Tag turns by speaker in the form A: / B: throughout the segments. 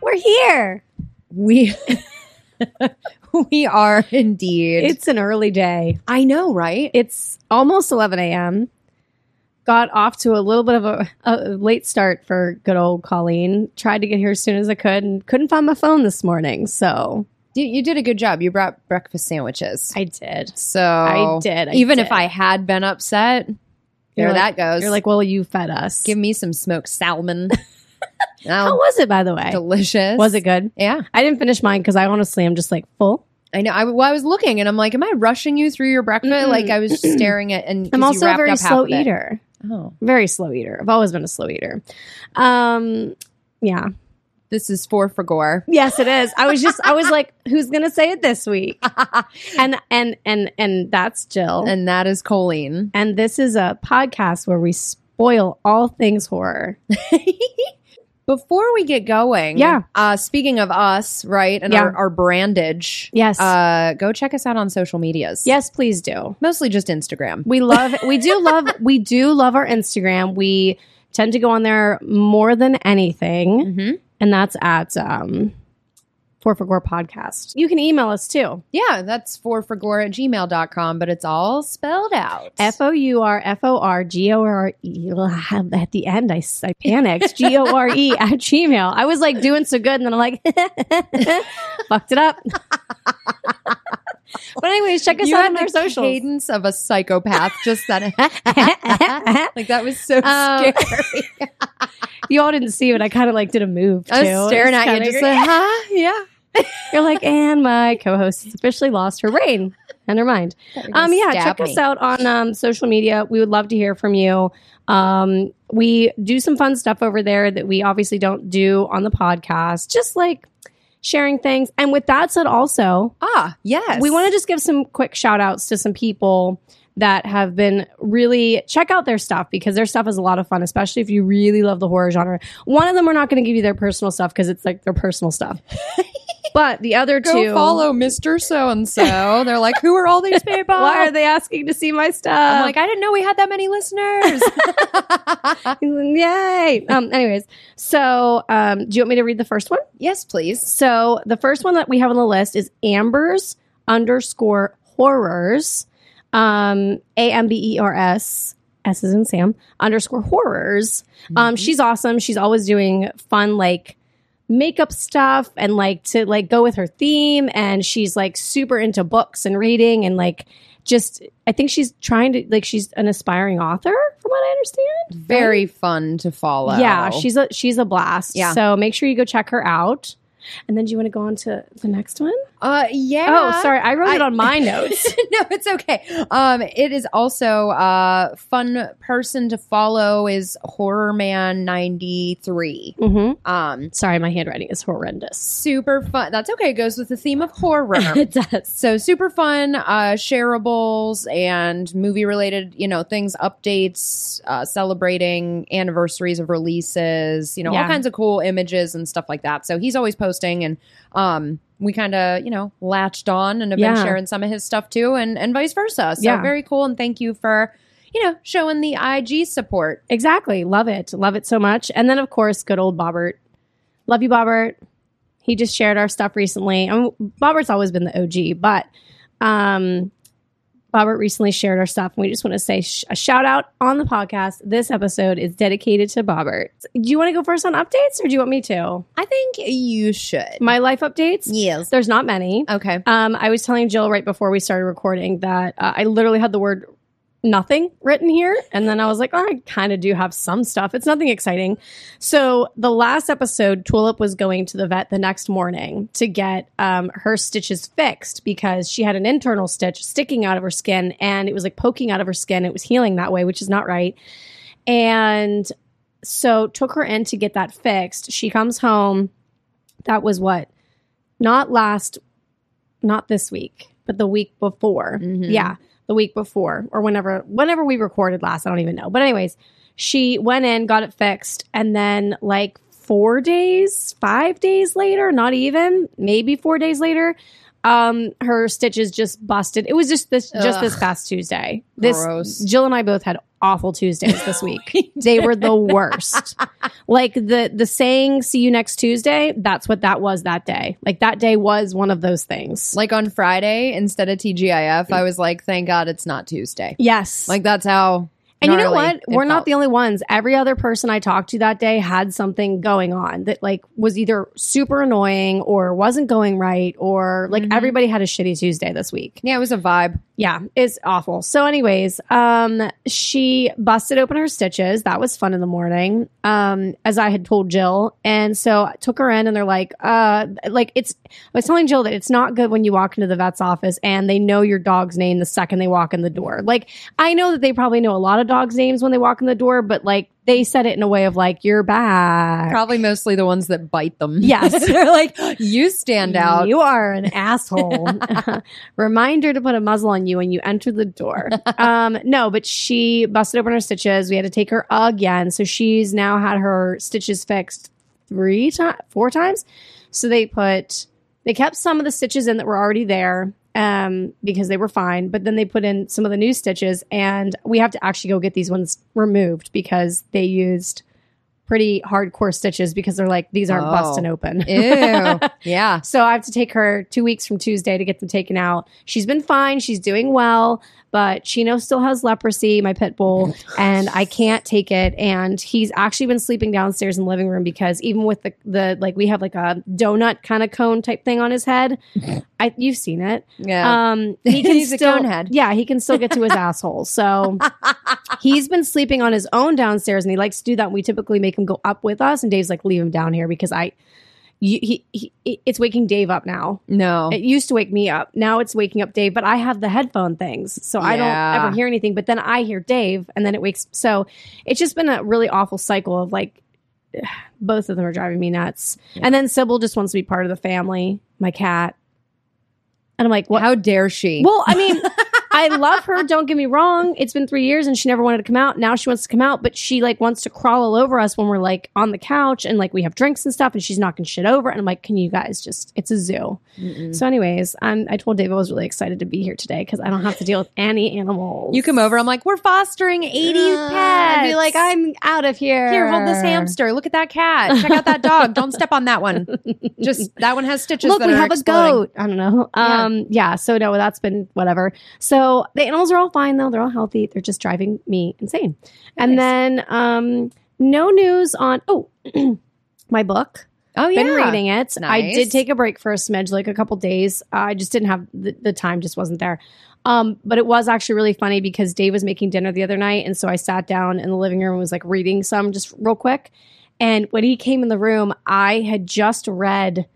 A: we're here.
B: We we are indeed.
A: It's an early day.
B: I know, right?
A: It's almost 11 a.m. Got off to a little bit of a, a late start for good old Colleen. Tried to get here as soon as I could and couldn't find my phone this morning. So
B: you, you did a good job. You brought breakfast sandwiches.
A: I did.
B: so
A: I did, I
B: Oh. even
A: did.
B: if I had been upset, there
A: You're like-
B: that goes.
A: You're like, well, you fed us.
B: give me some smoked salmon.
A: How
B: Now,
A: was it, by the way?
B: delicious.
A: Was it good?
B: Yeah,
A: I didn't finish mine because I honestly am just like full.
B: I know. I, well, I was looking and I'm like, am I rushing you through your breakfast?
A: Mm-mm.
B: Like I was just staring at and 'cause
A: I'm
B: you
A: also a
B: wrapped
A: very
B: up half
A: slow
B: of it.
A: eater.
B: Oh,
A: Very slow eater. I've always been a slow eater. Um, yeah.
B: this is for for gore.
A: Yes, it is. I was just I was like, who's gonna say it this week? And and and and that's Jill.
B: and that is choline.
A: And this is a podcast where we spoil all things horror.
B: Before we get going,
A: Yeah.
B: Uh, speaking of us, right, and
A: Yeah.
B: our, our brandage,
A: Yes.
B: Uh, go check us out on social medias.
A: yes, please do.
B: mostly just Instagram.
A: We love we do love we do love our Instagram. We tend to go on there more than anything.
B: Mm-hmm.
A: And that's at um Four for Gore Podcast. You can email us too.
B: Yeah, that's for for gore at gmail.com, but it's all spelled out.
A: F O U R F O R G O R E. At the end, I, s- I panicked. G O R E at Gmail. I was like doing so good, and then I'm like, fucked it up. but, anyways, check us
B: you
A: out
B: had
A: on
B: the
A: our socials.
B: cadence of a psychopath. Just that, like that was so
A: Um,
B: scary.
A: you all didn't see it. I kind of like did a move.
B: I
A: too.
B: was staring
A: It's
B: at
A: kinda
B: you, just
A: great.
B: like, huh? Yeah.
A: You're like, and my co host has officially lost her brain and her mind. Um, yeah, check us out on um, social media. We would love to hear from you. Um, we do some fun stuff over there that we obviously don't do on the podcast, just like sharing things. And with that said, also,
B: Ah, yes.
A: we want to just give some quick shout outs to some people that have been really check out their stuff because their stuff is a lot of fun, especially if you really love the horror genre. One of them, we're not going to give you their personal stuff because it's like their personal stuff. but the other
B: go
A: two,
B: follow Mr. So and so. They're like, who are all these people?
A: why are they asking to see Oh my stuff?
B: I'm like, I didn't know we had that many listeners.
A: Yay. Um, anyways, so um, do you want me to read the first one?
B: yes, please.
A: So the first one that we have on the list is Amber's underscore horrors. Um, A M B E R S. S is in Sam underscore horrors.
B: Mm-hmm.
A: Um, she's awesome. She's always doing fun like makeup stuff and like to like go with her theme. And she's like super into books and reading and like just I think she's trying to like she's an aspiring author from what I understand.
B: Very fun to follow.
A: Yeah, she's a she's a blast.
B: Yeah.
A: So make sure you go check her out. And then do you want to go on to the next one?
B: Uh, yeah.
A: Oh, sorry, I wrote it
B: I-
A: on my notes.
B: no, it's okay. Um, it is also a uh, fun person to follow is Horror Man ninety three.
A: hmm
B: Um,
A: Sorry, my handwriting is horrendous.
B: super fun. That's okay. It goes with the theme of horror.
A: it does.
B: so super fun, uh, shareables and movie related, you know, things, updates, uh, celebrating anniversaries of releases, you know,
A: Yeah.
B: all kinds of cool images and stuff like that. So he's always posting and um we kind of, you know, latched on and have
A: Yeah.
B: been sharing some of his stuff too and and vice versa. So
A: Yeah.
B: very cool and thank you for, you know, showing the IG support.
A: Exactly. Love it. Love it so much. And then of course, good old Bobbert. Love you, Bobbert. He just shared our stuff recently. And Bobbert's always been the OG, but um Bobbert recently shared our stuff, and we just want to say sh- a shout out on the podcast. This episode is dedicated to Bobbert. Do you want to go first on updates, or do you want me to?
B: I think you should.
A: my life updates
B: Yes.
A: there's not many
B: Okay.
A: um, i was telling jill right before we started recording that uh, i literally had the word nothing written here and then i was like oh, i kind of do have some stuff it's nothing exciting so the last episode tulip was going to the vet the next morning to get um, her stitches fixed because she had an internal stitch sticking out of her skin and it was like poking out of her skin it was healing that way which is not right and so took her in to get that fixed she comes home that was what not last not this week but the week before
B: Mhm.
A: yeah the week before or whenever whenever we recorded last i don't even know but anyways she went in got it fixed and then like four days five days later not even maybe four days later Um, her stitches just busted. It was just this just this
B: Ugh.
A: past Tuesday. This
B: Gross.
A: Jill and I both had awful Tuesdays this week. they were the worst. like the the saying "see you next Tuesday." That's what that was that day. Like that day was one of those things.
B: Like on Friday, instead of TGIF, I was like, thank God it's not Tuesday.
A: yes,
B: Like that's how.
A: And you know
B: gnarly
A: what?
B: it
A: We're not
B: felt.
A: the only ones. Every other person I talked to that day had something going on that like was either super annoying or wasn't going right or like
B: Mhm.
A: everybody had a shitty Tuesday this week.
B: Yeah, it was a vibe.
A: Yeah, it's awful. So anyways, um she busted open her stitches. That was fun in the morning. Um as I had told Jill. And so I took her in and they're like uh like it's I was telling Jill that it's not good when you walk into the vet's office and they know your dog's name the second they walk in the door. Like I know that they probably know a lot of dogs names when they walk in the door, but like they said it in a way of like you're back.
B: Probably mostly the ones that bite them.
A: Yes.
B: They're like, you stand out.
A: You are an asshole. Reminder to put a muzzle on you when you enter the door. Um, no, but she busted open her stitches. We had to take her again. So she's now had her stitches fixed three times, four times. So they put, they kept some of the stitches in that were already there um, because they were fine. But then they put in some of the new stitches. And we have to actually go get these ones removed because they used pretty hardcore stitches because they're like, these aren't
B: Oh.
A: busting open.
B: Ew. Yeah.
A: So I have to take her two weeks from Tuesday to get them taken out. She's been fine. She's doing well, but Chino still has leprosy, my pit bull, and I can't take it. And he's actually been sleeping downstairs in the living room because even with the, the like, we have like a donut kind of cone type thing on his head. I, you've seen it.
B: Yeah.
A: Um, he can
B: He's a
A: still,
B: cone head.
A: Yeah, he can still get to his asshole. So he's been sleeping on his own downstairs, and he likes to do that. And we typically make him go up with us, and Dave's like, "Leave him down here because I." You, he, he, it's waking Dave up now.
B: no.
A: It used to wake me up. Now it's waking up Dave, but I have the headphone things. So I don't
B: Yeah.
A: ever hear anything. But then I hear Dave and then it wakes. So it's just been a really awful cycle of like both of them are driving me nuts. And then Sybil just wants to be part of the family, my cat. And I'm like, what?
B: How dare she?
A: Well, I mean, I love her. Don't get me wrong. It's been three years and she never wanted to come out. Now she wants to come out, but she like wants to crawl all over us when we're like on the couch and like we have drinks and stuff and she's knocking shit over. And I'm like, can you guys just, it's a zoo.
B: Mm-mm.
A: So, anyways, I'm, I told Dave I was really excited to be here today because I don't have to deal with any animals.
B: you come over. I'm like, we're fostering 80
A: Uh,
B: pets.
A: I'd be like, I'm out of here.
B: Here, hold this hamster. Look at that cat. Check out that dog. Don't step on that one. Just that one has stitches.
A: Look,
B: that
A: we
B: are
A: have
B: exploding.
A: a goat. I don't know.
B: Yeah.
A: Um, yeah. So no, that's been whatever. So the animals are all fine though. They're all healthy. They're just driving me insane. And
B: Nice.
A: then, um, no news on. Oh, my book.
B: Oh yeah,
A: been reading it. I did
B: Nice.
A: take a break for a smidge, like a couple days. I just didn't have the, the time; just wasn't there. Um, but it was actually really funny because Dave was making dinner the other night, and so I sat down in the living room and was like reading some just real quick. And when he came in the room, I had just read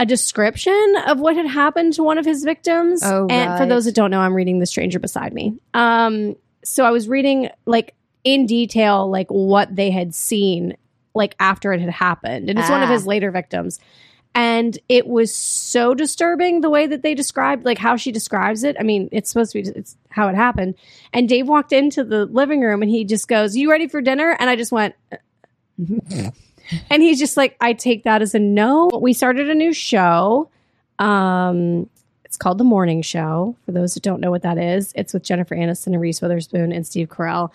A: a description of what had happened to one of his victims.
B: Oh,
A: and for
B: right.
A: those that don't know, I'm reading The Stranger Beside Me. Um, so I was reading like in detail like what they had seen like after it had happened. And it's one of
B: Ah.
A: his later victims. And it was so disturbing the way that they described, like how she describes it. I mean, it's supposed to be, it's how it happened. And Dave walked into the living room and he just goes, You ready for dinner? And I just went, and he's just like, I take that as a no. We started a new show. Um, it's called The Morning Show. For those who don't know what that is, it's with Jennifer Aniston and Reese Witherspoon and Steve Carell.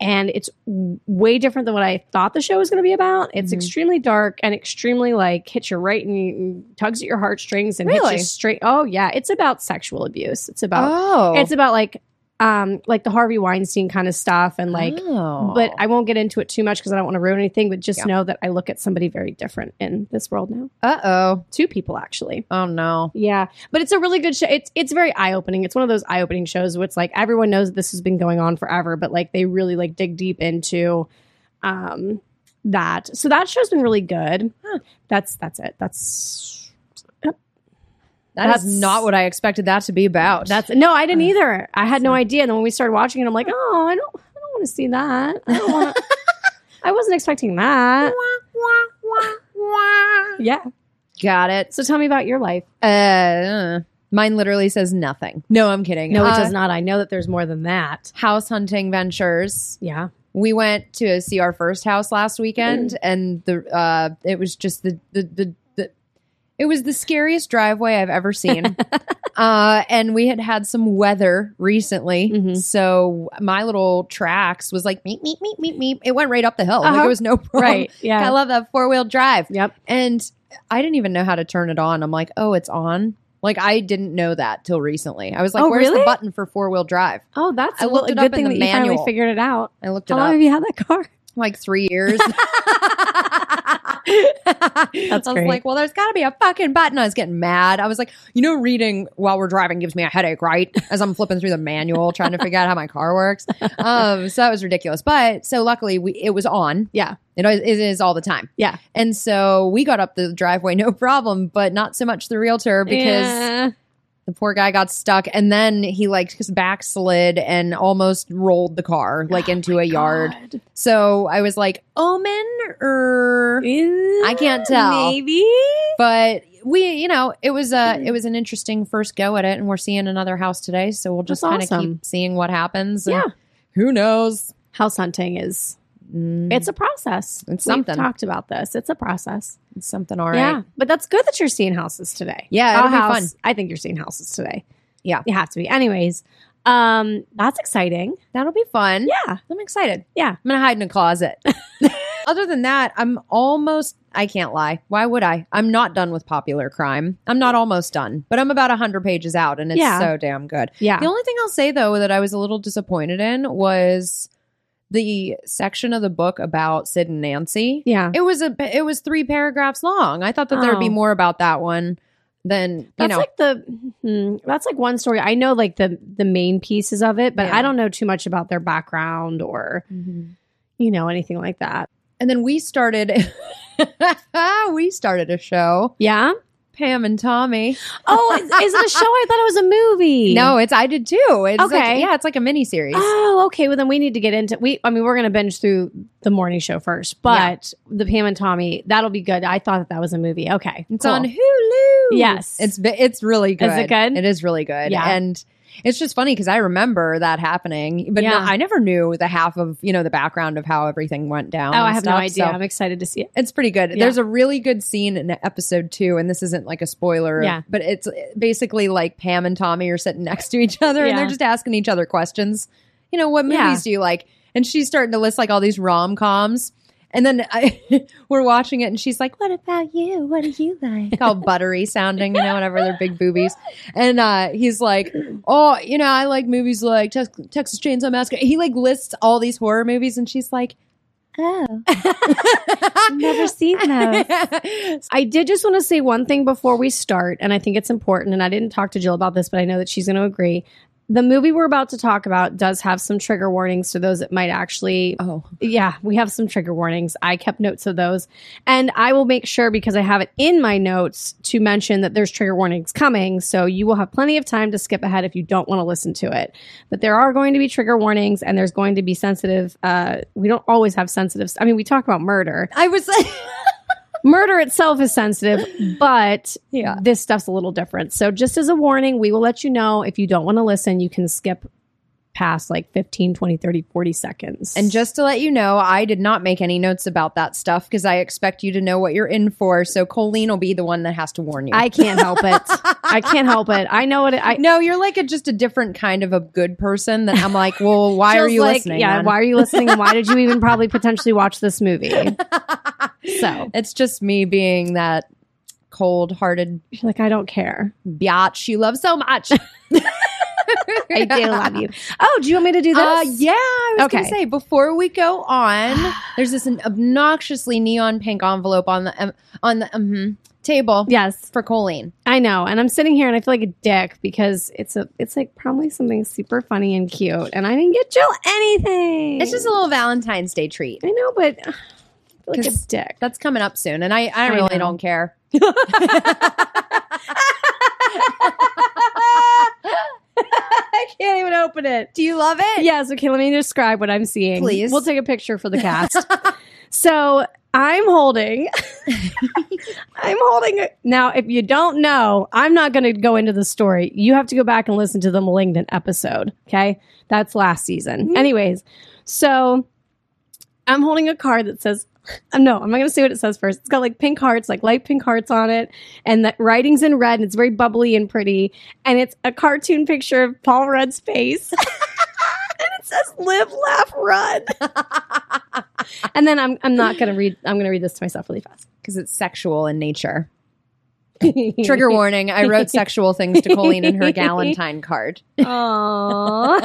A: And it's w- way different than what I thought the show was going to be about. It's
B: Mhm.
A: extremely dark and extremely like hits you right and and tugs at your heartstrings and hits
B: Really?
A: you straight. Oh yeah, it's about sexual abuse. It's about
B: Oh,
A: it's about like um like the Harvey Weinstein kind of stuff and like
B: Oh.
A: but I won't get into it too much because I don't want to ruin anything. But just
B: Yeah.
A: know that I look at somebody very different in this world now.
B: uh oh,
A: Two people actually.
B: oh no,
A: Yeah, but it's a really good show. It's it's very eye opening. It's one of those eye opening shows where it's like everyone knows that this has been going on forever, but like they really like dig deep into um that. So that show's been really good.
B: Huh.
A: That's that's it. That's
B: that's,
A: That's-
B: not what I expected that to be about.
A: that's no, I
B: Uh,
A: didn't either. I had no idea. And then when we started watching it, I'm like, oh, I don't I don't want to see that. I don't want. I wasn't expecting that. Yeah.
B: got it.
A: So tell me about your life.
B: Uh, mine literally says nothing. No, I'm kidding.
A: No, it
B: Uh,
A: does not. I know that there's more than that.
B: House hunting ventures.
A: Yeah.
B: we went to see our first house last weekend and the uh it was just the the the, the It was the scariest driveway I've ever seen. uh, and we had had some weather recently.
A: Mhm.
B: So my little tracks was like, meep, meep, meep, meep, meep. It went right up the hill. Like,
A: Uh-huh.
B: it was no problem.
A: Right.
B: I
A: Yeah.
B: love that four wheel drive.
A: Yep.
B: And I didn't even know how to turn it on. I'm like, oh, it's on. Like, I didn't know that till recently. I was like,
A: Oh,
B: where's the
A: really?
B: button for four wheel drive?
A: Oh, that's
B: I
A: a, well,
B: looked
A: a
B: it
A: good
B: up in
A: thing
B: the
A: that you finally
B: manual.
A: figured it out.
B: I looked it
A: How
B: up
A: long have you had that car?
B: like three years. That's I was
A: great.
B: like, well, there's got to be a fucking button. I was getting mad. I was like, you know, reading while we're driving gives me a headache, right? As I'm flipping through the manual trying to figure out how my car works. Um, so that was ridiculous. But so luckily, we it was on.
A: Yeah.
B: It is, it is all the time.
A: Yeah.
B: And so we got up the driveway, no problem, but not so much the realtor because
A: Yeah.
B: the poor guy got stuck and then he like just backslid and almost rolled the car like
A: Oh
B: into a yard.
A: God.
B: So I was like, omen or
A: I
B: can't tell.
A: Maybe.
B: but we, you know, it was a it was an interesting first go at it and we're seeing another house today, so we'll just
A: That's
B: kind of
A: awesome.
B: keep seeing what happens. and
A: Yeah.
B: Who knows?
A: House hunting is
B: Mm,
A: it's a process.
B: It's something.
A: We've talked about this. It's a process.
B: it's something all right.
A: Yeah. But that's good that you're seeing houses today.
B: Yeah,
A: Our
B: it'll be
A: house-
B: fun.
A: I think you're seeing houses today.
B: Yeah.
A: You have to be. Anyways, um, that's exciting.
B: That'll be fun.
A: Yeah.
B: I'm excited.
A: Yeah.
B: I'm gonna hide in a closet. Other than that, I'm almost I can't lie. Why would I? I'm not done with popular crime. I'm not almost done, but I'm about 100 pages out and it's
A: Yeah.
B: so damn good.
A: Yeah.
B: The only thing I'll say though that I was a little disappointed in was the section of the book about Sid and Nancy.
A: yeah.
B: It was a it was three paragraphs long. I thought that there'd be
A: Oh.
B: more about that one than you
A: That's
B: know.
A: like the hmm, that's like one story. I know like the the main pieces of it, but
B: Yeah.
A: I don't know too much about their background or you know anything like that.
B: And then we started we started a show,
A: Yeah.
B: Pam and Tommy.
A: Oh, is, is it a show? I thought it was a movie.
B: No, it's I did too. It's Like,
A: Okay.
B: yeah, it's like a mini series.
A: Oh, okay. Well, then we need to get into we. I mean, we're going to binge through the morning show first, but the Pam and Tommy that'll be good. I thought that, that was a movie. Okay,
B: It's
A: cool.
B: on Hulu.
A: Yes.
B: It's bi- it's really good.
A: Is it good?
B: It is really good.
A: Yeah.
B: And it's just funny because I remember that happening, but
A: Yeah.
B: no, I never knew the half of you know the background of how everything went
A: Oh,
B: down.
A: I
B: and
A: have no
B: stuff, so
A: idea. I'm excited to see it.
B: it's pretty good.
A: Yeah.
B: There's a really good scene in episode two, and this isn't like a spoiler,
A: Yeah.
B: but it's basically like Pam and Tommy are sitting next to each other and
A: Yeah.
B: they're just asking each other questions. You know, what movies
A: Yeah.
B: do you like? And she's starting to list like all these rom coms. And then I, we're watching it, and she's like, "What about you? What do you like?" All buttery sounding, you know, whatever. They're big boobies, and uh, he's like, "Oh, you know, I like movies like Tex- Texas Chainsaw Massacre." He like lists all these horror movies, and she's like, "Oh,
A: Never seen that. I did just want to say one thing before we start, and I think it's important. And I didn't talk to Jill about this, but I know that she's going to agree. The movie we're about to talk about does have some trigger warnings to those that might actually
B: oh,
A: Yeah, we have some trigger warnings. I kept notes of those. And I will make sure because I have it in my notes to mention that there's trigger warnings coming. So you will have plenty of time to skip ahead if you don't want to listen to it. But there are going to be trigger warnings and there's going to be sensitive. Uh, we don't always have sensitive. I mean, we talk about murder.
B: I was
A: Murder itself is sensitive, but
B: yeah,
A: this stuff's a little different. So just as a warning, we will let you know if you don't want to listen, you can skip past like 15, 20, 30, 40 seconds.
B: and just to let you know, I did not make any notes about that stuff because I expect you to know what you're in for. So Colleen will be the one that has to warn you.
A: I can't help it. I can't help it. I know it. I
B: no, you're like a, just a different kind of a good person that I'm like, well, why are
A: Jill's
B: you
A: like,
B: listening?
A: Yeah,
B: then?
A: why are you listening? And why did you even probably potentially watch this movie? So
B: It's just me being that cold-hearted
A: she's like, I don't care.
B: biatch you love so much.
A: I do love you. Oh, do you want me to do this?
B: Uh, yeah, I was gonna
A: Okay.
B: say before we go on, there's this an obnoxiously neon pink envelope on the um, on the mhm, table
A: Yes,
B: for Colleen.
A: I know. And I'm sitting here and I feel like a dick because it's a it's like probably something super funny and cute, and I didn't get Jill anything.
B: It's just a little Valentine's Day treat.
A: I know, but I feel like a
B: 'Cause-
A: dick.
B: That's coming up soon, and I I
A: I
B: really
A: know.
B: don't care.
A: I can't even open it.
B: Do you love it?
A: Yes. Okay. Let me describe what I'm seeing.
B: Please.
A: We'll take a picture for the cast. so I'm holding. I'm holding. a- Now, if you don't know, I'm not going to go into the story. You have to go back and listen to the malignant episode. Okay. That's last season.
B: Mhm.
A: Anyways, so I'm holding a card that says Um, no, I'm not going to say what it says first. It's got like pink hearts, like light pink hearts on it, and the writing's in red, and it's very bubbly and pretty. And it's a cartoon picture of Paul Rudd's face. and it says live, laugh, run. and then I'm, I'm not going to read, I'm going to read this to myself really fast.
B: because it's sexual in nature. Trigger warning: I wrote sexual things to Colleen in her Galentine card.
A: Aww.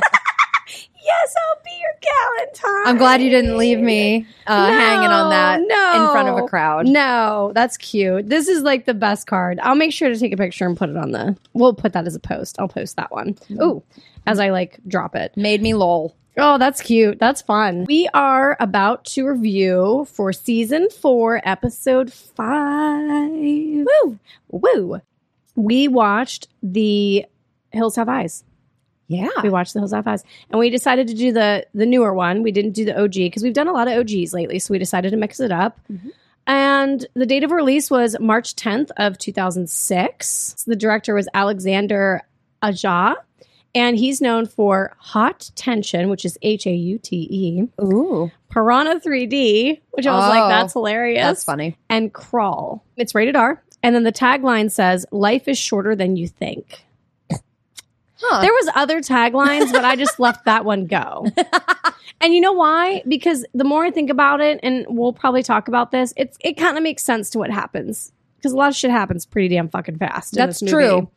A: yes, I'll be your Galentine.
B: I'm glad you didn't leave me uh,
A: No,
B: hanging on that
A: no.
B: in front of a crowd.
A: No, that's cute. This is like the best card. I'll make sure to take a picture and put it on the. We'll put that as a post. I'll post that one.
B: Mm-hmm.
A: Ooh, as I like drop it.
B: Made me lol.
A: Oh, that's cute. That's fun. We are about to review for season four, episode five. Woo! Woo! We watched the Hills Have Eyes.
B: Yeah,
A: We watched the Hills Have Eyes, and we decided to do the the newer one. We didn't do the OG because we've done a lot of OGs lately, so we decided to mix it up.
B: Mhm.
A: And the date of release was March 10th of 2006. So the director was Alexander Aja, and he's known for Hot Tension, which is H A U T E,
B: ooh,
A: Piranha 3D, which I was like,
B: Oh,
A: that's hilarious,
B: that's funny.
A: and Crawl. It's rated R. And then the tagline says, "Life is shorter than you think."
B: Huh.
A: There was other taglines, but I just left that one go. And you know why? Because the more I think about it, and we'll probably talk about this, it's it kind of makes sense to what happens because a lot of shit happens pretty damn fucking fast. in
B: That's
A: this movie.
B: true.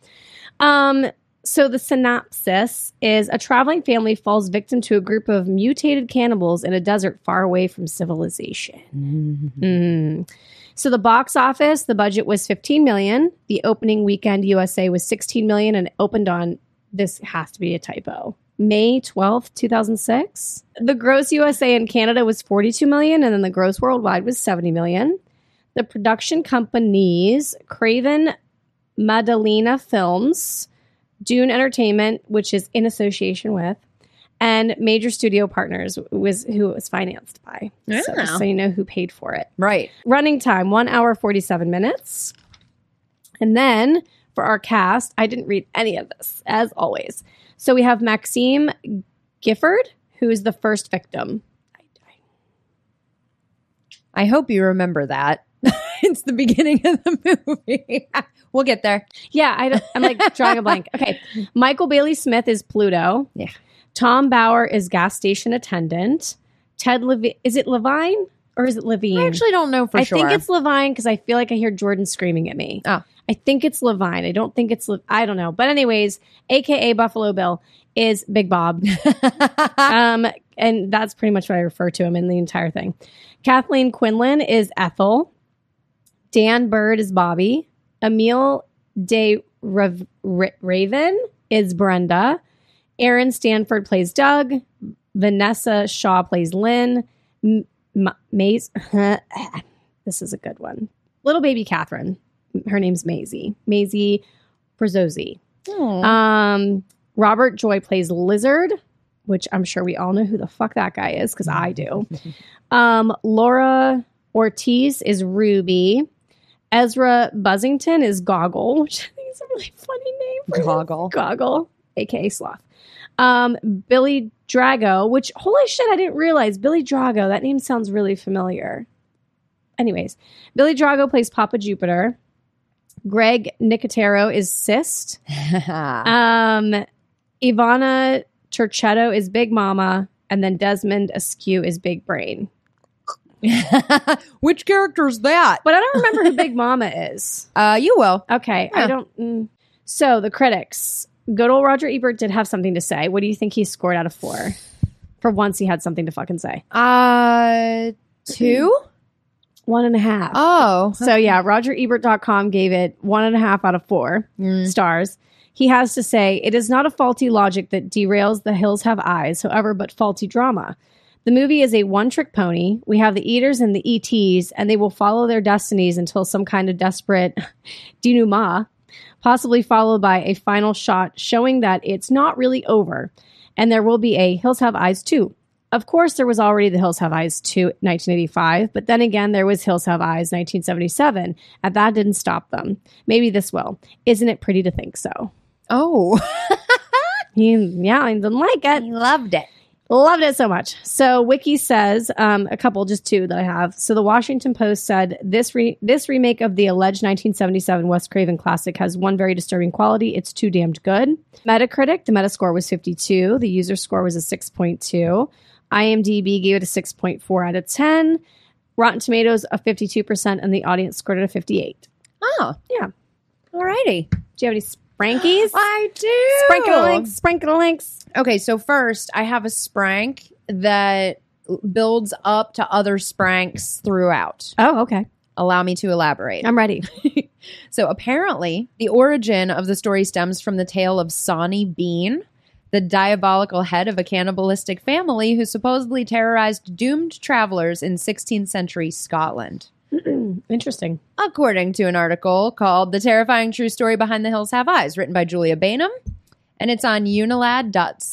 A: Um. So the synopsis is a traveling family falls victim to a group of mutated cannibals in a desert far away from civilization.
B: Mm-hmm.
A: Mm. So the box office, the budget was 15 million. The opening weekend USA was 16 million and it opened on this has to be a typo. May 12th, 2006. The gross USA and Canada was 42 million and then the gross worldwide was 70 million. The production companies, Craven Madalena Films, Dune Entertainment, which is in association with, and Major Studio Partners was who it was financed by. So,
B: Yeah.
A: so you know who paid for it.
B: Right.
A: Running time, one hour, 47 minutes. And then for our cast, I didn't read any of this, as always. So we have Maxime Gifford, who is the first victim.
B: I hope you remember that. it's the beginning of the movie. we'll get there.
A: Yeah, I don't, I'm like drawing a blank. Okay. Michael Bailey Smith is Pluto.
B: Yeah.
A: Tom Bauer is gas station attendant. Ted Levine, is it Levine or is it Levine?
B: Hmm. I actually don't know for
A: I
B: sure.
A: think it's Levine because I feel like I hear Jordan screaming at me.
B: Oh.
A: I think it's Levine. I don't think it's, Le- I don't know. But, anyways, AKA Buffalo Bill is Big Bob. um, and that's pretty much what I refer to him in the entire thing. Kathleen Quinlan is Ethel. Dan Bird is Bobby. Emil De Rav- Ra- Raven is Brenda. Aaron Stanford plays Doug. Vanessa Shaw plays Lynn. M- Ma- Maze. this is a good one. Little baby Catherine. Her name's Maisie. Maisie Brzozzi.
B: Hmm.
A: Um, Robert Joy plays Lizard, which I'm sure we all know who the fuck that guy is because I do. Um, Laura Ortiz is Ruby. Ezra Buzzington is Goggle, which I think is a really funny name for him.
B: Goggle.
A: Goggle, aka Sloth. Um, Billy Drago, which holy shit, I didn't realize Billy Drago. That name sounds really familiar. Anyways, Billy Drago plays Papa Jupiter. Greg Nicotero is Cyst.
B: Uh,
A: Um, Ivana Turchetto is Big Mama, and then Desmond Askew is Big Brain.
B: Which character's that?
A: But I don't remember who Big Mama is.
B: Uh, you will.
A: Okay, I
B: Yeah.
A: don't. mm. So the critics, good old Roger Ebert did have something to say. What do you think he scored out of four? For once, he had something to fucking say.
B: Uh, two.
A: One and a half.
B: Oh,
A: So yeah, RogerEbert.com gave it one and a half out of four.
B: Mm.
A: stars. He has to say, It is not a faulty logic that derails The Hills Have Eyes, however, but faulty drama. The movie is a one trick pony. We have the eaters and the ETs, and they will follow their destinies until some kind of desperate denouement, possibly followed by a final shot showing that it's not really over. And there will be a Hills Have Eyes 2. Of course, there was already the Hills Have Eyes 2 1985, but then again, there was Hills Have Eyes 1977, and that didn't stop them. Maybe this will. Isn't it pretty to think so?
B: oh,
A: He, yeah, he didn't like it.
B: loved it.
A: Loved it so much. So Wiki says um, a couple, just two that I have. So the Washington Post said this re- this remake of the alleged 1977 Wes Craven classic has one very disturbing quality: it's too damned good. Metacritic, the Metascore was 52, the user score was a 6.2. IMDb gave it a 6.4 out of 10. Rotten Tomatoes a 52%, and the audience scored it a 58.
B: Oh,
A: Yeah.
B: alrighty.
A: Do you have any sprankies?
B: I do.
A: Sprinkle-a-links, sprinkle-a-links.
B: Okay, so first I have a sprank that builds up to other spranks throughout.
A: Oh, okay.
B: Allow me to elaborate.
A: I'm ready.
B: So apparently, the origin of the story stems from the tale of Sonny Bean, the diabolical head of a cannibalistic family who supposedly terrorized doomed travelers in 16th century Scotland.
A: Hmm, Interesting.
B: According to an article called The Terrifying True Story Behind the Hills Have Eyes, written by Julia Bainham, and it's on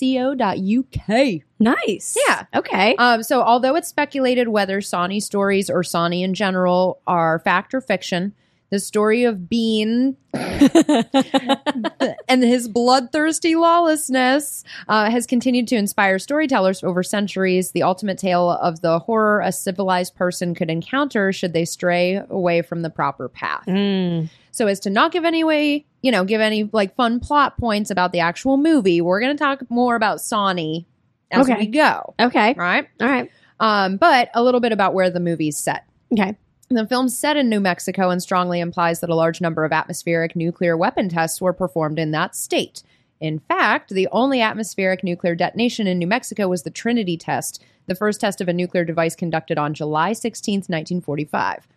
B: unilad.co.uk.
A: Nice.
B: Yeah.
A: Okay.
B: Um, so, although it's speculated whether Sawney stories or Sawney in general are fact or fiction, the story of Bean and his bloodthirsty lawlessness uh, has continued to inspire storytellers over centuries. The ultimate tale of the horror a civilized person could encounter should they stray away from the proper path.
A: Mm.
B: So, as to not give any way, you know, give any like fun plot points about the actual movie, we're going to talk more about Sawney as
A: Okay.
B: we go.
A: Okay.
B: Right.
A: All right.
B: Um, but a little bit about where the movie's set.
A: Okay.
B: The film's set in New Mexico and strongly implies that a large number of atmospheric nuclear weapon tests were performed in that state. In fact, the only atmospheric nuclear detonation in New Mexico was the Trinity test, the first test of a nuclear device conducted on July 16, 1945.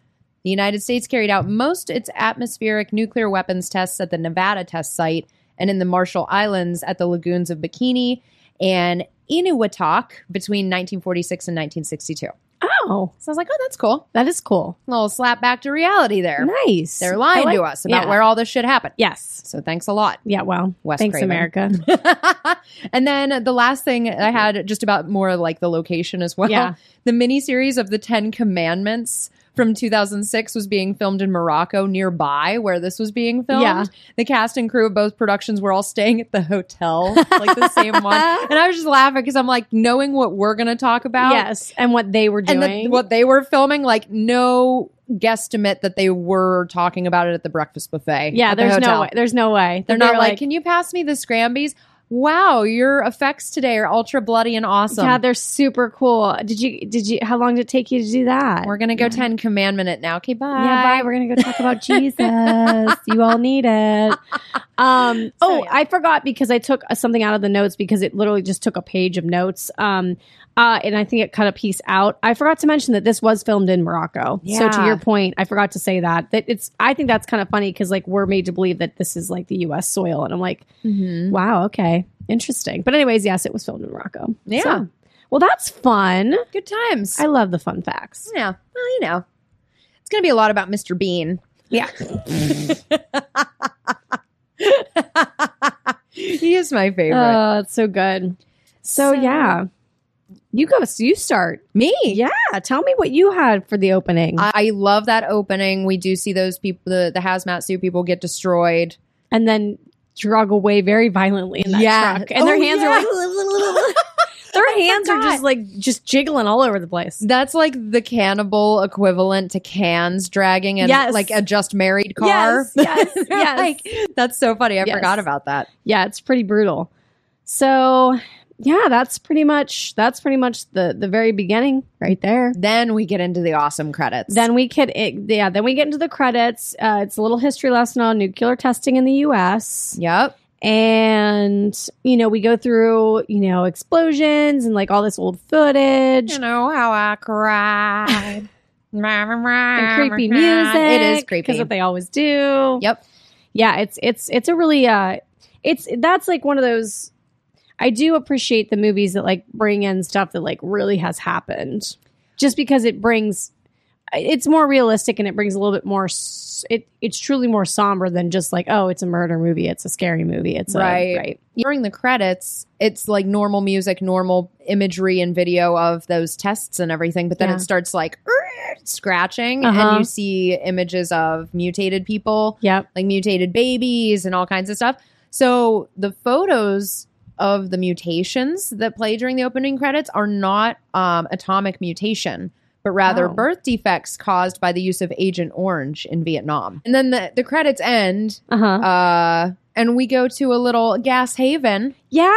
B: The United States carried out most its atmospheric nuclear weapons tests at the Nevada test site and in the Marshall Islands at the lagoons of Bikini and Inuwatak between 1946 and 1962.
A: Oh,
B: So I was like, oh, that's cool.
A: that is cool.
B: little slap back to reality there.
A: Nice.
B: They're lying
A: I
B: to
A: like-
B: us about
A: yeah.
B: where all this shit happened.
A: Yes.
B: So thanks a lot.
A: Yeah. Well.
B: Wes
A: thanks,
B: Craven.
A: America.
B: and then the last thing I had just about more like the location as well.
A: Mm-hmm. Yeah.
B: The miniseries of the Ten Commandments from 2006 was being filmed in Morocco nearby where this was being filmed.
A: Yeah.
B: The cast and crew of both productions were all staying at the hotel, like the same one. And I was just laughing because I'm like, knowing what we're going to talk about.
A: yes. And what they were doing.
B: And the, what they were filming, like no guesstimate that they were talking about it at the breakfast buffet.
A: yeah.
B: at the
A: There's no
B: hotel.
A: way. There's no way.
B: They're
A: They
B: not
A: were
B: like, can you pass me the scrambies? Wow, your effects today are ultra bloody and awesome.
A: Yeah. They're super cool. Did you? Did you? How long did it take you to do that?
B: we're gonna go Ten Commandment it now. Okay, bye.
A: Yeah, bye. We're gonna go talk about Jesus. you all need it. Um, oh,
B: yeah.
A: I forgot because I took uh, something out of the notes because it literally just took a page of notes. Um, uh, and I think it cut a piece out. I forgot to mention that this was filmed in Morocco. So to
B: Yeah.
A: your point, I forgot to say that. That it's. I think that's kind of funny because like we're made to believe that this is like the U.S. soil, and I'm like,
B: Mhm.
A: wow, okay, interesting. But anyways, yes, it was filmed in Morocco.
B: Yeah.
A: So, well, that's fun.
B: Good times.
A: I love the fun facts.
B: yeah. Well, you know, it's gonna be a lot about Mr. Bean.
A: Yeah.
B: he is my favorite.
A: Oh, that's so good.
B: So-
A: So, yeah, you go. So you start.
B: me.
A: Yeah, tell me what you had for the opening,
B: I, I love that opening. We do see those people, the, the hazmat suit people get destroyed.
A: and then drug away very violently in that
B: Yeah.
A: truck, and
B: Oh,
A: their hands
B: yeah.
A: are like. Their hands are just
B: forgot.
A: like just jiggling all over the place.
B: That's like the cannibal equivalent to cans dragging and
A: Yes.
B: like a just married car.
A: Yes, yes, yes.
B: Like, that's so funny. I
A: Yes.
B: forgot about that.
A: Yeah, it's pretty brutal. So, yeah, that's pretty much that's pretty much the the very beginning right there.
B: Then we get into the awesome credits.
A: Then we could, it, yeah. Then we get into the credits. Uh, it's a little history lesson on nuclear testing in the U.S.
B: yep.
A: And you know, we go through you know explosions and like all this old footage.
B: You know how I cried.
A: And creepy music.
B: It is
A: because
B: creepy.
A: what they always do.
B: Yep.
A: Yeah, it's it's it's a really uh, it's that's like one of those. I do appreciate the movies that like bring in stuff that like really has happened, just because it brings. It's more realistic and it brings a little bit more. s- It it's truly more somber than just like oh, it's a murder movie, it's a scary movie, it's
B: Right.
A: a, right.
B: During the credits, it's like normal music, normal imagery and video of those tests and everything. But then
A: Yeah.
B: it starts like scratching,
A: Uh-huh.
B: and you see images of mutated people
A: Yep.
B: like mutated babies and all kinds of stuff. So the photos of the mutations that play during the opening credits are not um, atomic mutation, but rather
A: Oh.
B: birth defects caused by the use of Agent Orange in Vietnam. And then the, the credits end,
A: Uh-huh.
B: uh, and we go to a little gas haven
A: Yeah.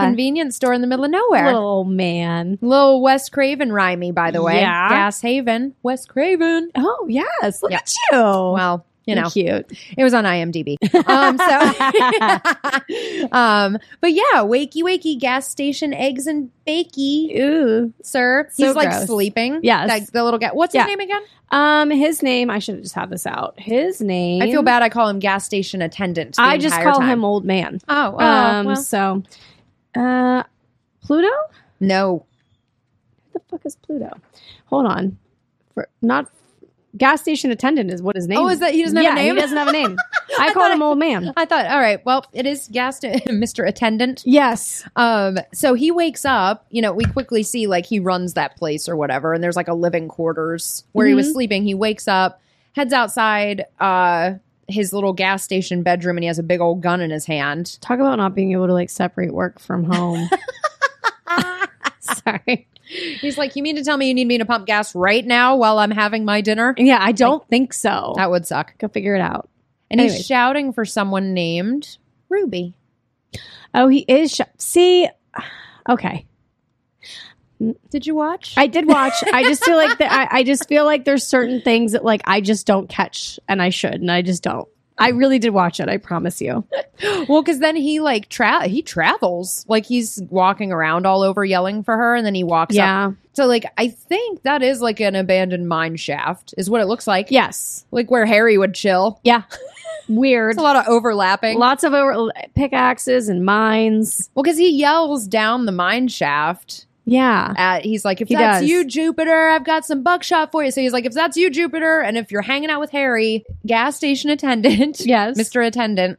B: convenience store in the middle of nowhere.
A: Little old man.
B: Little Wes Craven rhymey, by the way.
A: Yeah.
B: Gas Haven, Wes Craven.
A: Oh, yes. Look
B: Yeah.
A: at you.
B: Well, you know,
A: cute.
B: it was on IMDb. Um, so, um, but yeah, wakey, wakey, gas station, eggs and bakey,
A: Ooh.
B: sir.
A: So
B: He's like
A: gross.
B: sleeping.
A: Yes.
B: Like the little guy. What's
A: Yeah.
B: his name again?
A: Um, his name. I should just have this out. His name.
B: I feel bad. I call him gas station attendant. the
A: I just
B: entire
A: call
B: time.
A: him old man.
B: Oh, oh,
A: um.
B: well.
A: So, uh, Pluto.
B: no.
A: What the fuck is Pluto? Hold on. For not gas station attendant is what his name.
B: Oh, is that he doesn't have
A: yeah,
B: a name?
A: He doesn't have a name. I,
B: I
A: call
B: thought
A: him old man.
B: I thought, all right, well, it is gas, sta- Mr. Attendant.
A: Yes.
B: Um, so he wakes up, you know, we quickly see like he runs that place or whatever, and there's like a living quarters where he was sleeping. He wakes up, heads outside uh his little gas station bedroom, and he has a big old gun in his hand.
A: Talk about not being able to like separate work from home. Sorry.
B: He's like, You mean to tell me you need me to pump gas right now while I'm having my dinner?
A: Yeah, I don't think so.
B: That would suck.
A: Go figure it out.
B: And
A: Anyways.
B: he's shouting for someone named Ruby.
A: Oh, he is. Sh- See, okay.
B: Did you watch?
A: I did watch. I just feel like that. I, I just feel like there's certain things that like I just don't catch, and I should, and I just don't. I really did watch it. I promise you.
B: Well, because then he like tra- he travels like he's walking around all over yelling for her, and then he walks up
A: Yeah.
B: So like I think that is like an abandoned mine shaft is what it looks like.
A: Yes.
B: Like where Harry would chill.
A: Yeah. Weird.
B: There's a lot of overlapping.
A: Lots of over- pickaxes and mines.
B: Well, because he yells down the mine shaft
A: Yeah.
B: at he's like, if
A: He
B: that's
A: does.
B: you, Jupiter, I've got some buckshot for you. So he's like, if that's you, Jupiter, and if you're hanging out with Harry, gas station attendant,
A: Yes.
B: Mr. Attendant,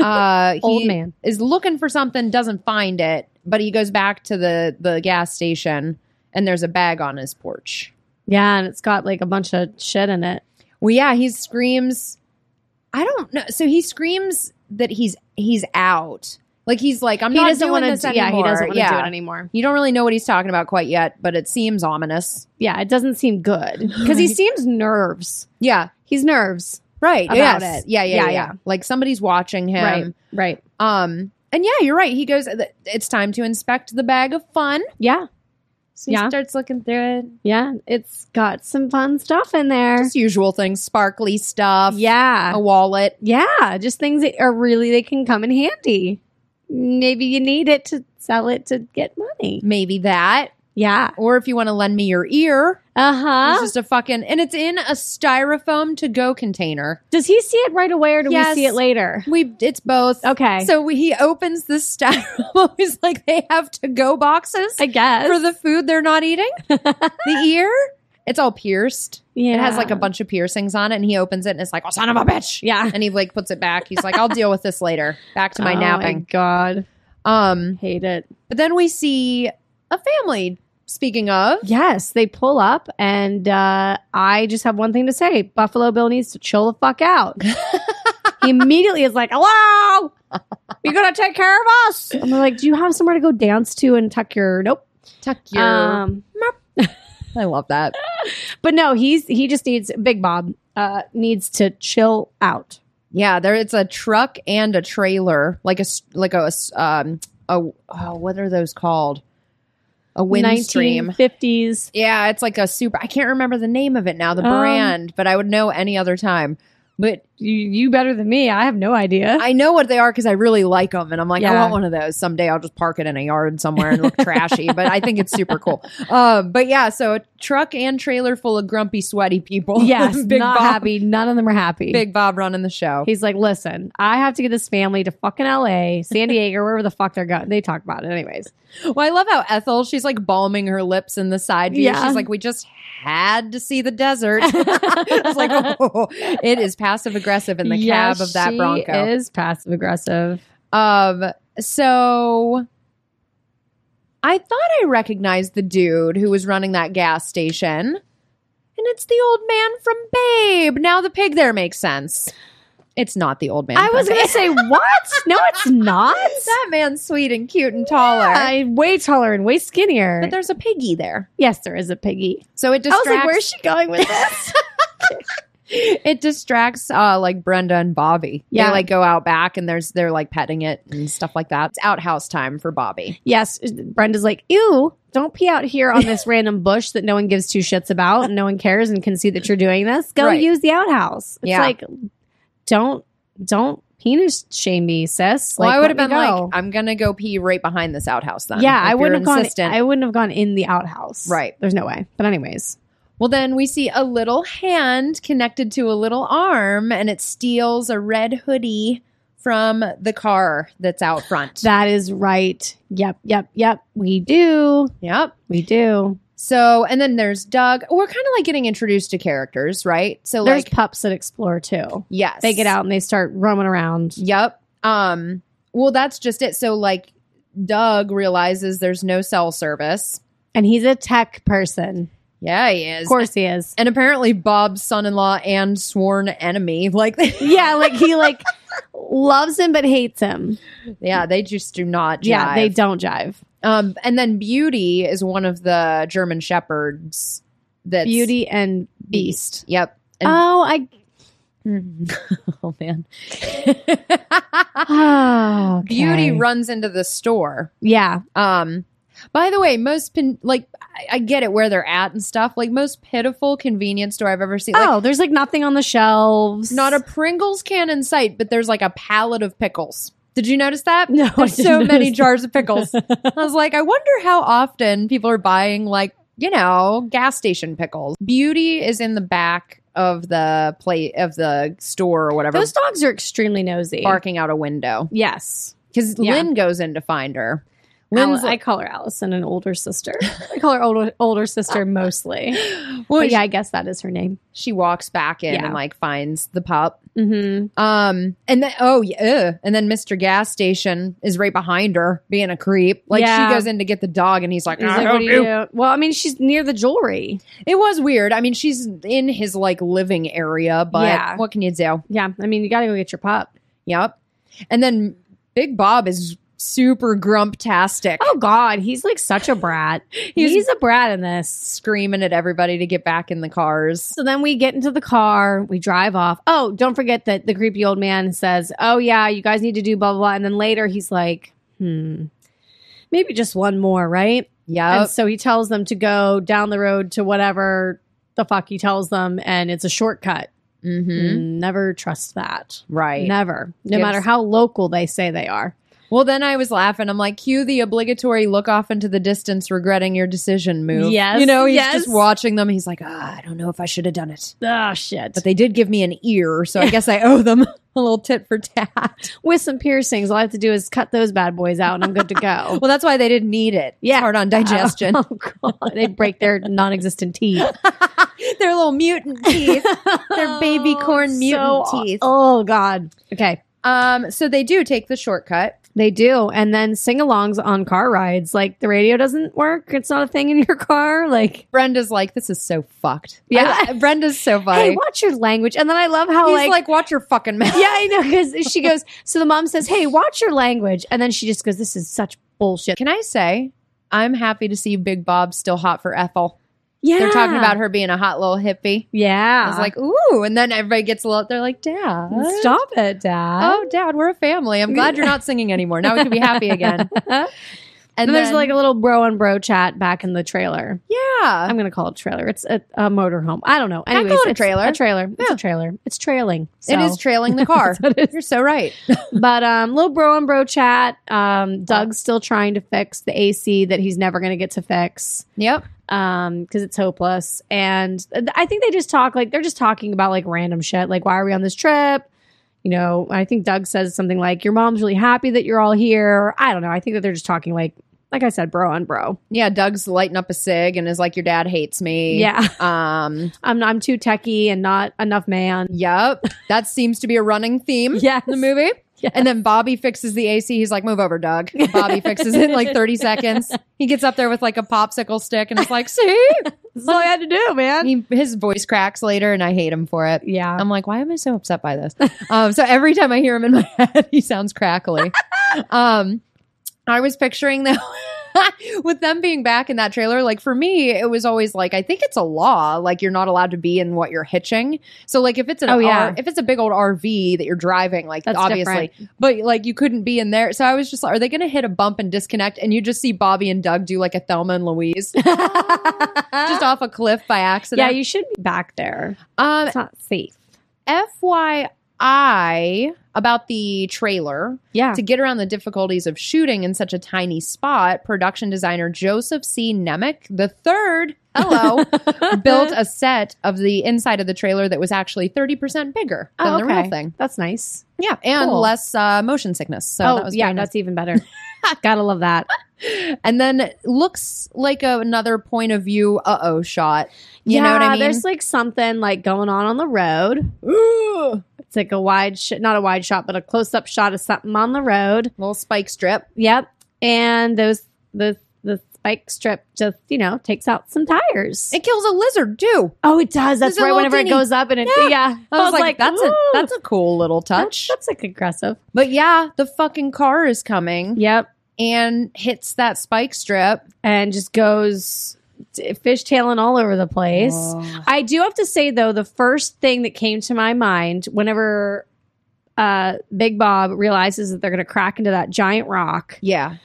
B: uh, he
A: Old man.
B: is looking for something, doesn't find it, but he goes back to the the gas station and there's a bag on his porch.
A: Yeah, and it's got like a bunch of shit in it.
B: Well, yeah, he screams. I don't know. So he screams that he's he's out. Like he's like I'm
A: he
B: not
A: doesn't
B: doing
A: want
B: this
A: to. Yeah,
B: anymore.
A: he doesn't want to
B: yeah.
A: do it anymore.
B: You don't really know what he's talking about quite yet, but it seems ominous.
A: Yeah, it doesn't seem good because he
B: Right.
A: seems nerves.
B: Yeah.
A: He's nerves.
B: Right.
A: About
B: yes.
A: it.
B: Yeah, yeah,
A: Yeah,
B: yeah,
A: yeah.
B: Like somebody's watching him.
A: Right. Right.
B: Um. And yeah, you're right. He goes. It's time to inspect the bag of fun.
A: Yeah.
B: So he
A: Yeah.
B: starts looking through it.
A: Yeah. It's got some fun stuff in there.
B: Just usual things, sparkly stuff.
A: yeah.
B: A wallet.
A: Yeah, just things that are really they can come in handy. Maybe you need it to sell it to get money.
B: Maybe that.
A: Yeah.
B: Or if you want to lend me your ear.
A: Uh
B: It's
A: huh.
B: just a fucking, and it's in a styrofoam to go container.
A: Does he see it right away or do
B: Yes.
A: we see it later?
B: We, it's both.
A: Okay.
B: So we, he opens the styrofoam. He's like, they have to go boxes
A: I guess.
B: for the food they're not eating. the ear, it's all pierced.
A: yeah.
B: It has like a bunch of piercings on it, and he opens it, and it's like, oh son of a bitch.
A: Yeah.
B: And he like puts it back. He's like, I'll deal with this later. Back to my
A: oh My
B: napping.
A: God.
B: Um,
A: Hate it.
B: but then we see a family. Speaking of,
A: Yes, they pull up, and uh, I just have one thing to say Buffalo Bill needs to chill the fuck out. he immediately is like, hello, you're going to take care of us. I'm like, do you have somewhere to go dance to and tuck your. Nope.
B: tuck your.
A: Um,
B: I love that.
A: But no, he's he just needs Big Bob uh, needs to chill out.
B: Yeah, there it's a truck and a trailer, like a s- like a s- um a oh, what are those called? A wind stream.
A: fifties.
B: Yeah, it's like a super. I can't remember the name of it now, the
A: Um,
B: brand, but I would know any other time. But
A: You, you better than me. I have no idea.
B: I know what they are because I really like them, and I'm like, I
A: Yeah.
B: want one of those someday. I'll just park it in a yard somewhere and look trashy, but I think it's super cool. Um, but yeah, so a truck and trailer full of grumpy, sweaty people.
A: yes,
B: Big
A: not
B: Bob,
A: happy. None of them are happy.
B: Big Bob running the show.
A: He's like, listen, I have to get this family to fucking L.A., San Diego, wherever the fuck they're going. They talk about it, anyways.
B: Well, I love how Ethel, she's like balming her lips in the side view.
A: Yeah.
B: She's like, we just had to see the desert. I was like, oh, it is passive aggressive in the
A: Yeah,
B: cab of that
A: she
B: Bronco.
A: is passive aggressive.
B: Um, so I thought I recognized the dude who was running that gas station. And it's the old man from Babe. Now the pig there makes sense. It's not the old man.
A: I was
B: Pump.
A: gonna say what? No, it's not.
B: that man's sweet and cute and taller.
A: I way taller and way skinnier.
B: But there's a piggy there.
A: yes, there is a piggy.
B: So it distracts
A: I was like, where's she going with this?
B: it distracts uh like Brenda and Bobby.
A: Yeah.
B: They like go out back and there's they're like petting it and stuff like that. It's outhouse time for Bobby.
A: yes, Brenda's like, ew, don't pee out here on this random bush that no one gives two shits about and no one cares and can see that you're doing this. Go
B: Right.
A: use the outhouse. It's
B: Yeah.
A: like, don't, don't penis shame me, sis.
B: well, I would have
A: let
B: been
A: me
B: like,
A: go.
B: I'm gonna go pee right behind this outhouse then.
A: yeah,
B: if
A: I
B: you're
A: wouldn't have gone.
B: insistent.
A: I wouldn't have gone in the outhouse.
B: Right.
A: There's no way. But anyways,
B: Well, then we see a little hand connected to a little arm, and it steals a red hoodie from the car that's out front.
A: that is right. Yep. Yep. Yep. We do.
B: yep.
A: We do.
B: So, and then there's Doug. We're kind of like getting introduced to characters, right? So,
A: There's
B: like,
A: pups that explore too.
B: yes,
A: They get out and they start roaming around.
B: Yep. Um. Well, that's just it. So, like, Doug realizes there's no cell service.
A: And he's a tech person.
B: Yeah, he is.
A: Of course he is.
B: And apparently, Bob's son-in-law and sworn enemy. Like,
A: Yeah, like he like loves him but hates him.
B: yeah, they just do not. Jive.
A: Yeah, they don't jive.
B: Um, and then Beauty is one of the German shepherds. That's
A: Beauty and Beast.
B: Yep. And-
A: oh, I
B: oh man.
A: oh, okay.
B: Beauty runs into the store.
A: Yeah,
B: Um, by the way, most pin- like I, I get it where they're at and stuff. Like most pitiful convenience store I've ever seen. Like,
A: oh, there's like nothing on the shelves.
B: not a Pringles can in sight, but there's like a pallet of pickles. Did you notice that?
A: no. I
B: There's
A: didn't
B: so many
A: notice
B: jars of pickles.
A: that.
B: I was like, I wonder how often people are buying like, you know, gas station pickles. Beauty is in the back of the play of the store or whatever,
A: Those dogs are extremely nosy.
B: barking out a window
A: Yes.
B: because
A: Yeah.
B: Lynn goes in to find her.
A: Al-
B: Lynn's
A: I
B: like,
A: call her Allison, an older sister. I call her older older sister mostly.
B: well,
A: But yeah, I guess that is her name.
B: she walks back in
A: Yeah.
B: and like finds the pup.
A: Mm-hmm.
B: Um, and then oh yeah, ugh. and then Mr. Gas Station is right behind her, being a creep. Like
A: Yeah.
B: she goes in to get the dog, and he's like,
A: He's
B: "I'll
A: like,
B: help
A: what do
B: you."
A: you do? Well, I mean, she's near the jewelry.
B: It was weird. I mean, she's in his like living area, but
A: Yeah.
B: what can you do?
A: Yeah, I mean, you got to go get your pup.
B: Yep. And then Big Bob is super grumptastic,
A: Oh God, he's like such a brat. he's,
B: He's-
A: a brat in this.
B: screaming at everybody to get back in the cars.
A: So then we get into the car, we drive off. Oh, don't forget that the creepy old man says, "Oh yeah, you guys need to do blah blah." blah. And then later he's like, "Hmm, maybe just one more, right?"
B: Yep.
A: And so he tells them to go down the road to whatever the fuck he tells them, and it's a shortcut.
B: hmm
A: Never trust that.
B: Right.
A: Never, no
B: Gives-
A: matter how local they say they are.
B: Well, then I was laughing. I'm like, cue the obligatory look off into the distance, regretting your decision move.
A: Yes,
B: You know, he's
A: yes.
B: just watching them. He's like, ah, I don't know if I should have done it.
A: Oh shit!
B: But they did give me an ear, so I guess I owe them a little tit for tat.
A: With some piercings, all I have to do is cut those bad boys out, and I'm good to go.
B: Well, that's why they didn't need it.
A: Yeah.
B: It's hard on digestion.
A: Oh, God. They break their non existent teeth.
B: They're little mutant teeth. They're baby corn mutant teeth.
A: Oh, God. Okay.
B: Um, so they do take the shortcut.
A: They do. And then sing alongs on car rides. Like the radio doesn't work. It's not a thing in your car. Like,
B: Brenda's like, this is so fucked.
A: Yeah.
B: I- Brenda's so funny.
A: hey, watch your language. And then I love how,
B: He's
A: like,
B: like, watch your fucking mouth.
A: yeah, I know. Because she goes, so the mom says, hey, watch your language. And then she just goes, this is such bullshit.
B: Can I say, I'm happy to see Big Bob still hot for Ethel.
A: Yeah.
B: They're talking about her being a hot little hippie.
A: Yeah.
B: I was like, ooh. And then everybody gets a little, they're like, Dad.
A: stop it, Dad.
B: Oh, Dad, we're a family. I'm glad you're not singing anymore. Now we can be happy again.
A: and
B: And
A: there's
B: then-
A: like a little bro on bro chat back in the trailer.
B: yeah.
A: I'm gonna call it trailer. It's a, a motorhome. I don't know. Anyways,
B: call it a
A: it's
B: trailer.
A: A trailer. It's
B: Yeah.
A: a trailer. It's trailing.
B: It is trailing the car.
A: That's what it
B: you're so right.
A: but um, little bro and bro chat. Um, Doug's still trying to fix the AC that he's never gonna get to fix
B: Yep.
A: um because it's hopeless. And th- I think they just talk like they're just talking about like random shit. Like why are we on this trip? You know, I think Doug says something like, "Your mom's really happy that you're all here." I don't know. I think that they're just talking like, like I said, bro on bro.
B: Yeah. Doug's lighting up a cig and is like, your dad hates me.
A: Yeah,
B: Um,
A: I'm I'm too techie and not enough man.
B: Yep. That seems to be a running theme
A: Yes.
B: in the movie.
A: Yes.
B: And then Bobby fixes the AC. He's like, move over, Doug. Bobby fixes it in like 30 seconds. He gets up there with like a popsicle stick and it's like, see,
A: That's all I had to do, man. Um,
B: He, his voice cracks later, and I hate him for it.
A: Yeah.
B: I'm like, why am I so upset by this? um, so every time I hear him in my head, he sounds crackly. um, I was picturing that with them being back in that trailer. Like for me, it was always like, I think it's a law. Like you're not allowed to be in what you're hitching. So like if it's an
A: Oh,
B: R-
A: yeah.
B: if it's a big old RV that you're driving, like
A: That's
B: obviously, but like you couldn't be in there. So I was just like, are they going to hit a bump and disconnect? And you just see Bobby and Doug do like a Thelma and Louise just off a cliff by accident.
A: yeah, you should be back there.
B: um,
A: It's not safe.
B: FYI about the trailer.
A: Yeah.
B: To get around the difficulties of shooting in such a tiny spot, production designer Joseph C. Nemec the third, hello, built a set of the inside of the trailer that was actually 30% bigger than
A: Oh,
B: the real
A: okay.
B: thing.
A: That's nice.
B: Yeah. And
A: Cool.
B: less uh, motion sickness. So
A: oh,
B: that was
A: yeah,
B: very nice.
A: that's even better. Gotta love that.
B: And then looks like a, another point of view uh oh shot. You know what I mean?
A: There's like something like going on on the road. Ooh. It's like a wide, sh- not a wide shot, but a close up shot of something on the road.
B: little spike strip.
A: Yep. And those, the, the spike strip just, you know, takes out some tires.
B: It kills a lizard too.
A: oh, it does. That's
B: There's a
A: right.
B: little
A: Whenever
B: teeny-
A: it goes up and it,
B: Yeah.
A: yeah.
B: I was, like, that's a
A: ooh,
B: that's a cool little touch.
A: that's, that's like aggressive.
B: But yeah, the fucking car is coming
A: Yep.
B: and hits that spike strip.
A: And just goes t- fishtailing all over the place. I do have to say though, the first thing that came to my mind whenever uh, Big Bob realizes that they're going to crack into that giant rock,
B: Yeah.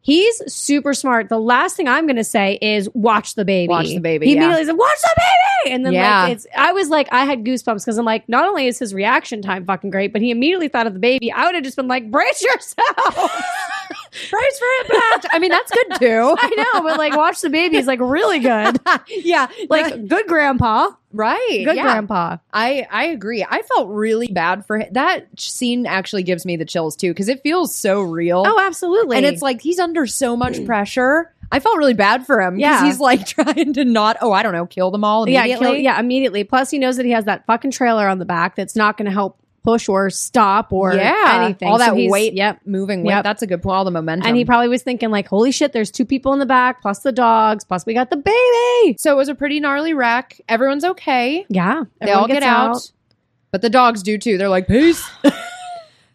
A: he's super smart. The last thing I'm going to say is watch the baby.
B: Watch the baby,
A: He
B: yeah.
A: immediately said, "Watch the baby," and then
B: Yeah.
A: like it's. I was like, I had goosebumps because I'm like, not only is his reaction time fucking great, but he immediately thought of the baby. I would have just been like, brace yourself.
B: Price for impact. I mean, that's good too.
A: I know, but like, watch the baby is like really good.
B: yeah. no,
A: Like good grandpa,
B: right.
A: good
B: yeah.
A: grandpa.
B: I I agree. I felt really bad for him. That scene actually gives me the chills too cuz it feels so real.
A: Oh, absolutely. Mm.
B: and it's like he's under so much pressure. I felt really bad for him because
A: Yeah.
B: he's like trying to not, oh, I don't know, kill them all
A: Yeah,
B: immediately.
A: kill- yeah, immediately. Plus, he knows that he has that fucking trailer on the back that's not going to help push or stop or
B: Yeah.
A: anything.
B: All
A: So
B: that
A: he's-
B: weight
A: Yep.
B: Moving weight.
A: Yep.
B: That's a good point. All the momentum.
A: And he probably was thinking like, "Holy shit! There's two people in the back, plus the dogs, plus we got the baby."
B: so it was a pretty gnarly wreck. Everyone's okay.
A: Yeah,
B: They all get out. But the dogs do too. They're like, peace.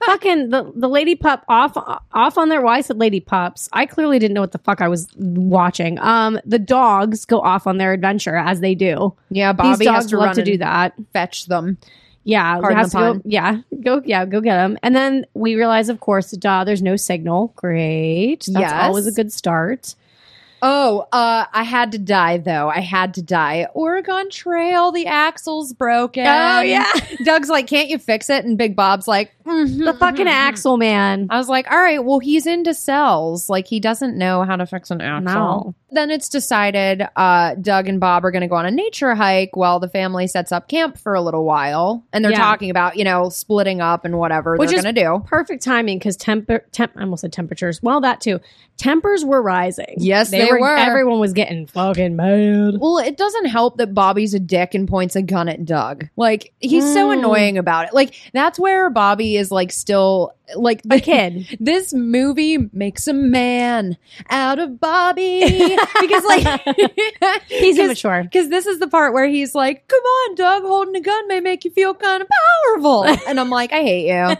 A: Fucking the, the lady pup off off on their. Why I said lady pups? I clearly didn't know what the fuck I was watching. Um, the dogs go off on their adventure as they do.
B: Yeah,
A: These
B: Bobby
A: dogs
B: has to
A: love
B: run
A: to do
B: and
A: that.
B: fetch them.
A: Yeah,
B: Pardon
A: has
B: the
A: to go-
B: pun.
A: yeah, go. Yeah, go get them. And then we realize, of course, duh, there's no signal. Great,
B: Yes.
A: that's always a good start.
B: Oh, uh, I had to die though. I had to die. Oregon Trail, the axle's broken.
A: Oh,
B: Doug's like, can't you fix it? And Big Bob's like, "Mhm,
A: the fucking
B: mhm, mhm."
A: axle man.
B: I was like, all right, well, he's into cells. Like, he doesn't know how to fix an axle.
A: No.
B: Then it's decided uh, Doug and Bob are going to go on a nature hike while the family sets up camp for a little while. And they're
A: Yeah.
B: talking about, you know, splitting up and whatever
A: Which
B: they're
A: is-
B: going to do.
A: Perfect timing because temper, temp, I almost said temperatures. Well, that too. Tempers were rising.
B: Yes, they were.
A: Everyone was getting fucking mad.
B: Well, it doesn't help that Bobby's a dick and points a gun at Doug. Like, he's so
A: Mm.
B: annoying about it. Like, that's where Bobby is, like, still, like,
A: A kid.
B: this movie makes a man out of Bobby because like
A: He's
B: because
A: immature.
B: because this is the part where he's like, "Come on, Doug, holding a gun may make you feel kind of powerful," and I'm like, "I hate you."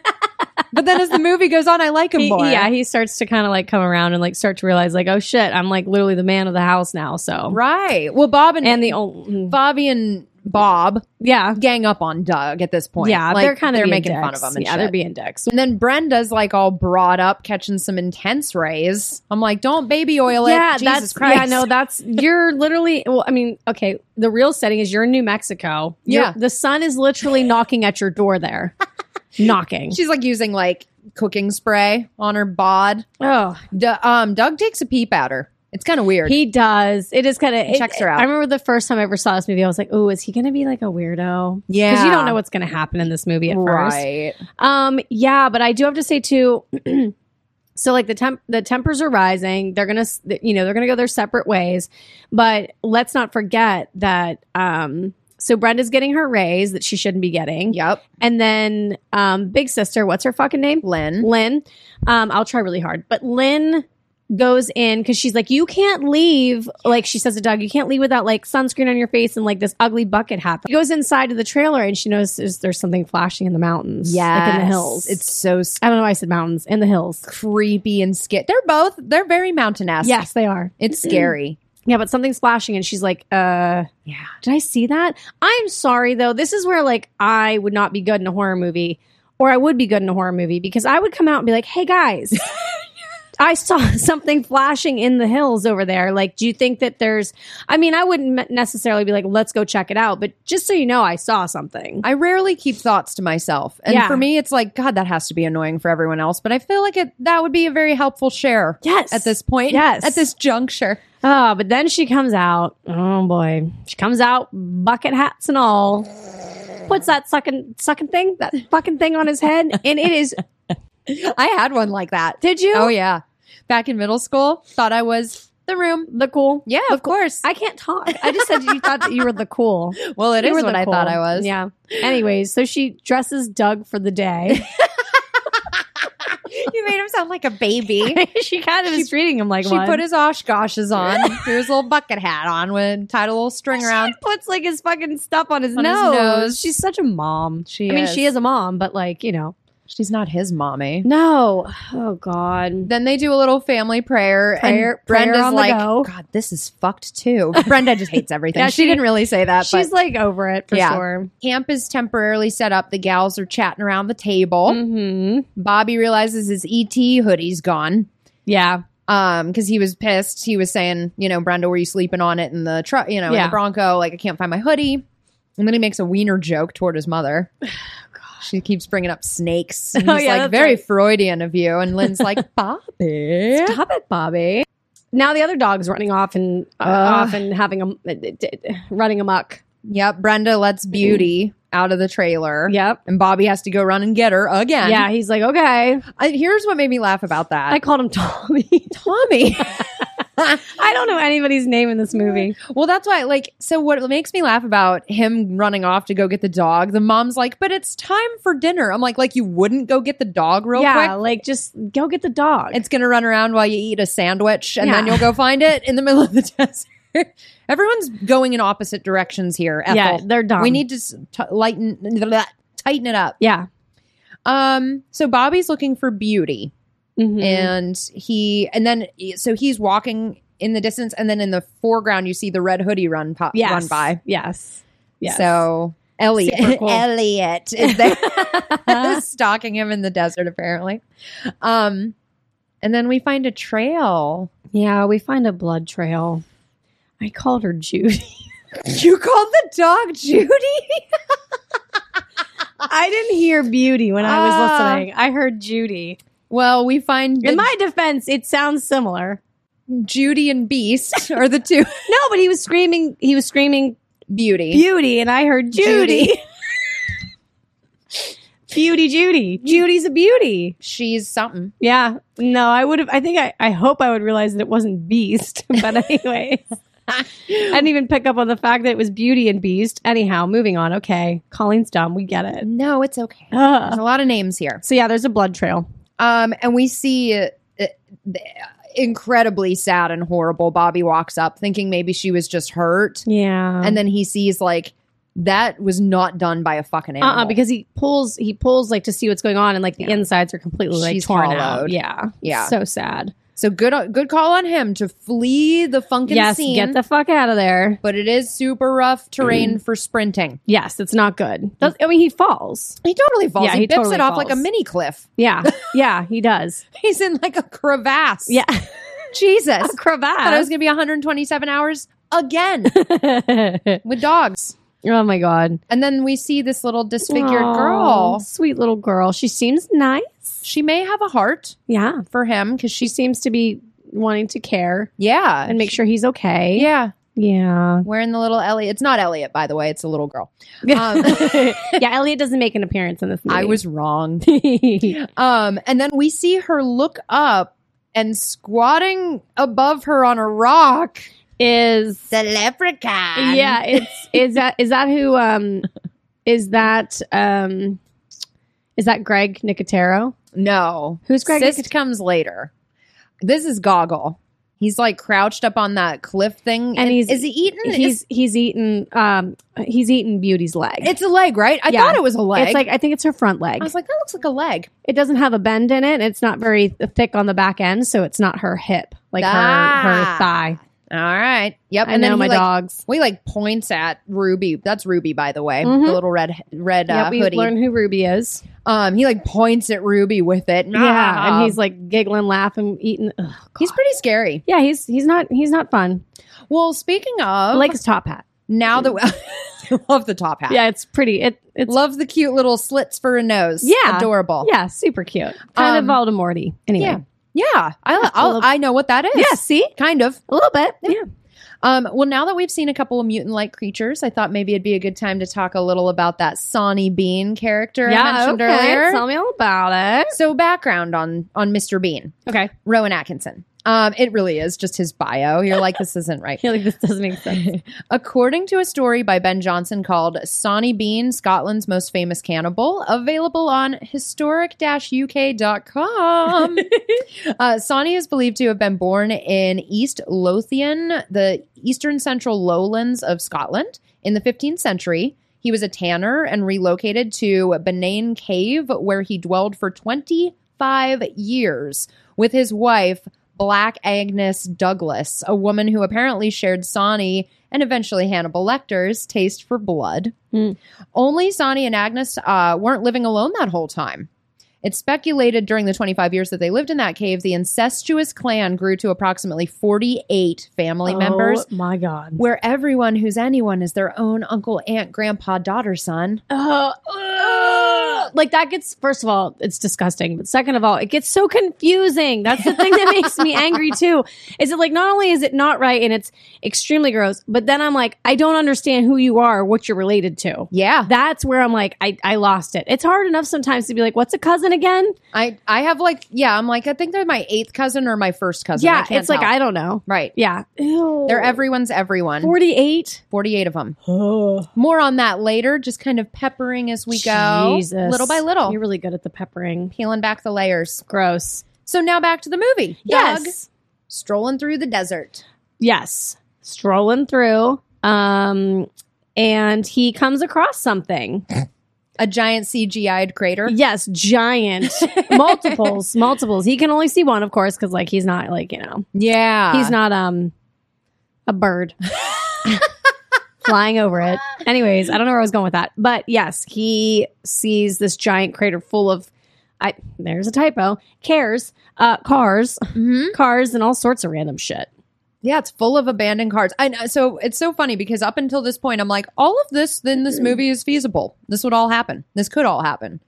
B: but then as the movie goes on, I like him
A: He-
B: more.
A: yeah, he starts to kind of like come around and like start to realize like, oh shit, I'm like literally the man of the house now. So
B: right. Well, Bob and,
A: and the old
B: Bobby and Bob
A: yeah.
B: gang up on Doug at this point.
A: Yeah,
B: Like,
A: they're kind of
B: they're
A: being
B: making fun of
A: dicks.
B: him. And
A: yeah,
B: shit.
A: they're being dicks.
B: and then Brenda's like all brought up, catching some intense rays. I'm like, don't baby oil it.
A: yeah,
B: Jesus
A: that's
B: Christ.
A: yeah. No, that's you're literally. Well, I mean, okay. The real setting is you're in New Mexico. You're-
B: Yeah.
A: the sun is literally knocking at your door there, knocking.
B: She's like using like cooking spray on her bod.
A: Oh,
B: D- um, Doug takes a peep at her. It's kind of weird.
A: he does. It is kind of
B: Checks her out.
A: I remember the first time I ever saw this movie, I was like, "Oh, is he going to be like a weirdo?"
B: yeah,
A: Because you don't know what's going to happen in this movie at first.
B: right.
A: Um, yeah, but I do have to say too. so like the temp, the tempers are rising. They're gonna, s- you know, they're gonna go their separate ways. But let's not forget that. Um, so Brenda's getting her raise that she shouldn't be getting,
B: Yep,
A: and then
B: Mm-hmm.
A: um, big sister, what's her fucking name?
B: Lynn.
A: Lynn. Um, I'll try really hard, but Lynn goes in because she's like, you can't leave. Like she says to Doug, you can't leave without like sunscreen on your face and like this ugly bucket hat. She goes inside to the trailer and she notices there's something flashing in the mountains. Like in the hills.
B: It's so
A: I don't know why I said mountains. In the hills.
B: creepy and scary. They're both. They're very mountainous.
A: Yes, they are.
B: it's scary.
A: Yeah, but something's flashing and she's like, uh,
B: yeah.
A: did I see that? I'm sorry though. This is where like I would not be good in a horror movie, or I would be good in a horror movie because I would come out and be like, "Hey guys, I saw something flashing in the hills over there. Like, do you think that there's? I mean, I wouldn't me- necessarily be like, let's go check it out, but just so you know, I saw something.
B: I rarely keep thoughts to myself, and
A: Yeah.
B: for me, it's like God. That has to be annoying for everyone else, but I feel like it. That would be a very helpful share.
A: yes,
B: At this point,
A: Yes.
B: At this juncture,
A: Oh, but then she comes out. Oh boy, she comes out, bucket hats and all. Puts that sucking sucking thing, that fucking thing on his head, and it is.
B: I had one like that.
A: Did you?
B: Oh yeah, back in middle school, thought I was the room.
A: the cool.
B: Yeah, of course.
A: I can't talk. I just said you thought that you were the cool.
B: well, it
A: You
B: is
A: were
B: what
A: the
B: I
A: cool.
B: thought I was.
A: Yeah. Anyways, so she dresses Doug for the day.
B: you made him sound like a baby.
A: she kind of is treating him like
B: she
A: one.
B: put his oshkoshes on, threw his little bucket hat on, when tied a little string around.
A: She puts like his fucking stuff on his,
B: On his
A: nose.
B: nose.
A: She's such a mom.
B: She
A: I mean, she
B: is.
A: is a mom, but like you know,
B: She's not his mommy.
A: no. Oh God.
B: Then they do a little family prayer.
A: Prayer-
B: and Brenda's
A: prayer on the
B: like,
A: go.
B: God, this is fucked too. Brenda just hates everything.
A: Yeah,
B: she,
A: she-
B: didn't really say that.
A: She's
B: but
A: like over it for
B: Yeah.
A: sure.
B: camp is temporarily set up. The gals are chatting around the table.
A: Mm-hmm.
B: Bobby realizes his ET hoodie's gone.
A: Yeah.
B: Um, because he was pissed. He was saying, you know, Brenda, were you sleeping on it in the truck? You know, in
A: Yeah.
B: the Bronco. Like, I can't find my hoodie. And then he makes a wiener joke toward his mother. She keeps bringing up snakes. And
A: Oh,
B: he's
A: yeah,
B: like
A: that's
B: very
A: right.
B: Freudian of you. And Lynn's like, Bobby,
A: Stop it, Bobby. Now the other dog's running off and uh,
B: Ugh.
A: off and having a running amok.
B: Yep, Brenda lets Beauty out of the trailer.
A: Yep.
B: And Bobby has to go run and get her again.
A: Yeah, he's like, okay.
B: I, here's what made me laugh about that.
A: I called him Tommy.
B: Tommy.
A: I don't know anybody's name in this movie.
B: well, that's why, like, so what makes me laugh about him running off to go get the dog, the mom's like, but it's time for dinner. I'm like, like, you wouldn't go get the dog real
A: yeah,
B: quick?
A: like just go get the dog.
B: It's going to run around while you eat a sandwich and then
A: Yeah.
B: you'll go find it in the middle of the desert. Everyone's going in opposite directions here, Ethel.
A: yeah, they're dumb.
B: we need to s- t- lighten, tighten it up.
A: yeah.
B: Um, so Bobby's looking for beauty, Mm-hmm.
A: Mhm.
B: and he, and then so he's walking in the distance, and then in the foreground you see the red hoodie run pop
A: yes.
B: run by.
A: Yes. Yes.
B: So
A: Super
B: Elliot,
A: cool.
B: Elliot is there stalking him in the desert, apparently. Um, and then we find a trail.
A: yeah, we find a blood trail. I called her Judy.
B: You called the dog Judy.
A: I didn't hear Beauty when I was
B: Ah.
A: listening. I heard Judy.
B: Well, we find the
A: In my defense, it sounds similar.
B: Judy and Beast are the two
A: No, but he was screaming. He was screaming
B: beauty.
A: Beauty, and I heard Judy. beauty, Judy. Judy's a beauty.
B: She's something.
A: Yeah. No, I would have. I think I, I hope I would realize that it wasn't Beast. But anyway, I didn't even pick up on the fact that it was Beauty and Beast. Anyhow, moving on. Okay. Colleen's dumb. We get it.
B: No, it's okay. There's
A: Ugh.
B: a lot of names here.
A: So, yeah, there's a blood trail.
B: Um, and we see uh, uh, the- incredibly sad and horrible. Bobby walks up thinking maybe she was just hurt.
A: Yeah.
B: And then he sees, like, that was not done by a fucking
A: uh uh
B: animal.
A: because he pulls, he pulls like to see what's going on, and like the
B: Yeah.
A: insides are completely like
B: She's
A: torn
B: hollowed.
A: out. Yeah.
B: Yeah.
A: So sad.
B: so good, good call on him to flee the funkin'
A: yes.
B: scene.
A: Get the Mm. fuck out of there.
B: but it is super rough terrain for sprinting.
A: Yes. It's not good. That's, I mean, he falls.
B: He totally falls.
A: Yeah,
B: he,
A: he
B: bips
A: totally
B: it off like a
A: falls.
B: mini cliff.
A: Yeah. yeah. He does.
B: He's in like a crevasse.
A: Yeah.
B: Jesus. I
A: Cravat.
B: thought it was going to be 127 hours again with dogs.
A: oh my God.
B: And then we see this little disfigured
A: Aw,
B: girl.
A: Sweet little girl. She seems nice.
B: She may have a heart
A: Yeah.
B: for him because
A: She
B: she's
A: seems to be wanting to care
B: yeah,
A: and make sure he's okay.
B: yeah,
A: Yeah.
B: wearing the little Elliot. It's not Elliot, by the way. It's a little girl. Um,
A: yeah, Elliot doesn't make an appearance in this movie.
B: I was wrong.
A: yeah.
B: Um, and then we see her look up and squatting above her on a rock.
A: Is
B: The leprechaun.
A: yeah, it's is that is that who um is that um is that Greg Nicotero?
B: No.
A: Who's Greg
B: Sist comes later. This is Goggle. He's like crouched up on that cliff thing, and,
A: he's-
B: is he eating?
A: He's he's eaten um he's eaten Beauty's leg.
B: it's, it's a leg, right? I
A: Yeah.
B: thought it was a leg.
A: It's like I think it's her front leg.
B: I was like, that looks like a leg.
A: It doesn't have a bend in it. It's not very th- thick on the back end, so it's not her hip, like her
B: Ah.
A: her thigh.
B: All right. Yep.
A: I know
B: he
A: my
B: like,
A: dogs.
B: We like points at Ruby. That's Ruby, by the way,
A: Mhm.
B: the little red red
A: Yeah,
B: uh,
A: we
B: hoodie.
A: learn who Ruby is.
B: um, he like points at Ruby with it.
A: Yeah,
B: Ah.
A: and he's like giggling, laughing, eating. Ugh,
B: he's
A: God.
B: pretty scary.
A: yeah, he's he's not he's not fun.
B: Well, speaking of,
A: I like his top hat.
B: now that we love the top hat.
A: Yeah, it's pretty. It it's
B: love the cute little slits for a nose.
A: Yeah.
B: adorable.
A: yeah, super cute. Kind of
B: Um,
A: Voldemorty. Anyway,
B: yeah. yeah. I
A: Yeah,
B: I'll,
A: love-
B: I know what that is.
A: yeah. See,
B: kind of.
A: a little bit. Yeah.
B: Um, well, now that we've seen a couple of mutant-like creatures, I thought maybe it'd be a good time to talk a little about that Sonny Bean character I mentioned earlier.
A: Tell me all about it.
B: So background on on Mr. Bean,
A: Okay.
B: Rowan Atkinson. Um, it really is just his bio. You're like, this isn't right.
A: You're like, this doesn't make sense.
B: According to a story by Ben Johnson called Sonny Bean, Scotland's Most Famous Cannibal, available on historic-uk.com. uh, Sonny is believed to have been born in East Lothian, the eastern central lowlands of Scotland, in the 15th century. He was a tanner and relocated to Benane Cave, where he dwelled for 25 years with his wife, Black Agnes Douglas, a woman who apparently shared Sonny and eventually Hannibal Lecter's taste for blood.
A: Hmm.
B: Only Sonny and Agnes uh, weren't living alone that whole time. It's speculated during the 25 years that they lived in that cave, the incestuous clan grew to approximately 48 family members,
A: Oh my god.
B: where everyone who's anyone is their own uncle, aunt, grandpa, daughter, son.
A: Oh, ugh. uh. like that gets. First of all, it's disgusting. But second of all, it gets so confusing. That's the thing that makes me angry too. Is it like not only is it not right and it's extremely gross, but then I'm like, I don't understand who you are, what you're related to.
B: Yeah,
A: That's where I'm like, I, I lost it. It's hard enough sometimes to be like, what's a cousin again?
B: I I have like yeah, I'm like I think they're my eighth cousin or my first cousin. I
A: yeah,
B: can't
A: it's like
B: tell.
A: I Oh. don't know.
B: right.
A: Yeah, Ew.
B: They're everyone's everyone.
A: forty-eight.
B: 48 of them. More on that later, just kind of peppering as we go,
A: Jesus.
B: little by little,
A: You're really good at the peppering.
B: peeling back the layers.
A: Gross.
B: So now back to the movie.
A: Yes.
B: Dog strolling through the desert.
A: Yes. Strolling through. Um and he comes across something.
B: A giant CGI'd crater.
A: Yes, giant. multiples, multiples. He can only see one, of course, because like he's not like, you know,
B: Yeah.
A: he's not um a bird flying over it. Anyways, I don't know where I was going with that. But yes, he sees this giant crater full of I there's a typo. Cares, uh cars,
B: Mhm.
A: cars and all sorts of random shit.
B: Yeah, it's full of abandoned cars. I know. So it's so funny because up until this point, I'm like, all of this, then this movie is feasible. This would all happen. This could all happen.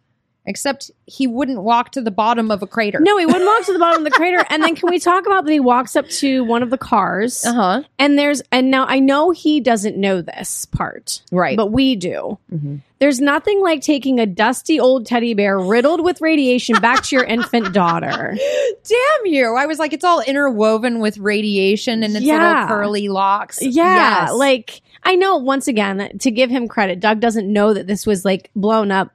B: Except he wouldn't walk to the bottom of a crater.
A: No, he wouldn't walk to the bottom of the crater. And then can we talk about that he walks up to one of the cars
B: Uh huh.
A: and there's and now I know he doesn't know this part,
B: Right.
A: but we do.
B: Mhm.
A: There's nothing like taking a dusty old teddy bear riddled with radiation back to your infant daughter.
B: Damn you. I was like, it's all interwoven with radiation and its
A: Yeah.
B: little curly locks.
A: Yeah,
B: Yes.
A: like I know once again to give him credit, Doug doesn't know that this was like blown up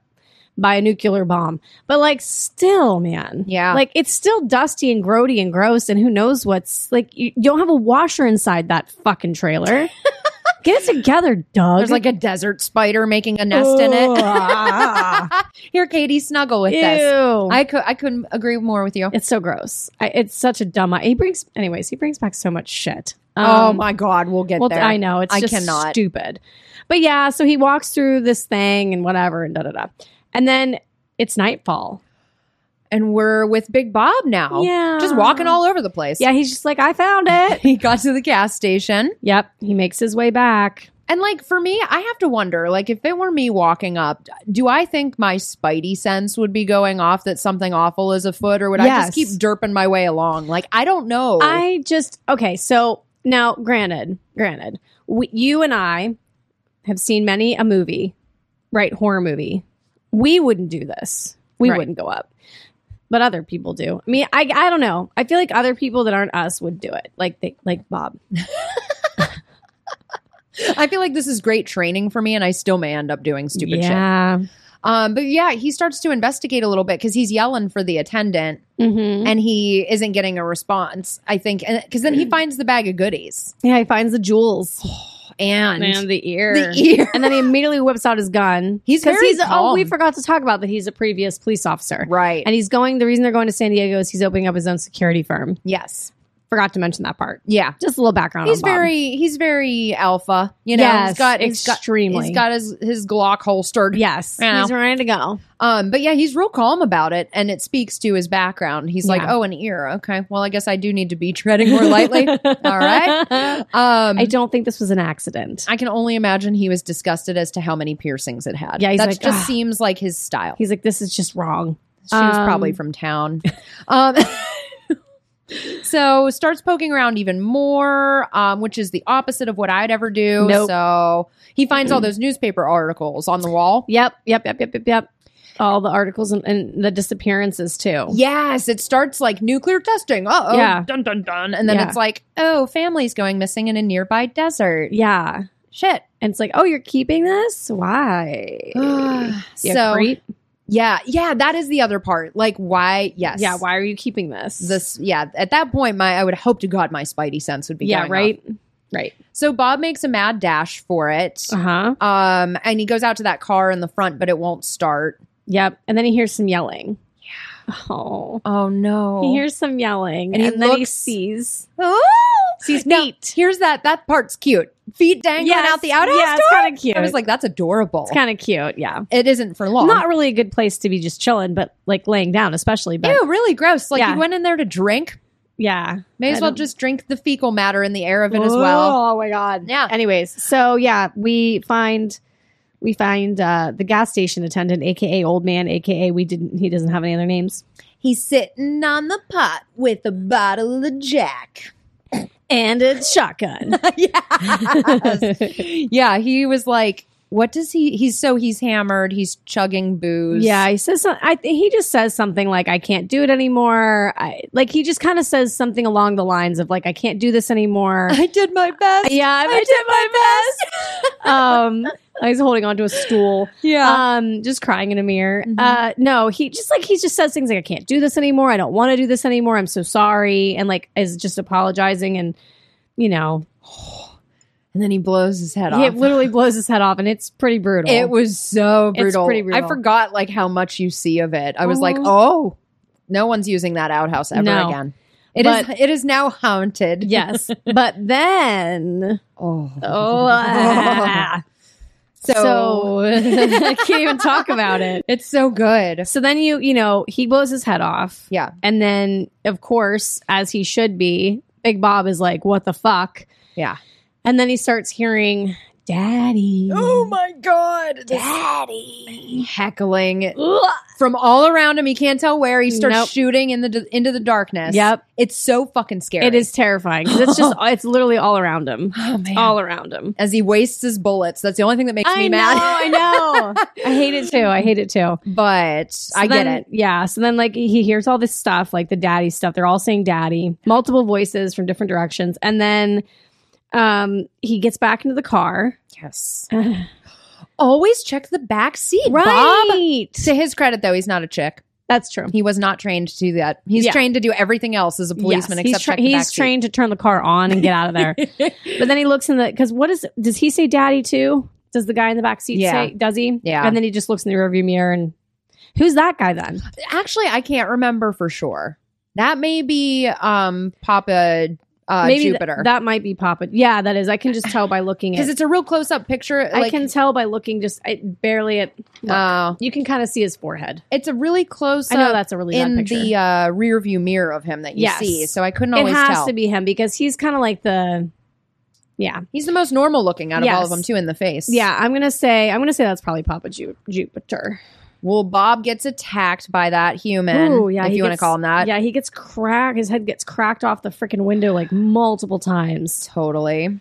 A: by a nuclear bomb. But like still, man.
B: Yeah.
A: Like it's still dusty and grody and gross and who knows what's like you, you don't have a washer inside that fucking trailer. Get it together, Doug.
B: there's like a desert spider making a nest in it. Here, Katie, snuggle with
A: Ew.
B: this. I could I couldn't agree more with you.
A: it's so gross. I, it's such a dumb. He brings, anyways. He brings back so much shit.
B: oh
A: Um,
B: my god, we'll get
A: well,
B: there.
A: I know it's
B: I
A: just
B: cannot.
A: stupid. But yeah, so he walks through this thing and whatever and da da da, and then it's nightfall.
B: And we're with Big Bob now.
A: Yeah,
B: Just walking all over the place.
A: Yeah, he's just like, I found it.
B: He got to the gas station.
A: yep, he makes his way back.
B: And like for me, I have to wonder, like if it were me walking up, do I think my spidey sense would be going off that something awful is afoot or would I just
A: Yes.
B: keep derping my way along? Like I don't know.
A: I just okay. So now, granted, granted, we, you and I have seen many a movie, right? Horror movie. We wouldn't do this. We
B: Right.
A: wouldn't go up, but other people do. I mean, I I don't know. I feel like other people that aren't us would do it, like they like Bob.
B: I feel like this is great training for me and I still may end up doing stupid shit.
A: yeah.
B: Um, but yeah, he starts to investigate a little bit because he's yelling for the attendant
A: Mm-hmm.
B: and he isn't getting a response, I think. Because then he finds the bag of goodies
A: Yeah, he finds the jewels
B: and
C: the ear.
B: Oh, the ear.
A: and then he immediately whips out his gun.
B: He's
A: 'Cause
B: very
A: oh, we
B: calm.
A: forgot to talk about that. He's a previous police officer.
B: Right.
A: And he's going, the reason they're going to San Diego is he's opening up his own security firm.
B: yes.
A: Forgot to mention that part.
B: Yeah.
A: Just a little background.
B: He's
A: on Bob.
B: very he's very alpha, you know.
A: Yes,
B: he's got he's got-
A: extremely.
B: he's got his his Glock holstered.
A: yes.
B: Yeah.
A: He's ready to go.
B: Um, but yeah, he's real calm about it, and it speaks to his background. He's like,
A: Yeah.
B: "Oh, an ear. Okay. Well, I guess I do need to be treading more lightly. All right. Um,
A: I
B: I,
A: don't think this was an accident.
B: can only imagine he was disgusted as to how many piercings it had.
A: Yeah, he's
B: that
A: like,
B: just
A: "Ah."
B: seems like his style.
A: He's like, this is just wrong.
B: She was probably
A: Um,
B: from town. Um, so starts poking around even more, um, which is the opposite of what I'd ever do.
A: Nope.
B: So he finds all those newspaper articles on the wall.
A: Yep, yep, yep, yep, yep, yep. All the articles and, and the disappearances too.
B: Yes, it starts like nuclear testing. Uh oh.
A: Yeah.
B: Dun dun dun. And then
A: Yeah.
B: it's like, oh, family's going missing in a nearby desert.
A: Yeah.
B: Shit.
A: And it's like, oh, you're keeping this? Why? You
B: Ah, so
A: creep.
B: yeah, yeah, that is the other part. Like why yes.
A: yeah, why are you keeping this?
B: this yeah, at that point my I would hope to God my spidey sense would be
A: yeah,
B: going off.
A: right, right.
B: So Bob makes a mad dash for it.
A: Uh huh.
B: Um, and he goes out to that car in the front, but it won't start.
A: Yep. And then he hears some yelling. Yeah. Oh.
B: Oh no!
A: He hears some yelling,
B: And
A: and,
B: he
A: then he
B: looks-
A: sees
B: oh!
A: sees
B: Now,
A: feet
B: here's that. That part's cute. Feet dangling
A: Yes,
B: out the outhouse
A: Yeah, it's
B: door.
A: kind of cute.
B: I was like, that's adorable.
A: it's kind of cute. Yeah.
B: it isn't for long.
A: Not really a good place to be just chilling, but like laying down, especially. But
B: Ew, really gross. Like
A: Yeah.
B: you went in there to drink.
A: yeah.
B: May as
A: I
B: well
A: don't-
B: just drink the fecal matter in the air of it as well.
A: Oh my god.
B: Yeah.
A: Anyways, so yeah, we find we find uh the gas station attendant, aka old man, aka we didn't he doesn't have any other names.
B: He's sitting on the pot with a bottle of Jack.
A: And it's shotgun.
B: yeah. yeah, he was like, what does he? He's so he's hammered. He's chugging booze.
A: yeah, he says some, I think he just says something like I can't do it anymore. I, like he just kind of says something along the lines of like I can't do this anymore.
B: I did my best.
A: yeah, I, I did my best. um he's holding onto a stool.
B: Yeah.
A: um just crying in a mirror
B: Mhm.
A: uh no he just like he just says things like i can't do this anymore i don't want to do this anymore i'm so sorry and like is just apologizing and you know
B: and then he blows his head
A: it
B: off.
A: literally blows his head off and it's pretty brutal
B: It was so
A: It's
B: brutal.
A: pretty brutal.
B: I forgot like how much you see of it. I was like,
A: Mhm.
B: oh, no one's using that outhouse ever
A: No.
B: again. It is.
A: But-
B: It is now haunted.
A: yes but then
B: Oh.
A: oh ah.
B: So,
A: so i can't even talk about it
B: it's so good.
A: so then you you know he blows his head off
B: Yeah.
A: and then of course as he should be big bob is like what the fuck
B: Yeah.
A: and then he starts hearing daddy
B: Oh my god.
A: daddy.
B: Heckling from all around him. He can't tell where. He starts
A: Nope.
B: shooting in the into the darkness.
A: Yep.
B: It's so fucking scary.
A: It is terrifying 'cause it's just it's literally all around him.
B: Oh man.
A: All around him.
B: As he wastes his bullets. That's the only thing that makes
A: I
B: me
A: know,
B: mad.
A: I know. I hate it too. I hate it too.
B: But I get it.
A: Yeah. So then like he hears all this stuff, like the daddy stuff. They're all saying daddy, multiple voices from different directions. And then um he gets back into the car.
B: Yes. Always check the back seat, Bob. To his credit, though, he's not a chick.
A: That's true.
B: He was not trained to do that. He's
A: Yeah.
B: trained to do everything else as a policeman except
A: Yes, he's, tra-
B: check the
A: he's trained to turn the car on and get out of there.
B: trained.
A: But then he looks in the because what is does he say daddy too? Does the guy in the back seat
B: Yeah.
A: say does he?
B: Yeah.
A: And then he just looks in the rearview mirror and who's that guy then?
B: Actually, I can't remember for sure. That may be um, Papa uh,
A: th-
B: Jupiter
A: that might be Papa. Yeah, that is. I can just tell by looking
B: because
A: at.
B: it's a real close-up picture.
A: I
B: Like,
A: can tell by looking just I, barely at.
B: uh,
A: You can kind of see his forehead.
B: it's a really close.
A: I know that's a really bad
B: in
A: picture.
B: the uh, rear view mirror of him that you
A: Yes.
B: see. So I couldn't
A: it
B: always
A: has
B: tell.
A: to be him because he's kind of like the. Yeah,
B: He's the most normal looking out of all of
A: Yes.
B: them too in the face.
A: yeah. I'm gonna say I'm gonna say that's probably Papa Ju- Jupiter.
B: Well, Bob gets attacked by that human.
A: Ooh, yeah,
B: if
A: he
B: you want to
A: gets-
B: call him that.
A: Yeah, he gets cracked. His head gets cracked off the freaking window like multiple times.
B: Totally.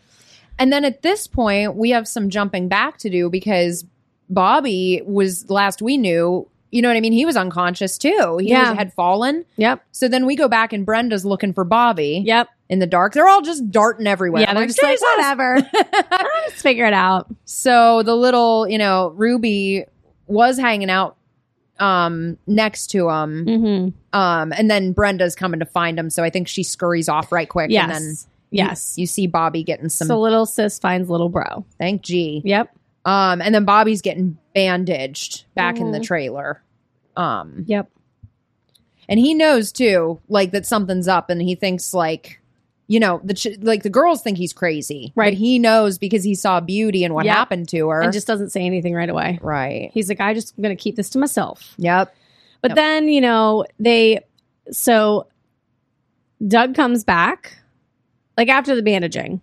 B: And then at this point, we have some jumping back to do because Bobby was last we knew, you know what I mean? He was unconscious too. He
A: Yeah.
B: was, had fallen.
A: Yep.
B: So then we go back and Brenda's looking for Bobby
A: Yep.
B: in the dark. They're all just darting everywhere.
A: Yeah,
B: I'm
A: they're just like,
B: "Jesus."
A: whatever. Let's figure it out.
B: so the little, you know, Ruby was hanging out um next to him
A: Mm-hmm.
B: um and then brenda's coming to find him so i think she scurries off right quick
A: Yes.
B: and then
A: yes.
B: you see bobby getting some
A: so little sis finds little bro.
B: thank g
A: Yep.
B: um and then bobby's getting bandaged back in the
A: Mhm.
B: trailer um
A: Yep.
B: and he knows too like that something's up and he thinks like you know the ch- like the girls think he's crazy
A: Right.
B: but he knows because he saw beauty and what
A: Yep.
B: happened to her
A: And just doesn't say anything right away.
B: right
A: He's like, I just I'm gonna keep this to myself.
B: yep
A: But
B: Yep.
A: then, you know, they so Doug comes back like after the bandaging.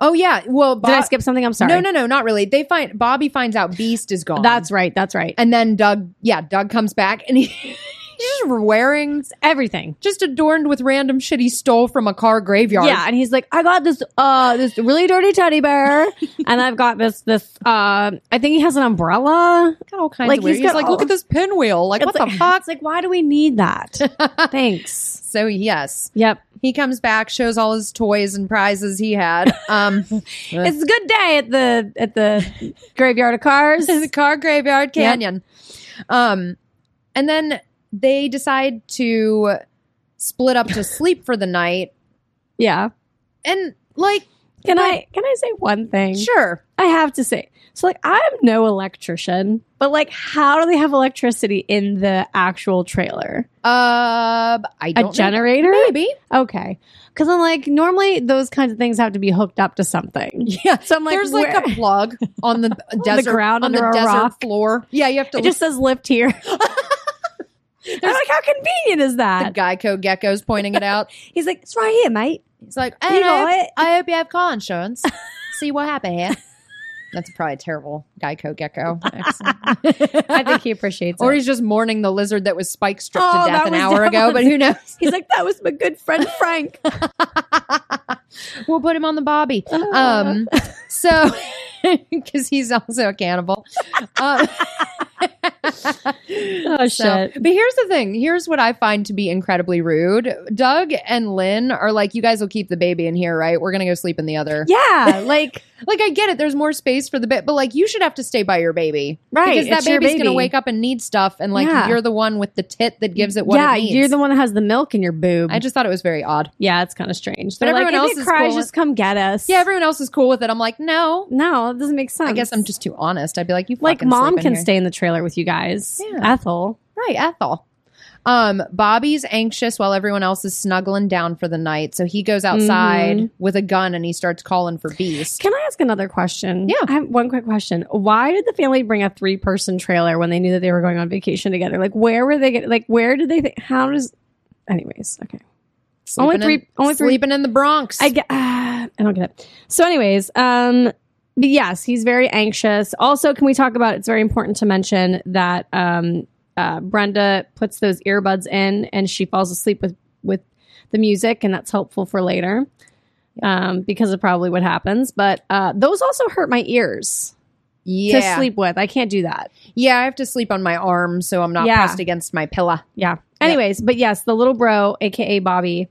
B: oh yeah well Bo-
A: Did I skip something? I'm sorry.
B: no no no not really they find bobby finds out beast is gone
A: That's right. That's right.
B: and then doug yeah doug comes back and he, he's just wearing
A: Everything.
B: just adorned with random shit he stole from a car graveyard
A: Yeah, and he's like, I got this uh this really dirty teddy bear, and I've got this this uh I think he has an umbrella.
B: got all kinds
A: Like,
B: of weird.
A: he's
B: He's,
A: got
B: like,
A: all-
B: look at this pinwheel. Like,
A: It's
B: what
A: like,
B: the fuck?
A: It's like, why do we need that? Thanks.
B: So yes,
A: Yep.
B: he comes back, shows all his toys and prizes he had. Um,
A: It's a good day at the at the graveyard of cars.
B: the car graveyard
A: Yep.
B: canyon. Um, and then they decide to split up to sleep for the night.
A: Yeah.
B: And like,
A: Can I can I say one thing?
B: sure,
A: I have to say. So like I'm no electrician, but like how do they have electricity in the actual trailer?
B: uh, I
A: A
B: don't know.
A: generator?
B: maybe.
A: Okay. Cuz I'm like normally those kinds of things have to be hooked up to something.
B: Yeah.
A: So I'm like
B: There's like
A: where-
B: a plug on the desert
A: ground
B: on the
A: under a
B: desert
A: rock.
B: floor. Yeah, you have to
A: it just says lift here. I'm like how convenient is
B: the
A: that?
B: Geico gecko's pointing it out.
A: He's like it's right here, mate.
B: He's like,
A: You
B: "And I,
A: got it."
B: I hope you have car insurance. See what happened here. That's probably a terrible Geico gecko. accent.
A: I think he appreciates
B: or
A: it.
B: he's just mourning the lizard that was spike stripped
A: Oh,
B: to death
A: that
B: an
A: was-
B: hour
A: that
B: ago, but
A: was-
B: who knows?
A: He's like that was my good friend Frank.
B: We'll put him on the bobby.
A: Ah.
B: Um, so, because he's also a cannibal. Um,
A: oh
B: So- but here's the thing. Here's what I find to be incredibly rude. Doug and Lynn are like, you guys will keep the baby in here, right? We're going to go sleep in the other.
A: Yeah, like
B: Like, I get it. There's more space for the bit, but like, you should have to stay by your baby.
A: right
B: Because that
A: it's your
B: baby's going to
A: baby.
B: wake up and need stuff. And like,
A: Yeah.
B: you're the one with the tit that gives it what
A: yeah,
B: it needs.
A: you're the one that has the milk in your boob.
B: I just thought it was very odd.
A: yeah, it's kind of strange.
B: But
A: They're
B: everyone
A: like,
B: else
A: if it
B: is
A: cries,
B: cool.
A: just come get us.
B: Yeah, everyone else is cool with it. I'm like, no.
A: no, it doesn't make sense.
B: I guess I'm just too honest. I'd be like, you
A: like
B: fucking
A: mom
B: sleep in
A: can
B: here.
A: stay in the trailer with you guys.
B: Yeah.
A: Ethel.
B: Right, Ethel. Um, Bobby's anxious while everyone else is snuggling down for the night, so he goes outside
A: Mhm.
B: with a gun and he starts calling for Beast.
A: Can I ask another question?
B: Yeah.
A: I have one quick question. Why did the family bring a three person trailer when they knew that they were going on vacation together? Like, where were they? Get, like, where did they think? How does. Anyways, okay.
B: Sleeping
A: only three-
B: in,
A: only three-
B: sleeping in the Bronx.
A: I get. ah, I don't get it. So, anyways, um, but yes, he's very anxious. Also, can we talk about? It's very important to mention that um, uh, Brenda puts those earbuds in and she falls asleep with with the music, and that's helpful for later um, because of probably what happens. But uh, those also hurt my ears
B: yeah,
A: to sleep with. I can't do that.
B: yeah. I have to sleep on my arm, so I'm not
A: Yeah.
B: pressed against my pillow.
A: Yeah. Anyways, but yes, the little bro, aka Bobby,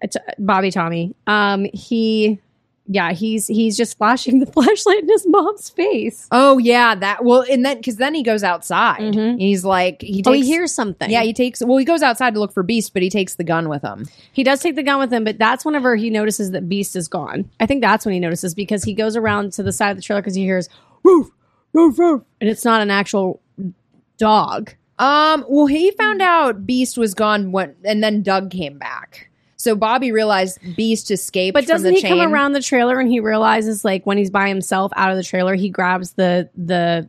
A: it's, uh, Bobby Tommy. Um, he, yeah, he's he's just flashing the flashlight in his mom's face.
B: Oh yeah, that well, and then because then he goes outside.
A: Mhm.
B: He's like, Mm-hmm. he takes,
A: Oh, he hears something.
B: yeah, he takes. Well, he goes outside to look for Beast, but he takes the gun with him.
A: he does take the gun with him, but that's whenever he notices that Beast is gone. I think that's when he notices because he goes around to the side of the trailer because he hears woof woof woof, and it's not an actual dog.
B: Um, well, he found out Beast was gone when, and then Doug came back. So Bobby realized Beast escaped.
A: But
B: from
A: doesn't
B: the
A: he
B: chain.
A: come around the trailer and he realizes like when he's by himself out of the trailer, he grabs the the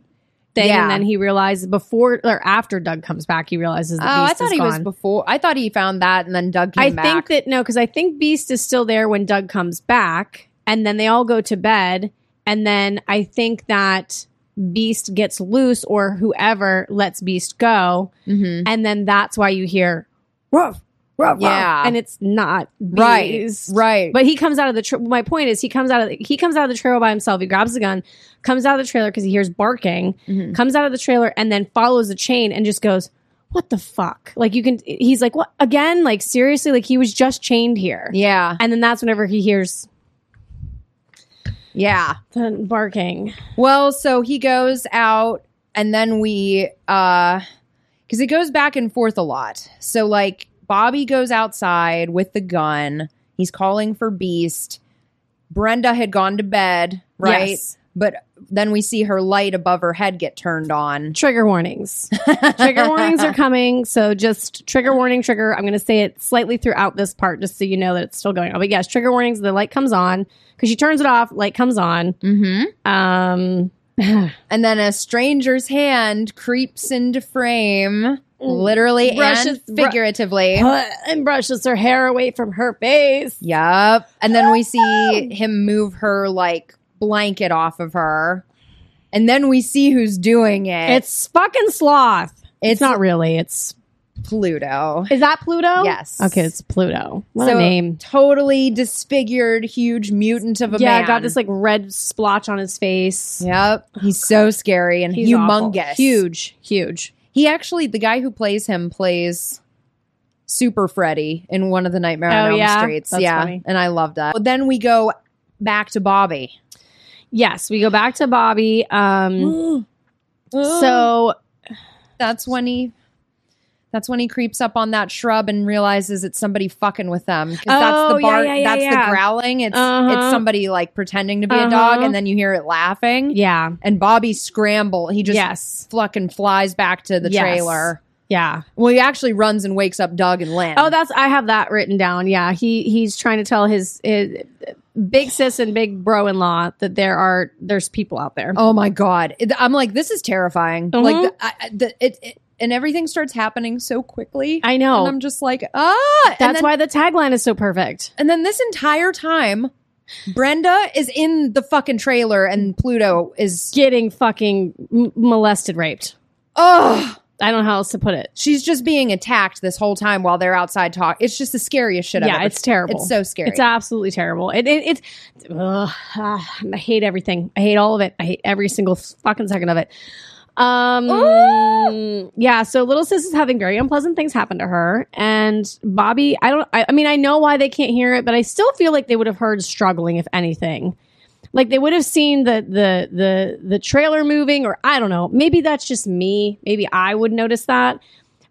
A: thing
B: Yeah.
A: and then he realizes before or after Doug comes back, he realizes
B: Oh,
A: that
B: I
A: Beast
B: thought
A: is
B: he was
A: gone.
B: before. I thought he found that, and then Doug came
A: I
B: back.
A: think that no, because I think Beast is still there when Doug comes back, and then they all go to bed, and then I think that Beast gets loose or whoever lets Beast go,
B: Mhm.
A: and then that's why you hear ruff, ruff, ruff,"
B: Yeah.
A: and it's not
B: Right,
A: Beast.
B: right.
A: But he comes out of the. Tra- my point is, he comes out of the, he comes out of the trailer by himself. He grabs the gun, comes out of the trailer because he hears barking.
B: Mhm.
A: Comes out of the trailer and then follows the chain and just goes, "What the fuck?" Like you can. He's like, "What again?" Like seriously, like he was just chained here.
B: yeah,
A: And then that's whenever he hears
B: yeah.
A: the barking.
B: Well, so he goes out and then we uh because it goes back and forth a lot so like bobby goes outside with the gun he's calling for beast brenda had gone to bed right
A: Yes.
B: but then we see her light above her head get turned on
A: Trigger warnings. trigger warnings are coming. So just trigger warning, trigger. I'm going to say it slightly throughout this part just so you know that it's still going on. But yes, trigger warnings. The light comes on because she turns it off. Light comes on.
B: mm-hmm.
A: Um,
B: and then a stranger's hand creeps into frame literally
A: Brushes-
B: and
A: bru-
B: figuratively
A: and brushes her hair away from her face.
B: Yep. And then we
A: Oh,
B: see him move her like blanket off of her. And then we see who's doing it.
A: It's fucking sloth.
B: it's
A: It's not really. It's
B: Pluto.
A: is that Pluto?
B: Yes.
A: Okay, it's Pluto. What
B: So,
A: a name.
B: Totally disfigured, huge mutant of a
A: yeah,
B: man.
A: got this like red splotch on his face.
B: Yep. He's so scary and
A: He's awful.
B: humongous.
A: huge, huge.
B: He actually the guy who plays him plays Super Freddy in one of the Nightmare on
A: Oh,
B: Elm
A: yeah?
B: Streets.
A: That's
B: yeah.
A: funny.
B: And I love that. But then we go back to Bobby.
A: Yes, we go back to Bobby. Um, so
B: That's when he. That's when he creeps up on that shrub and realizes it's somebody fucking with them. 'Cause that's
A: Oh,
B: the
A: yeah,
B: bark.
A: yeah, yeah,
B: that's
A: yeah.
B: the growling. It's it's
A: Uh-huh.
B: somebody like pretending to be a dog,
A: Uh-huh.
B: and then you hear it laughing.
A: yeah,
B: And Bobby scramble. He just
A: yes,
B: fucking flies back to the
A: Yes.
B: trailer.
A: yeah.
B: Well, he actually runs and wakes up Doug and Lynn.
A: Oh, that's I have that written down. Yeah, he he's trying to tell his, his big sis and big bro in law that there are there's people out there.
B: Oh my god! It- I'm like, this is terrifying.
A: Mhm.
B: Like, the, I, I- the, it, it and everything starts happening so quickly.
A: I
B: and
A: know.
B: I'm just like, ah. And
A: that's
B: then-
A: why the tagline is so perfect.
B: And then this entire time, Brenda is in the fucking trailer and Pluto is
A: Getting fucking m- molested, raped.
B: oh
A: I don't know how else to put it.
B: she's just being attacked this whole time while they're outside talk. It's just the scariest shit I've
A: Yeah,
B: ever
A: it's terrible.
B: It's so scary.
A: It's absolutely terrible. It, it, it's ugh, ah, I hate everything. I hate all of it. I hate every single fucking second of it. Um, yeah. So little sis is having very unpleasant things happen to her, and Bobby. I don't. I, I mean, I know why they can't hear it, but I still feel like they would have heard struggling, if anything. Like they would have seen the the the the trailer moving, or I don't know. Maybe that's just me. Maybe I would notice that.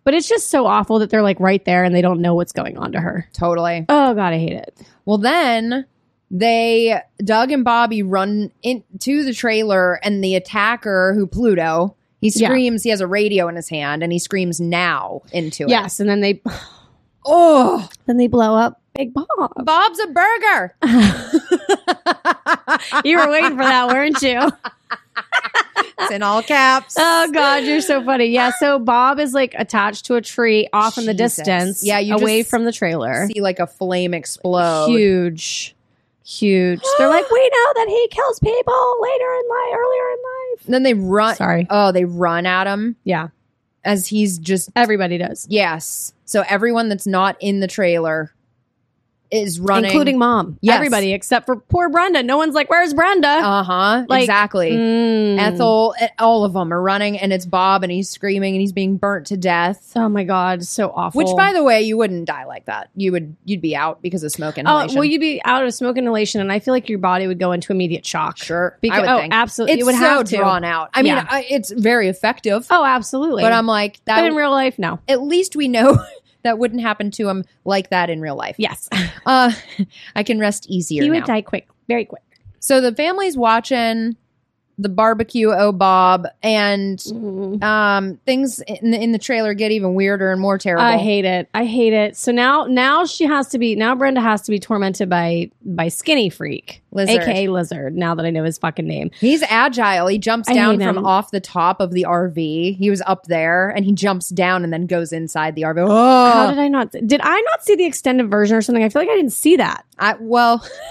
A: But it's just so awful that they're like right there and they don't know what's going on to her.
B: totally.
A: Oh god, I hate it.
B: Well then they Doug and Bobby run into the trailer and the attacker who Pluto he
A: Yeah.
B: screams he has a radio in his hand and he screams now into it.
A: Yes, and then they
B: Oh,
A: then they blow up Big Bob.
B: Bob's a burger.
A: You were waiting for that, weren't you?
B: It's in all caps.
A: Oh God, you're so funny. Yeah, so Bob is like attached to a tree off in the
B: Jesus.
A: distance.
B: Yeah, you
A: away
B: just
A: from the trailer.
B: see like a flame explode.
A: Huge. Huge. They're like, we know that he kills people later in life, earlier in life.
B: And then they run.
A: Sorry.
B: Oh, they run at him
A: Yeah,
B: as he's just
A: everybody does,
B: yes. So everyone that's not in the trailer is running,
A: including mom.
B: Yes.
A: Everybody except for poor Brenda. No one's like, where's Brenda?
B: uh huh
A: Like,
B: exactly.
A: Mm.
B: Ethel, eh, all of them are running, and it's Bob, and he's screaming, and he's being burnt to death.
A: Oh my God, so awful.
B: Which, by the way, you wouldn't die like that. You would, you'd be out because of smoke
A: Oh,
B: inhalation.
A: well, you'd be out of smoke inhalation, and I feel like your body would go into immediate shock.
B: sure? I
A: Because,
B: would
A: oh,
B: think.
A: absolutely.
B: It's
A: it would
B: so
A: have to.
B: drawn out. I mean,
A: Yeah.
B: I, it's very effective,
A: Oh, absolutely.
B: but um, I'm like that.
A: but in real life, no.
B: at least we know that wouldn't happen to him like that in real life.
A: Yes,
B: Uh, I can rest easier
A: he would
B: now.
A: die quick, very quick.
B: So the family's watching the barbecue oh Bob and um things in the, in the trailer get even weirder and more terrible.
A: I hate it. I hate it. So now, now she has to be. Now Brenda has to be tormented by by Skinny Freak,
B: Lizard.
A: aka Lizard. Now that I know his fucking name,
B: He's agile. He jumps
A: I
B: down
A: hate
B: from
A: him.
B: off the top of the RV. He was up there and he jumps down and then goes inside the RV.
A: how
B: Oh,
A: did I not? Did I not see the extended version or something? I feel like I didn't see that.
B: I, well,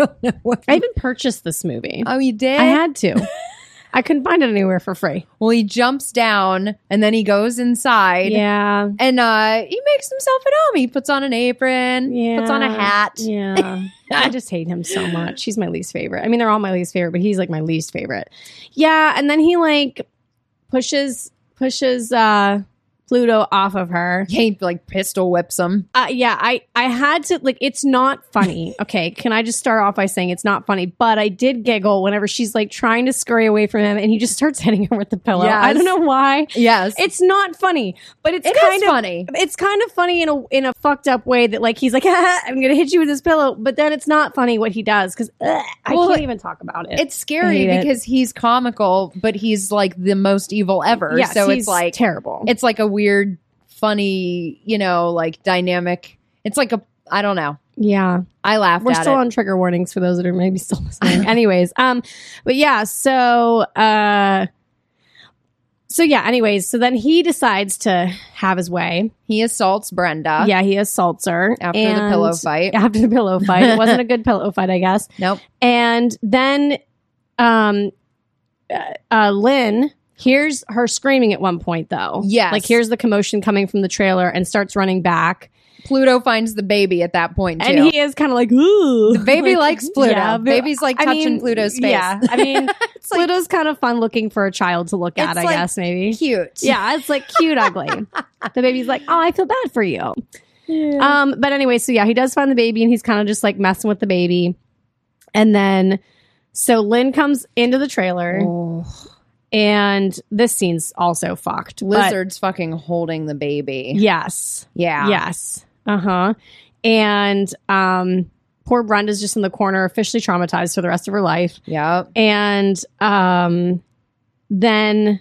B: I don't know what.
A: I even purchased this movie.
B: oh, you did?
A: I had to. I couldn't find it anywhere for free.
B: well, he jumps down and then he goes inside.
A: Yeah.
B: And uh, he makes himself at home. He puts on an apron,
A: Yeah.
B: puts on a hat.
A: Yeah. I just hate him so much. He's my least favorite. I mean, they're all my least favorite, but he's like my least favorite. Yeah, and then he like pushes pushes uh Pluto off of her.
B: He like pistol whips him.
A: Uh, yeah, I I had to like it's not funny. Okay, can I just start off by saying it's not funny? But I did giggle whenever she's like trying to scurry away from him, and he just starts hitting her with the pillow. I
B: Yes.
A: don't know why.
B: Yes, it's
A: It's not funny, but it's
B: it is
A: kind of
B: funny.
A: it's kind of funny in a in a fucked up way that like he's like I'm gonna hit you with this pillow, but then it's not funny what he does because I
B: Well,
A: can't even talk about it.
B: It's scary
A: hate it.
B: because he's comical, but he's like the most evil ever.
A: Yes,
B: so it's
A: he's
B: like
A: terrible.
B: it's like a weird, funny, you know, like dynamic. It's like a I don't know.
A: yeah,
B: I laughed
A: we're
B: at
A: still
B: it.
A: on trigger warnings for those that are maybe still listening. anyways, um, but yeah, so uh, so yeah, anyways, so then he decides to have his way.
B: he assaults Brenda.
A: yeah, he assaults her
B: after the pillow
A: and-
B: fight.
A: After the pillow fight, it wasn't a good pillow fight, I guess.
B: Nope.
A: And then um uh, uh Lynn hears her screaming at one point though.
B: Yes.
A: Oh, Like hears the commotion coming from the trailer and starts running back.
B: Pluto finds the baby at that point too.
A: And he is kind of like, ooh.
B: the baby
A: Like,
B: likes Pluto.
A: yeah, but-
B: Baby's like
A: I
B: touching
A: mean,
B: Pluto's face.
A: Yeah. I mean
B: like-
A: Pluto's kind of fun looking for a child to look at,
B: It's
A: I
B: like
A: guess, maybe.
B: Cute.
A: Yeah, it's like cute ugly. the baby's like, Oh, I feel bad for you. Um, but anyway, so yeah, he does find the baby and he's kind of just like messing with the baby. And then so Lynn comes into the trailer
B: Oh.
A: and this scene's also fucked. but-
B: Lizard's fucking holding the baby.
A: yes.
B: Yeah.
A: Yes. Uh-huh. And um poor Brenda's just in the corner, officially traumatized for the rest of her life.
B: Yep.
A: And um then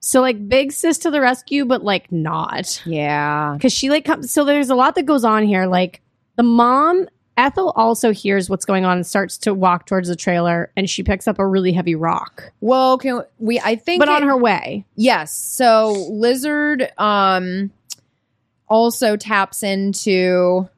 A: so like big sis to the rescue, but like not.
B: Yeah.
A: because she like comes so there's a lot that goes on here like the mom ethel also hears what's going on and starts to walk towards the trailer and she picks up a really heavy rock
B: Well, can we I think
A: but
B: it-
A: on her way
B: Yes. So Lizard um also taps into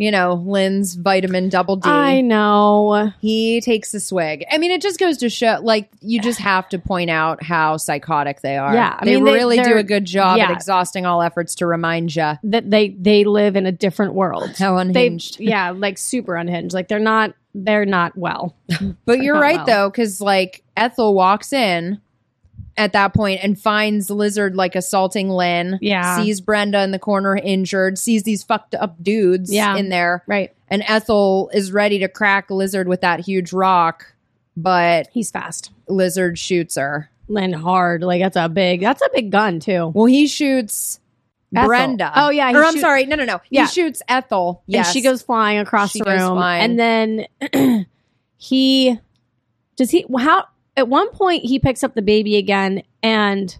B: you know, Lynn's vitamin double D.
A: i know
B: He takes a swig. I mean, it just goes to show like you just have to point out how psychotic they are.
A: Yeah, I
B: they
A: mean, they-
B: really do
A: they're-
B: a good job at
A: yeah.
B: exhausting all efforts to remind you
A: that they they live in a different world
B: how
A: they
B: unhinged.
A: yeah like super unhinged like they're not they're not well
B: but you're
A: not
B: right
A: well.
B: though, because like Ethel walks in at that point and finds Lizard like assaulting Lynn.
A: Yeah.
B: sees Brenda in the corner injured. Sees these fucked up dudes
A: Yeah.
B: in there,
A: right
B: and Ethel is ready to crack Lizard with that huge rock, but
A: he's fast
B: Lizard shoots her.
A: lynn hard like that's a big that's a big gun too
B: Well, he shoots
A: Ethel.
B: Brenda.
A: oh yeah he
B: or I'm
A: shoots-
B: sorry, no, no, no.
A: Yeah.
B: He shoots Ethel.
A: Yeah,
B: Yes,
A: she goes flying across
B: She
A: the
B: goes
A: room,
B: flying.
A: and then he does he how at one point he picks up the baby again, and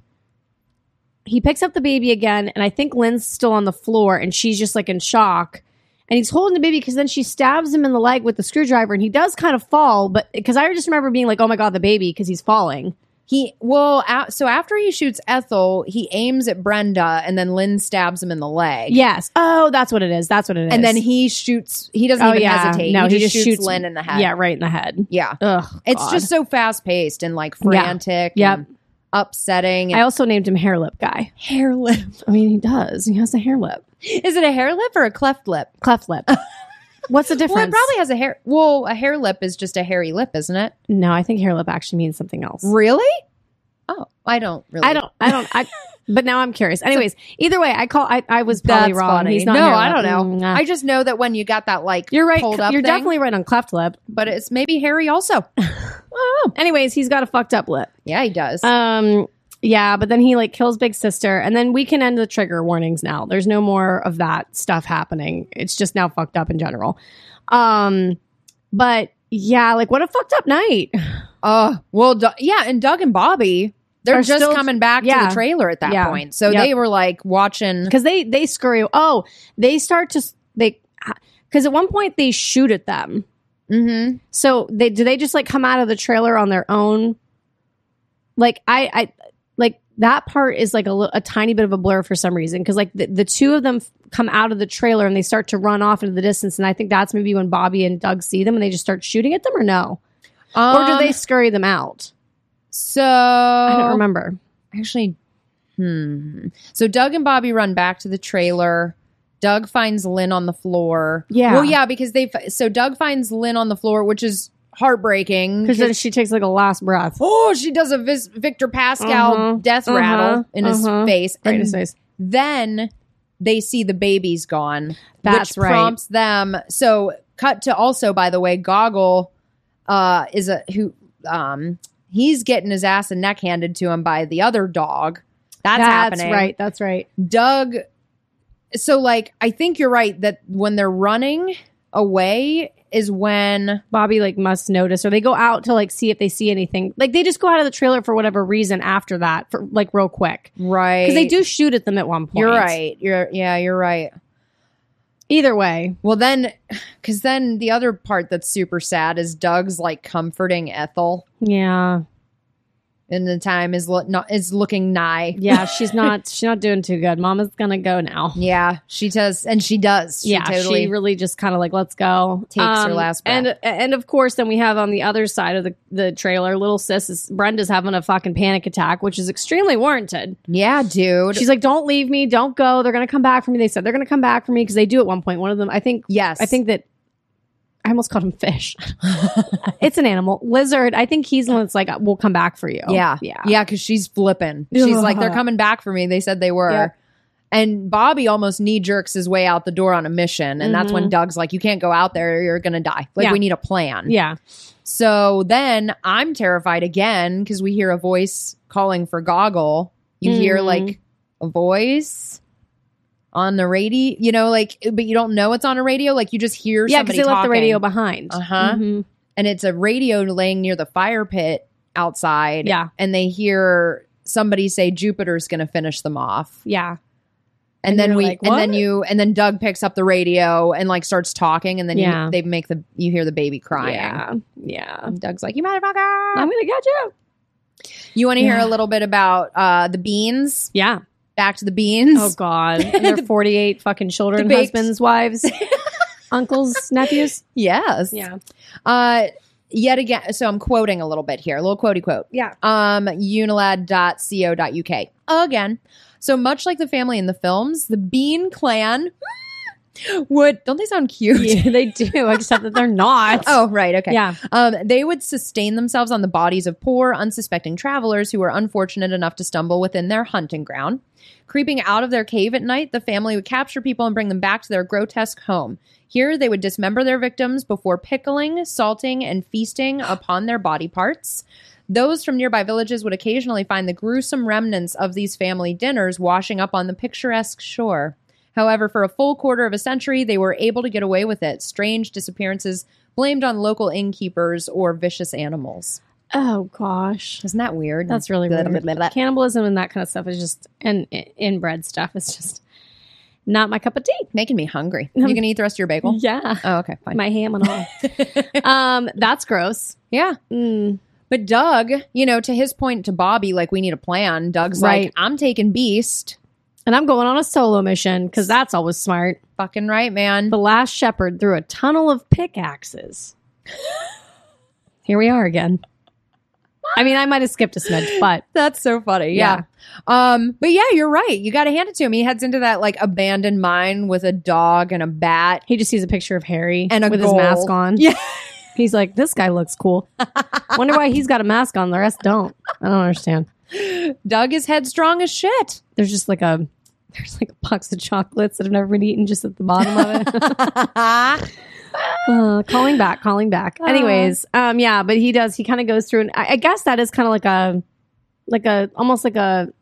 A: he picks up the baby again, and I think Lynn's still on the floor, and she's just like in shock. And he's holding the baby because then she stabs him in the leg with the screwdriver, and he does kind of fall. But because I just remember being like, "Oh my god, the baby!" because he's falling.
B: He well, a- so after he shoots Ethel, he aims at Brenda, and then Lynn stabs him in the leg.
A: Yes. Oh, that's what it is. That's what it is.
B: and then he shoots. He doesn't
A: Oh,
B: even
A: yeah.
B: hesitate.
A: No,
B: he, just, shoots, Lynn in the head.
A: yeah, right in the head.
B: yeah.
A: Ugh,
B: It's
A: God.
B: just so fast paced and like frantic.
A: Yep.
B: and upsetting.
A: I
B: And
A: also named him Hair Lip Guy.
B: hair lip.
A: I mean, he does. He has a hair lip,
B: Is it a hair lip or a cleft lip?
A: cleft lip. What's the
B: Well, it
A: difference?
B: probably has a hair. Well, a hair lip is just a hairy lip, isn't it?
A: no, I think hair lip actually means something else.
B: Really? Oh, I don't really.
A: I don't. I don't. I. But now I'm curious. Anyways, either way, I call. I, I was probably
B: That's
A: wrong.
B: funny.
A: He's not.
B: No,
A: hair
B: I
A: lip.
B: don't know.
A: Mm, nah.
B: I just know that when you got that like
A: You're right.
B: pulled up
A: You're
B: thing,
A: definitely right on cleft lip.
B: but it's maybe hairy also. oh,
A: Anyways, he's got a fucked up lip.
B: yeah, he does.
A: Um. Yeah, but then he like kills Big Sister, and then we can end the trigger warnings now. There's no more of that stuff happening. It's just now fucked up in general. Um. But yeah, like what a fucked up night.
B: Oh, well, Du- yeah, and Doug and Bobby, they're
A: Are
B: just
A: still-
B: coming back to
A: yeah.
B: the trailer at that
A: Yeah.
B: point. So
A: Yep.
B: they were like watching.
A: because they they scurry. Oh, they start to s- they because at one point they shoot at them. Mm-hmm.
B: hmm
A: So they do they just like come out of the trailer on their own? Like I I like that part is like a, li- a tiny bit of a blur for some reason because like the, the two of them f- come out of the trailer and they start to run off into the distance and I think that's maybe when Bobby and Doug see them and they just start shooting at them or no or do
B: Um,
A: they scurry them out?
B: So
A: I
B: oh,
A: don't remember.
B: Actually, hmm. So Doug and Bobby run back to the trailer. Doug finds Lynn on the floor.
A: Yeah.
B: Well, yeah, because they. fi- So Doug finds Lynn on the floor, which is heartbreaking.
A: Because then she takes like a last breath.
B: oh, she does a Vis- Victor Pascal
A: Uh-huh,
B: death
A: uh-huh,
B: rattle in
A: uh-huh.
B: his face,
A: Right in
B: and
A: his face.
B: then they see the baby's gone.
A: That's
B: which
A: right.
B: prompts them. So cut to also, by the way, Goggle uh, is a who um he's getting his ass and neck handed to him by the other dog. That's, happening.
A: right. That's right.
B: Doug. So like I think you're right that when they're running away is when
A: Bobby like must notice, or they go out to like see if they see anything. Like they just go out of the trailer for whatever reason after that, for like real quick,
B: right
A: because they do shoot at them at one point.
B: You're right. You're yeah. You're right.
A: Either way,
B: Well then, because then the other part that's super sad is Doug's like comforting Ethel,
A: yeah,
B: and the time is lo- not is looking nigh.
A: yeah. She's not. she's not doing too good. Mama's gonna go now.
B: Yeah, she does, and she does. She
A: yeah,
B: totally.
A: she really just kind of like let's go. Um,
B: Takes her last breath.
A: and and of course, then we have on the other side of the the trailer, little sis is, Brenda's having a fucking panic attack, which is extremely warranted.
B: yeah, dude.
A: She's like, "Don't leave me, don't go. They're gonna come back for me." They said they're gonna come back for me because they do at one point. One of them, I think,
B: yes,
A: I think that I almost called him fish. it's an animal, lizard. I think he's the one that's like, "We'll come back for you."
B: Yeah,
A: yeah.
B: yeah, because she's flipping. She's like, they're
A: Ugh.
B: coming back for me. They said they were.
A: Yep.
B: And Bobby almost knee jerks his way out the door on a mission, and that's when
A: Mhm.
B: Doug's like, "You can't go out there; you're gonna die. Like,
A: Yeah.
B: we need a plan."
A: Yeah.
B: So then I'm terrified again because we hear a voice calling for Goggle. You hear
A: Mhm.
B: like a voice on the radio, you know, like, but you don't know it's on a radio. Like you just hear
A: Yeah,
B: somebody
A: because they left the
B: talking.
A: radio behind.
B: Uh-huh.
A: Mhm.
B: and it's a radio laying near the fire pit outside.
A: Yeah.
B: And they hear somebody say Jupiter's going to finish them off.
A: Yeah.
B: And,
A: And
B: then
A: you're
B: we,
A: like,
B: and then
A: "What?"
B: you, and then Doug picks up the radio and like starts talking. And then
A: Yeah.
B: you, they make the, you hear the baby crying.
A: Yeah. Yeah.
B: And Doug's like, you motherfucker.
A: I'm gonna get you.
B: You want to hear
A: Yeah.
B: a little bit about uh, the beans?
A: Yeah.
B: Back to the beans.
A: Oh God, And their forty-eight fucking children,
B: the baked-
A: husbands, wives, uncles, nephews.
B: Yes. Uh, yet again, so I'm quoting a little bit here, a little quotey quote.
A: yeah.
B: Um, unilad.co.uk. Again. So much like the family in the films, the Bean Clan would, don't they sound cute?
A: Yeah, they do, except that they're not.
B: Oh, right. Okay.
A: yeah,
B: Um, they would sustain themselves on the bodies of poor, unsuspecting travelers who were unfortunate enough to stumble within their hunting ground. Creeping out of their cave at night, the family would capture people and bring them back to their grotesque home. Here, they would dismember their victims before pickling, salting, and feasting upon their body parts. Those from nearby villages would occasionally find the gruesome remnants of these family dinners washing up on the picturesque shore. However, for a full quarter of a century, they were able to get away with it. Strange disappearances blamed on local innkeepers or vicious animals.
A: Oh gosh,
B: Isn't that weird?
A: that's really
B: Blah,
A: weird.
B: blah, blah, blah.
A: Cannibalism and that kind of stuff is just and i- inbred stuff is just not my cup of tea.
B: Making me hungry. You gonna eat the rest of your bagel?
A: Yeah,
B: Oh, okay, fine.
A: my ham and all. um, that's gross.
B: yeah.
A: Mm.
B: But Doug, you know, to his point to Bobby, like, we need a plan. Doug's like,
A: Right.
B: I'm taking Beast.
A: And I'm going on a solo mission because that's always smart.
B: Fucking right, man.
A: The last shepherd through a tunnel of pickaxes. Here we are again. I mean, I might have skipped a smidge, but
B: That's so funny.
A: Yeah.
B: Yeah. Um, but yeah, you're right. You got to hand it to him. He heads into that like abandoned mine with a dog and a bat.
A: he just sees a picture of Harry
B: And a
A: with
B: goal.
A: his mask on.
B: Yeah.
A: He's like, this guy looks cool. Wonder why he's got a mask on. The rest don't. I don't understand.
B: Doug is headstrong as shit.
A: There's just like a there's like a box of chocolates that have never been eaten just at the bottom of it. Uh, calling back, calling back.
B: Uh.
A: Anyways, um, yeah, but he does. He kind of goes through, and I, I guess that is kind of like a, like a almost like a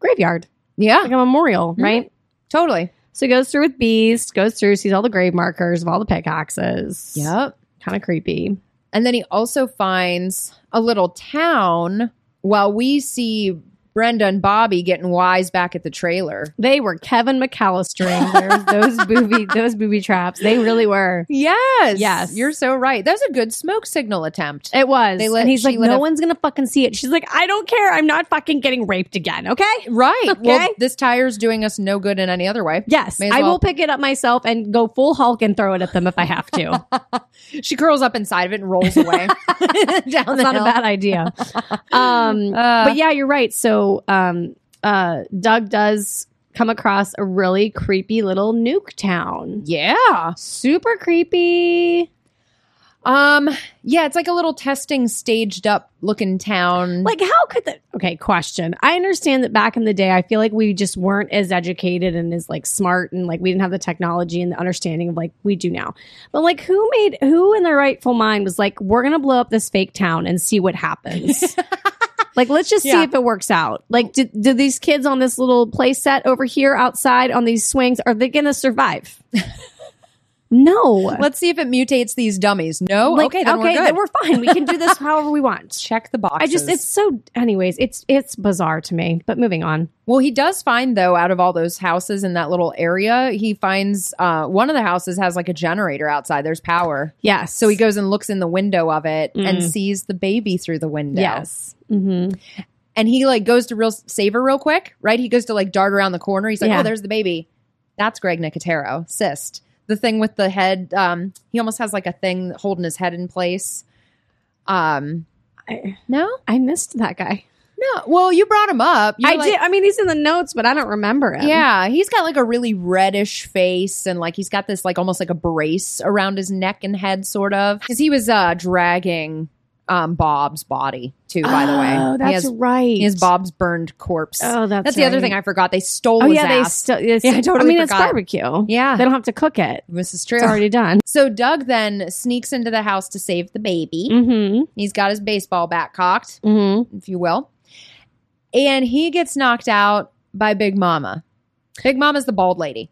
A: graveyard,
B: yeah,
A: like a memorial,
B: Mhm.
A: right?
B: totally.
A: So he goes through with Beast, goes through, sees all the grave markers of all the pickaxes.
B: Yep.
A: kind of creepy.
B: And then he also finds a little town while we see Brenda and Bobby getting wise back at the trailer.
A: They were Kevin McAllistering. There's those booby, those booby traps. They really were.
B: Yes.
A: Yes.
B: You're so right. That's a good smoke signal attempt.
A: It was.
B: They let-
A: and he's
B: she
A: like,
B: let
A: no
B: a-
A: one's gonna fucking see it. She's like, I don't care. I'm not fucking getting raped again. Okay.
B: Right. Well,
A: Okay.
B: this tire's doing us no good in any other way.
A: Yes,
B: May as
A: I
B: well.
A: will pick it up myself and go full Hulk and throw it at them if I have to.
B: She curls up inside of it and rolls away down
A: That's
B: the
A: not
B: hill.
A: a bad idea. Um,
B: Uh,
A: but yeah, you're right. So um, uh, Doug does come across a really creepy little nuke town.
B: yeah.
A: Super creepy.
B: Um, yeah, it's like a little testing, staged up looking town.
A: Like, how could that? Okay, question. I understand that back in the day, I feel like we just weren't as educated and as like smart, and like we didn't have the technology and the understanding of like we do now. But like, who made who in their rightful mind was like, we're gonna blow up this fake town and see what happens. Like, let's just see
B: Yeah.
A: if it works out. Like, do, do these kids on this little play set over here outside on these swings, are they going to survive? no.
B: Let's see if it mutates these dummies. No,
A: Like,
B: okay, then
A: okay,
B: we're good.
A: then we're fine. We can do this however we want.
B: Check the boxes.
A: I just it's so anyways, it's it's bizarre to me. But moving on.
B: Well, he does find though out of all those houses in that little area, he finds uh, one of the houses has like a generator outside. There's power,
A: Yes.
B: so he goes and looks in the window of it and
A: Mm.
B: sees the baby through the window.
A: Yes. hmm
B: and he like goes to real save her real quick, right? He goes to like dart around the corner. He's like,
A: Yeah.
B: oh, there's the baby. That's Greg Nicotero, cyst. The thing with the head. Um, he almost has like a thing holding his head in place. Um,
A: I,
B: no,
A: I missed that guy.
B: no. Well, you brought him up. You're
A: I
B: like-
A: did I mean he's in the notes, but I don't remember him.
B: Yeah, he's got like a really reddish face and like he's got this like almost like a brace around his neck and head sort of. Cuz he was uh dragging um Bob's body too by the way.
A: Oh,
B: he
A: that's
B: has,
A: right.
B: he has Bob's burned corpse.
A: Oh, that's
B: that's the other
A: right.
B: thing I forgot. They stole
A: Oh
B: his
A: yeah, they
B: ass.
A: still. Yeah,
B: Yeah, I
A: I
B: totally
A: mean, it's
B: forgot.
A: barbecue.
B: yeah.
A: They don't have to cook it.
B: this is
A: It's
B: true.
A: already done.
B: So Doug then sneaks into the house to save the baby.
A: Mm-hmm.
B: He's got his baseball bat cocked,
A: Mm-hmm.
B: if you will. And he gets knocked out by Big Mama. Big Mama's the bald lady.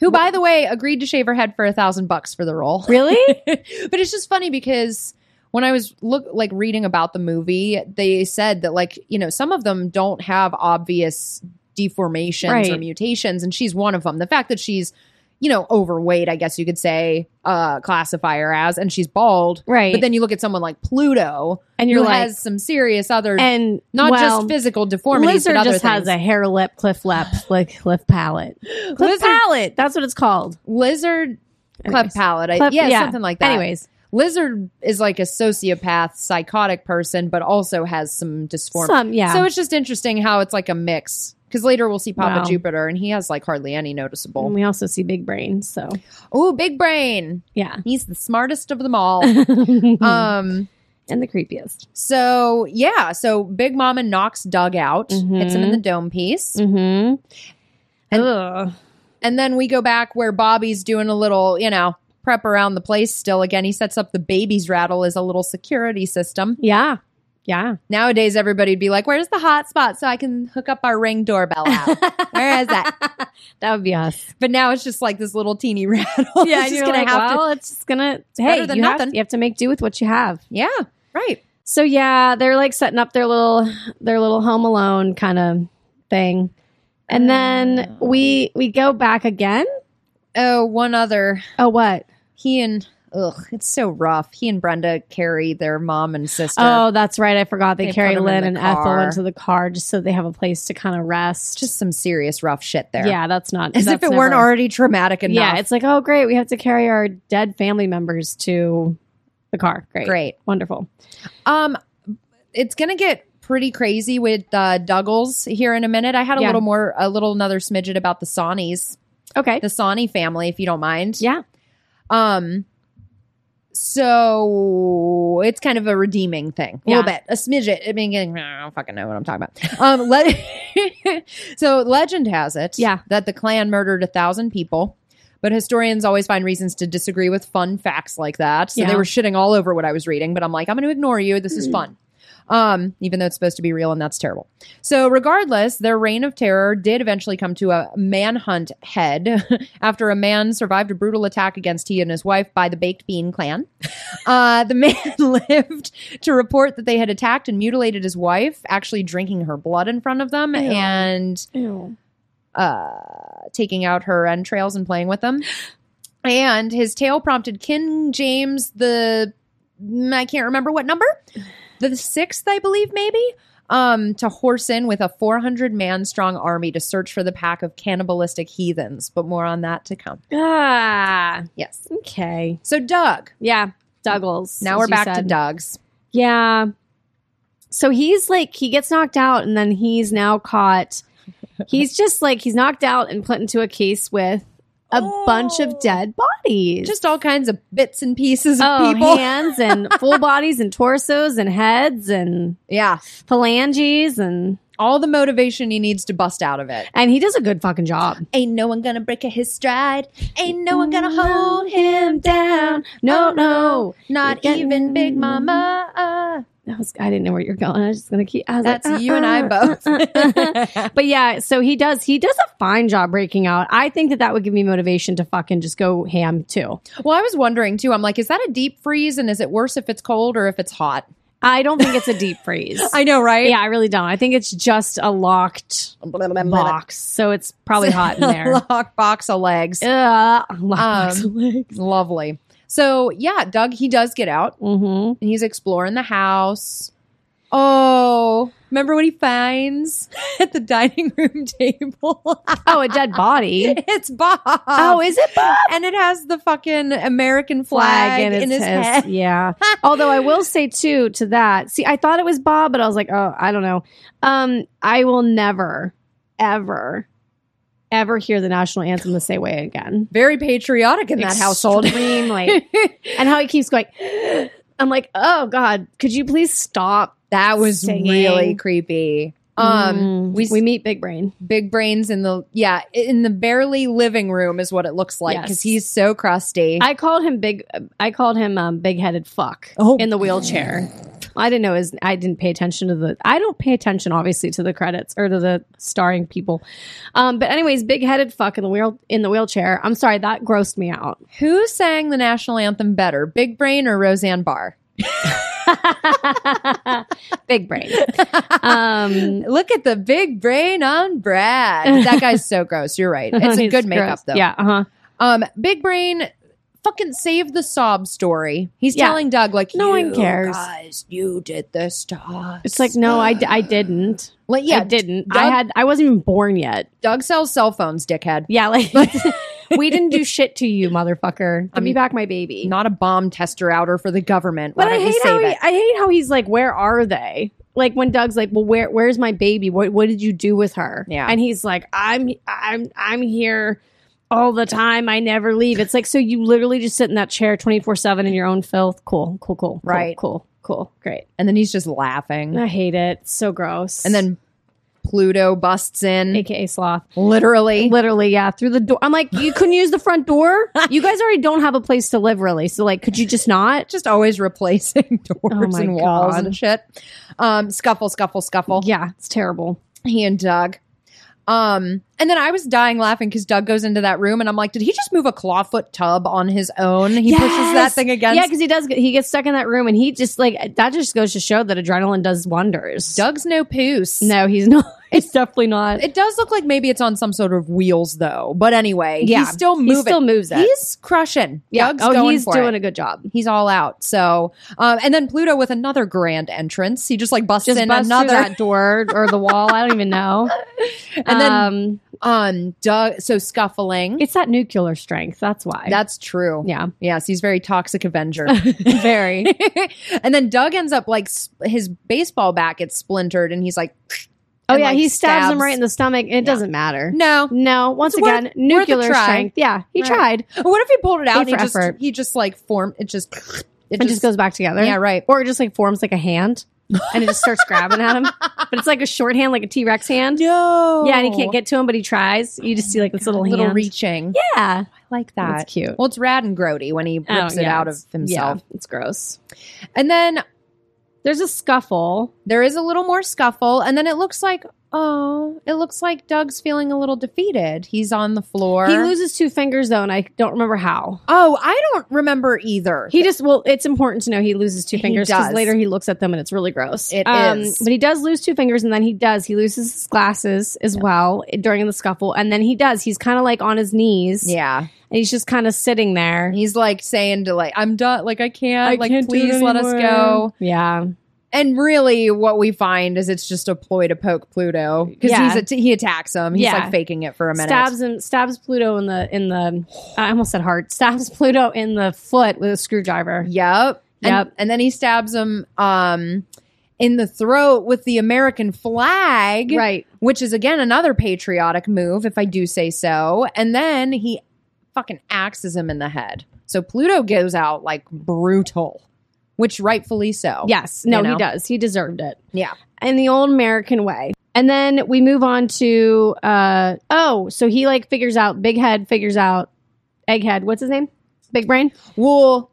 B: Who, by the way, agreed to shave her head for a thousand bucks for the role.
A: Really?
B: but it's just funny because when I was look like reading about the movie, they said that like you know some of them don't have obvious deformations or
A: Right.
B: mutations, and she's one of them. The fact that she's you know overweight, I guess you could say, uh, classify her as, and she's bald.
A: right.
B: But then you look at someone like Pluto,
A: and
B: who
A: you're like,
B: has some serious other,
A: and
B: not
A: well,
B: just physical deformities,
A: Lizard
B: but other
A: just
B: things.
A: has a hair lip, cliff lip, like cliff palate, cliff
B: Lizard-
A: palate. That's what it's called.
B: lizard club
A: Anyways.
B: palette, I
A: Cliff-
B: Uh, yeah,
A: yeah.
B: something like that.
A: Anyways,
B: Lizard is like a sociopath, psychotic person, but also has some dysformia.
A: some yeah.
B: So it's just interesting how it's like a mix. Because later we'll see Papa
A: Wow.
B: Jupiter, and he has like hardly any noticeable.
A: and we also see big brain. So
B: Oh, big brain!
A: yeah,
B: He's the smartest of them all.
A: Hmm.
B: um.
A: and the creepiest.
B: So yeah. So Big Mama knocks Doug out, hits him in
A: Mhm.
B: the dome piece,
A: Mm-hmm.
B: And-
A: Ugh.
B: and then we go back where Bobby's doing a little, you know, prep around the place. Still, again, he sets up the baby's rattle as a little security system.
A: Yeah, yeah.
B: Nowadays, everybody'd be like, "Where's the hot spot so I can hook up our ring doorbell app?" Where is
A: that? that would be us.
B: but now it's just like this little teeny rattle.
A: Yeah,
B: it's
A: and
B: just
A: you're
B: gonna
A: like,
B: have to.
A: well, it's just gonna.
B: better
A: Hey,
B: than
A: you have,
B: nothing.
A: you have to make do with what you have.
B: Yeah, right.
A: So yeah, they're like setting up their little their little home alone kind of thing. And then
B: Oh.
A: we we go back again.
B: Oh, one other.
A: Oh what?
B: He and ugh, it's so rough. He and Brenda carry their mom and sister.
A: Oh, that's right. I forgot they,
B: They put
A: carry
B: 'em in
A: Lynn
B: the
A: and
B: car.
A: Ethel into the car just so they have a place to kind of rest.
B: just some serious rough shit there.
A: yeah, that's not
B: as if
A: that's
B: it weren't
A: never-
B: already traumatic enough.
A: Yeah, it's like oh great, we have to carry our dead family members to the car. Great,
B: great.
A: wonderful.
B: Um, it's gonna get pretty crazy with uh, Douglas here in a minute. I had a
A: Yeah.
B: little more, a little another smidget about the Sawneys,
A: Okay,
B: the Sawney family, if you don't mind.
A: yeah,
B: Um so it's kind of a redeeming thing. A little bit. A smidget. I mean getting, I don't fucking know what I'm talking about. Um le- so legend has it
A: Yeah.
B: that the clan murdered a thousand people. But historians always find reasons to disagree with fun facts like that. So they
A: Yeah.
B: were shitting all over what I was reading, but I'm like, I'm gonna ignore you. This is fun. Um, even though it's supposed to be real and that's terrible. So, regardless, their reign of terror did eventually come to a manhunt head after a man survived a brutal attack against he and his wife by the Baked Bean Clan. Uh, the man lived to report that they had attacked and mutilated his wife, actually drinking her blood in front of them
A: Ew.
B: and uh, taking out her entrails and playing with them. And his tale prompted King James the mm, I can't remember what number, the sixth, I believe, maybe, um, to horse in with a 400 man strong army to search for the pack of cannibalistic heathens. But more on that to come.
A: ah,
B: Yes.
A: okay,
B: So Doug.
A: yeah, Douglas.
B: Now
A: as
B: we're
A: you
B: back to
A: said.
B: Doug's.
A: Yeah. So he's like he gets knocked out and then he's now caught. He's just like he's knocked out and put into a case with a bunch
B: Oh.
A: of dead bodies.
B: Just all kinds of bits and pieces of
A: oh,
B: people.
A: hands and full bodies and torsos and heads and
B: Yeah.
A: phalanges and
B: All the motivation he needs to bust out of it.
A: and he does a good fucking job.
B: Ain't no one gonna break his stride. Ain't no one gonna hold Oh,
A: him down. No, no.
B: Not
A: You're getting-
B: even Big Mama. Uh,
A: That was I didn't know where you're going. I was just gonna keep. I was like,
B: That's you and I
A: uh-uh,
B: both.
A: uh-uh, uh-uh. but yeah, so he does. He does a fine job breaking out. I think that that would give me motivation to fucking just go ham too.
B: well, I was wondering too. I'm like, is that a deep freeze? And is it worse if it's cold or if it's hot?
A: I don't think it's a deep freeze.
B: I know, right?
A: yeah, I really don't. I think it's just a locked box, so it's probably hot in there.
B: Lock box of legs.
A: Ugh,
B: Um,
A: locked legs.
B: Lovely. So yeah, Doug, he does get out
A: hmm
B: and he's exploring the house. Oh, remember what he finds at the dining room table?
A: Oh, a dead body.
B: it's Bob.
A: oh, is it Bob?
B: and it has the fucking American flag, in, his, head.
A: Yeah. Although I will say too to that. See, I thought it was Bob, but I was like, oh, I don't know. Um, I will never, ever, ever hear the national anthem the same way again.
B: Very patriotic in that household.
A: extremely. and how he keeps going. I'm like, oh God, could you please stop?
B: that was
A: Singing.
B: really creepy. Um,
A: Mm.
B: we,
A: we meet Big Brain.
B: big brains in the yeah in the barely living room is what it looks like
A: Yes.
B: because he's so crusty.
A: I called him big. I called him um, big-headed fuck
B: Oh.
A: in the wheelchair. I didn't know his. I didn't pay attention to the. I don't pay attention, obviously, to the credits or to the starring people. Um, but anyways, big-headed fuck in the wheel in the wheelchair. I'm sorry, that grossed me out.
B: Who sang the national anthem better, Big Brain or Roseanne Barr?
A: Big brain. Um,
B: Look at the big brain on Brad. That guy's so gross. You're right. It's a
A: he's
B: good makeup
A: gross.
B: though.
A: Yeah. Uh huh.
B: Um, Big Brain fucking saved the sob story. He's
A: Yeah.
B: telling Doug like
A: No one
B: "You
A: cares."
B: Guys, you did this to us.
A: It's like no, I, d- I didn't.
B: Like,
A: Yeah,
B: yeah,
A: I didn't. I
B: Doug-
A: had. I wasn't even born yet.
B: Doug sells cell phones, dickhead.
A: Yeah, like we didn't do shit to you, motherfucker. Give me back my baby.
B: Not a bomb tester outer for the government. Why
A: But I
B: don't you
A: hate
B: save
A: how he,
B: it?
A: I hate how he's like, where are they? Like when Doug's like, well, where where's my baby? What what did you do with her?
B: Yeah.
A: and he's like, I'm I'm I'm here all the time. I never leave. It's like so you literally just sit in that chair twenty four seven in your own filth. Cool, cool, cool, cool,
B: Right.
A: Cool, cool, great.
B: And then he's just laughing.
A: I hate it. It's so gross.
B: And then Pluto busts in,
A: AKA sloth.
B: literally.
A: Literally, yeah, through the door. I'm like, you couldn't use the front door. You guys already don't have a place to live, really. So, like, could you just not?
B: Just always replacing doors
A: Oh my
B: and walls
A: God.
B: and shit. Um, scuffle, scuffle, scuffle.
A: Yeah, it's terrible.
B: He and Doug. Um, and then I was dying laughing because Doug goes into that room and I'm like, did he just move a clawfoot tub on his own? He pushes that
A: Yes!
B: thing against.
A: Yeah, because he does. He gets stuck in that room, and he just like that. Just goes to show that adrenaline does wonders.
B: Doug's no poos.
A: No, he's not. It's definitely not.
B: It does look like maybe it's on some sort of wheels though. But anyway,
A: Yeah.
B: he's still
A: he
B: moving.
A: still moves it.
B: He's crushing.
A: yeah.
B: Doug's
A: oh,
B: going
A: he's
B: for it.
A: doing a good job.
B: He's all out. So, um, and then Pluto with another grand entrance. He just like busts
A: Just
B: in
A: bust
B: another.
A: through that door or the wall. I don't even know.
B: And then-
A: um,
B: Um, Doug. So scuffling.
A: it's that nuclear strength. That's why.
B: That's true.
A: yeah.
B: Yes, he's very toxic Avenger.
A: Very.
B: and then Doug ends up like s- his baseball bat gets splintered, and he's like,
A: Oh
B: and,
A: yeah,
B: like,
A: he stabs, him right in the stomach. and It
B: Yeah.
A: doesn't matter.
B: No.
A: No. Once
B: It's worth-
A: again, nuclear
B: try.
A: strength. Yeah, he
B: Right.
A: tried.
B: What if he pulled it out? And
A: Paid
B: he
A: for
B: just
A: effort.
B: he just like form it just it
A: It just, goes back together.
B: yeah right
A: Or it just like forms like a hand, and it just starts grabbing at him. But it's like a short hand, like a T Rex hand.
B: no Oh
A: Yeah, and he can't get to him, but he tries. You just see like this little
B: little
A: hand.
B: reaching
A: Yeah,
B: I like that.
A: that's cute.
B: Well, it's rad and grody when he rips
A: Oh,
B: it
A: yeah,
B: out of
A: it's-
B: himself,
A: yeah, it's gross.
B: and then
A: There's a scuffle.
B: there is a little more scuffle and then it looks like oh it looks like doug's feeling a little defeated he's on the floor
A: He loses two fingers though, and I don't remember how.
B: oh i don't remember either
A: He just well, it's important to know he loses two
B: He
A: fingers because
B: does.
A: later he looks at them and it's really gross.
B: It
A: It is,
B: is.
A: but he does lose two fingers, and then he does he loses his glasses as well during the scuffle, and then he does. He's kind of like on his knees,
B: yeah
A: and he's just kind of sitting there.
B: he's like saying to like i'm done like i can't like
A: can't do it
B: please let us
A: anymore.
B: go
A: Yeah,
B: and really what we find is it's just a ploy to poke pluto because
A: Yeah.
B: he's a he attacks him he's
A: Yeah.
B: like faking it for a minute
A: stabs him stabs Pluto in the in the I almost said heart stabs Pluto in the foot with a screwdriver.
B: yep And-
A: Yep.
B: and then he stabs him um in the throat with the american flag
A: Right.
B: which is again another patriotic move, if I do say so. And then he fucking axes him in the head. So Pluto goes out like brutal, which rightfully so.
A: Yes. No,
B: You know?
A: he does. He deserved it.
B: Yeah.
A: In the old American way. And then we move on to uh oh, so he like figures out big head figures out egghead. What's his name? Big brain?
B: Well,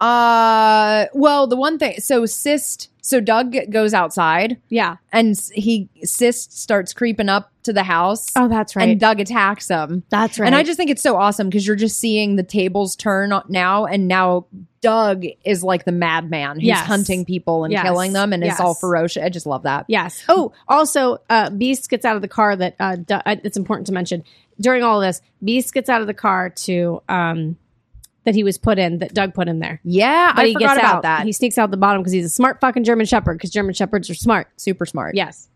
A: Oh.
B: uh, well, the one thing. So Sist, so Doug goes outside
A: Yeah.
B: and s- he Sist starts creeping up to the house,
A: Oh, that's right.
B: and Doug attacks him.
A: that's right.
B: And I just think it's so awesome because you're just seeing the tables turn on- now, and now Doug is like the madman who's
A: Yes.
B: hunting people and
A: Yes.
B: killing them, and it's all
A: Yes.
B: ferocious. I just love that.
A: Yes. Oh, also, uh, Beast gets out of the car. That uh, du- uh, it's important to mention during all this. Beast gets out of the car to um, that he was put in. That Doug put him there.
B: Yeah,
A: But
B: I
A: he
B: forgot
A: gets
B: about
A: out.
B: that.
A: He
B: He's
A: sneaks out the bottom because he's a smart fucking German Shepherd. Because German Shepherds are smart.
B: super smart.
A: Yes.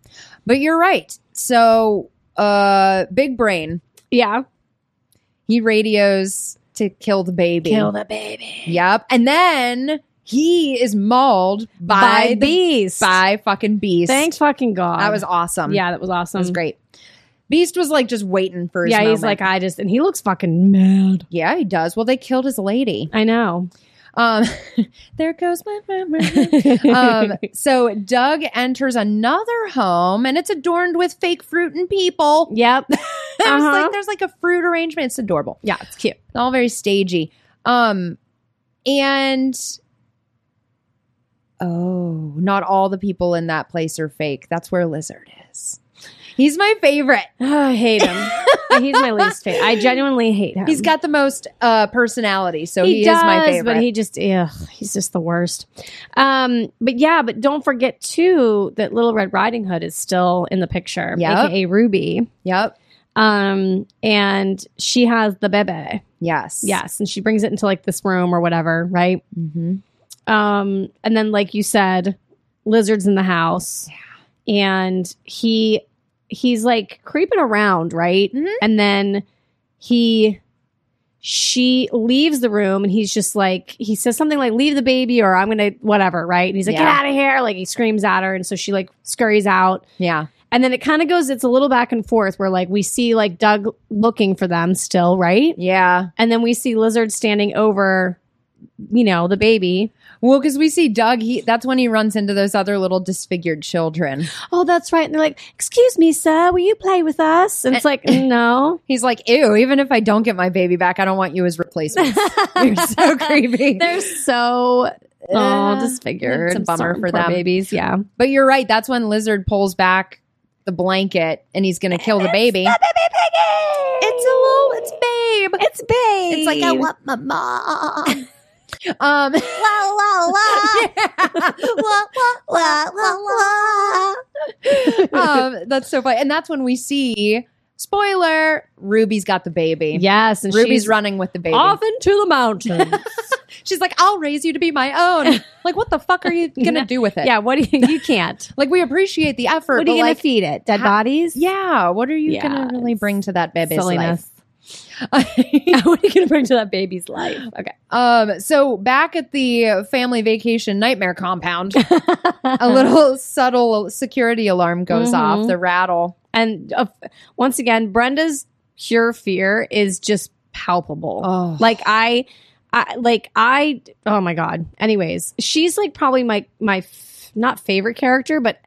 B: but you're right. So, uh, big brain.
A: Yeah.
B: He radios to kill the baby.
A: the baby
B: Yep, and then he is mauled by,
A: by
B: the-
A: Beast.
B: by fucking beast.
A: Thanks fucking god.
B: That was awesome.
A: Yeah, that was awesome.
B: that was great. Beast was like just waiting for his
A: Yeah,
B: moment.
A: he's like I just and he looks fucking mad.
B: yeah, he does. Well, they killed his lady.
A: I know.
B: Um, there goes my memory. um, so Doug enters another home, and it's adorned with fake fruit and people.
A: yep.
B: There's
A: Uh-huh.
B: like there's like a fruit arrangement. It's adorable.
A: Yeah, it's cute.
B: It's all very stagey. Um, and oh, not all the people in that place are fake. That's where Lizard is. He's my favorite.
A: Oh, I hate him. he's my least favorite. I genuinely hate him.
B: He's got the most uh personality, so he, is my favorite.
A: But he just, ugh, he's just the worst. Um, but yeah, but don't forget too that Little Red Riding Hood is still in the picture,
B: Yep.
A: aka Ruby.
B: yep.
A: Um, and she has the bebe,
B: Yes.
A: yes, and she brings it into like this room or whatever, right?
B: hmm
A: Um, and then like you said, lizards in the house, and he he's like creeping around, right?
B: Mhm.
A: And then he she leaves the room and he's just like he says something like leave the baby or I'm gonna whatever, right? And he's like,
B: Yeah.
A: Get out of here. Like he screams at her and so she like scurries out.
B: Yeah.
A: And then it kind of goes it's a little back and forth where like we see like Doug looking for them still, right?
B: Yeah.
A: And then we see Lizard standing over, you know, the baby.
B: Well, because we see Doug, he that's when he runs into those other little disfigured children.
A: Oh, that's right. And they're like, Excuse me, sir, will you play with us?
B: Eh.
A: And it's like, No.
B: He's like, ew, even if I don't get my baby back, I don't want you as replacement. You're so creepy.
A: They're so all
B: Uh,
A: Oh, disfigured.
B: it's a bummer
A: Sorry,
B: for
A: poor
B: them.
A: babies. Yeah,
B: But you're right. That's when Lizard pulls back the blanket and he's going to kill the baby. It's a little, it's babe.
A: it's babe.
B: It's like, I want
A: my mom.
B: Um,
A: la la la la la la.
B: um, that's so funny. And that's when we see, spoiler, Ruby's got the baby.
A: Yes, and
B: Ruby's
A: she's
B: running with the baby.
A: off into the mountains.
B: She's like, I'll raise you to be my own. like, what the fuck are you going to do with it?
A: yeah, what do you? You can't.
B: Like, we appreciate the effort.
A: What are
B: but,
A: you gonna
B: like,
A: feed it? Dead
B: how-
A: bodies?
B: Yeah. What are you
A: Yeah,
B: gonna really
A: it's
B: bring to that baby's
A: silliness.
B: life?
A: what are you gonna bring to that baby's life? Okay.
B: um. So back at the family vacation nightmare compound, a little subtle security alarm goes off.
A: Mhm.
B: The rattle.
A: And uh, once again, Brenda's pure fear is just palpable.
B: Oh.
A: Like I, I like I. Oh my god. Anyways, she's like probably my my f- not favorite character, but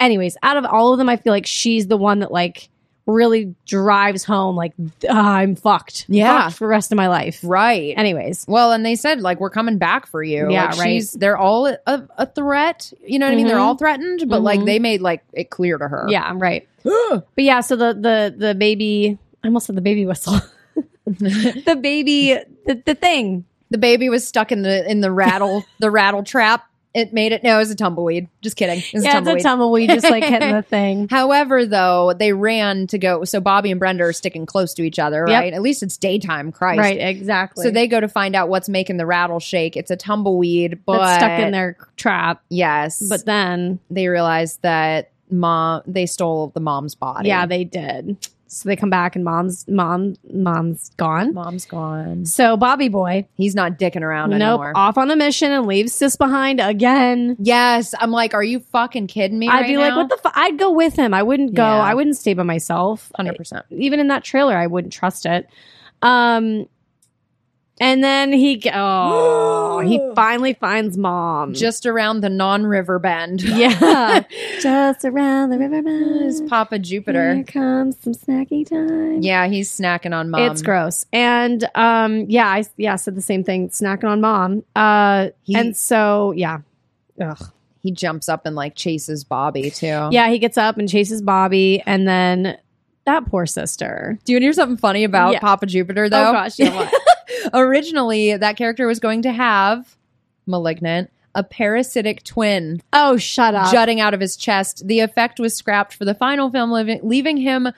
A: anyways, out of all of them, I feel like she's the one that like really drives home like "Ah, I'm fucked.
B: Yeah.
A: Fucked for the rest of my life.
B: Right.
A: Anyways,
B: well, and they said like we're coming back for you.
A: Yeah,
B: Like,
A: right.
B: She's, they're all a, a threat. You know what I mean? They're
A: Mhm.
B: all threatened, but like
A: Mhm.
B: they made like it clear to her.
A: yeah, I'm right. But yeah, so the the the baby. I almost said the baby whistle. the baby, the, the thing.
B: the baby was stuck in the in the rattle the rattle trap. It made it. No, it was a tumbleweed. Just kidding. It was a
A: yeah,
B: tumbleweed.
A: it's a tumbleweed just like hitting the thing.
B: However, though, they ran to go. So Bobby and Brenda are sticking close to each other,
A: Yep.
B: right? At least it's daytime, Christ.
A: Right, exactly.
B: So they go to find out what's making the rattle shake. It's a tumbleweed, but
A: That's stuck in their trap.
B: Yes,
A: But then,
B: they realize that mom they stole the mom's body.
A: yeah, they did. So they come back and mom's mom mom's gone.
B: mom's gone.
A: So Bobby boy,
B: He's not dicking around
A: nope,
B: anymore.
A: off on a mission and leaves sis behind again.
B: Yes, I'm like, are you fucking kidding me?
A: I'd be like, what the? Fu-? I'd go with him. I wouldn't go.
B: Yeah.
A: I wouldn't stay by myself.
B: hundred percent?
A: Even in that trailer, I wouldn't trust it. Um, and then he g- oh he finally finds mom.
B: Just around the non-river bend.
A: yeah, just around the river.
B: Is Papa Jupiter.
A: Here comes some snacky time.
B: Yeah, he's snacking on mom.
A: It's gross. And um, yeah, I yeah said the same thing. Snacking on mom. Uh,
B: He-
A: and so yeah, Ugh.
B: He jumps up and like chases Bobby too.
A: yeah. He gets up and chases Bobby, and then that poor sister.
B: Do you want to hear something funny about
A: Yeah.
B: Papa Jupiter though?
A: Oh gosh, yeah, what?
B: Originally, that character was going to have malignant, a parasitic twin
A: oh shut up.
B: jutting out of his chest. The effect was scrapped for the final film, leaving, leaving him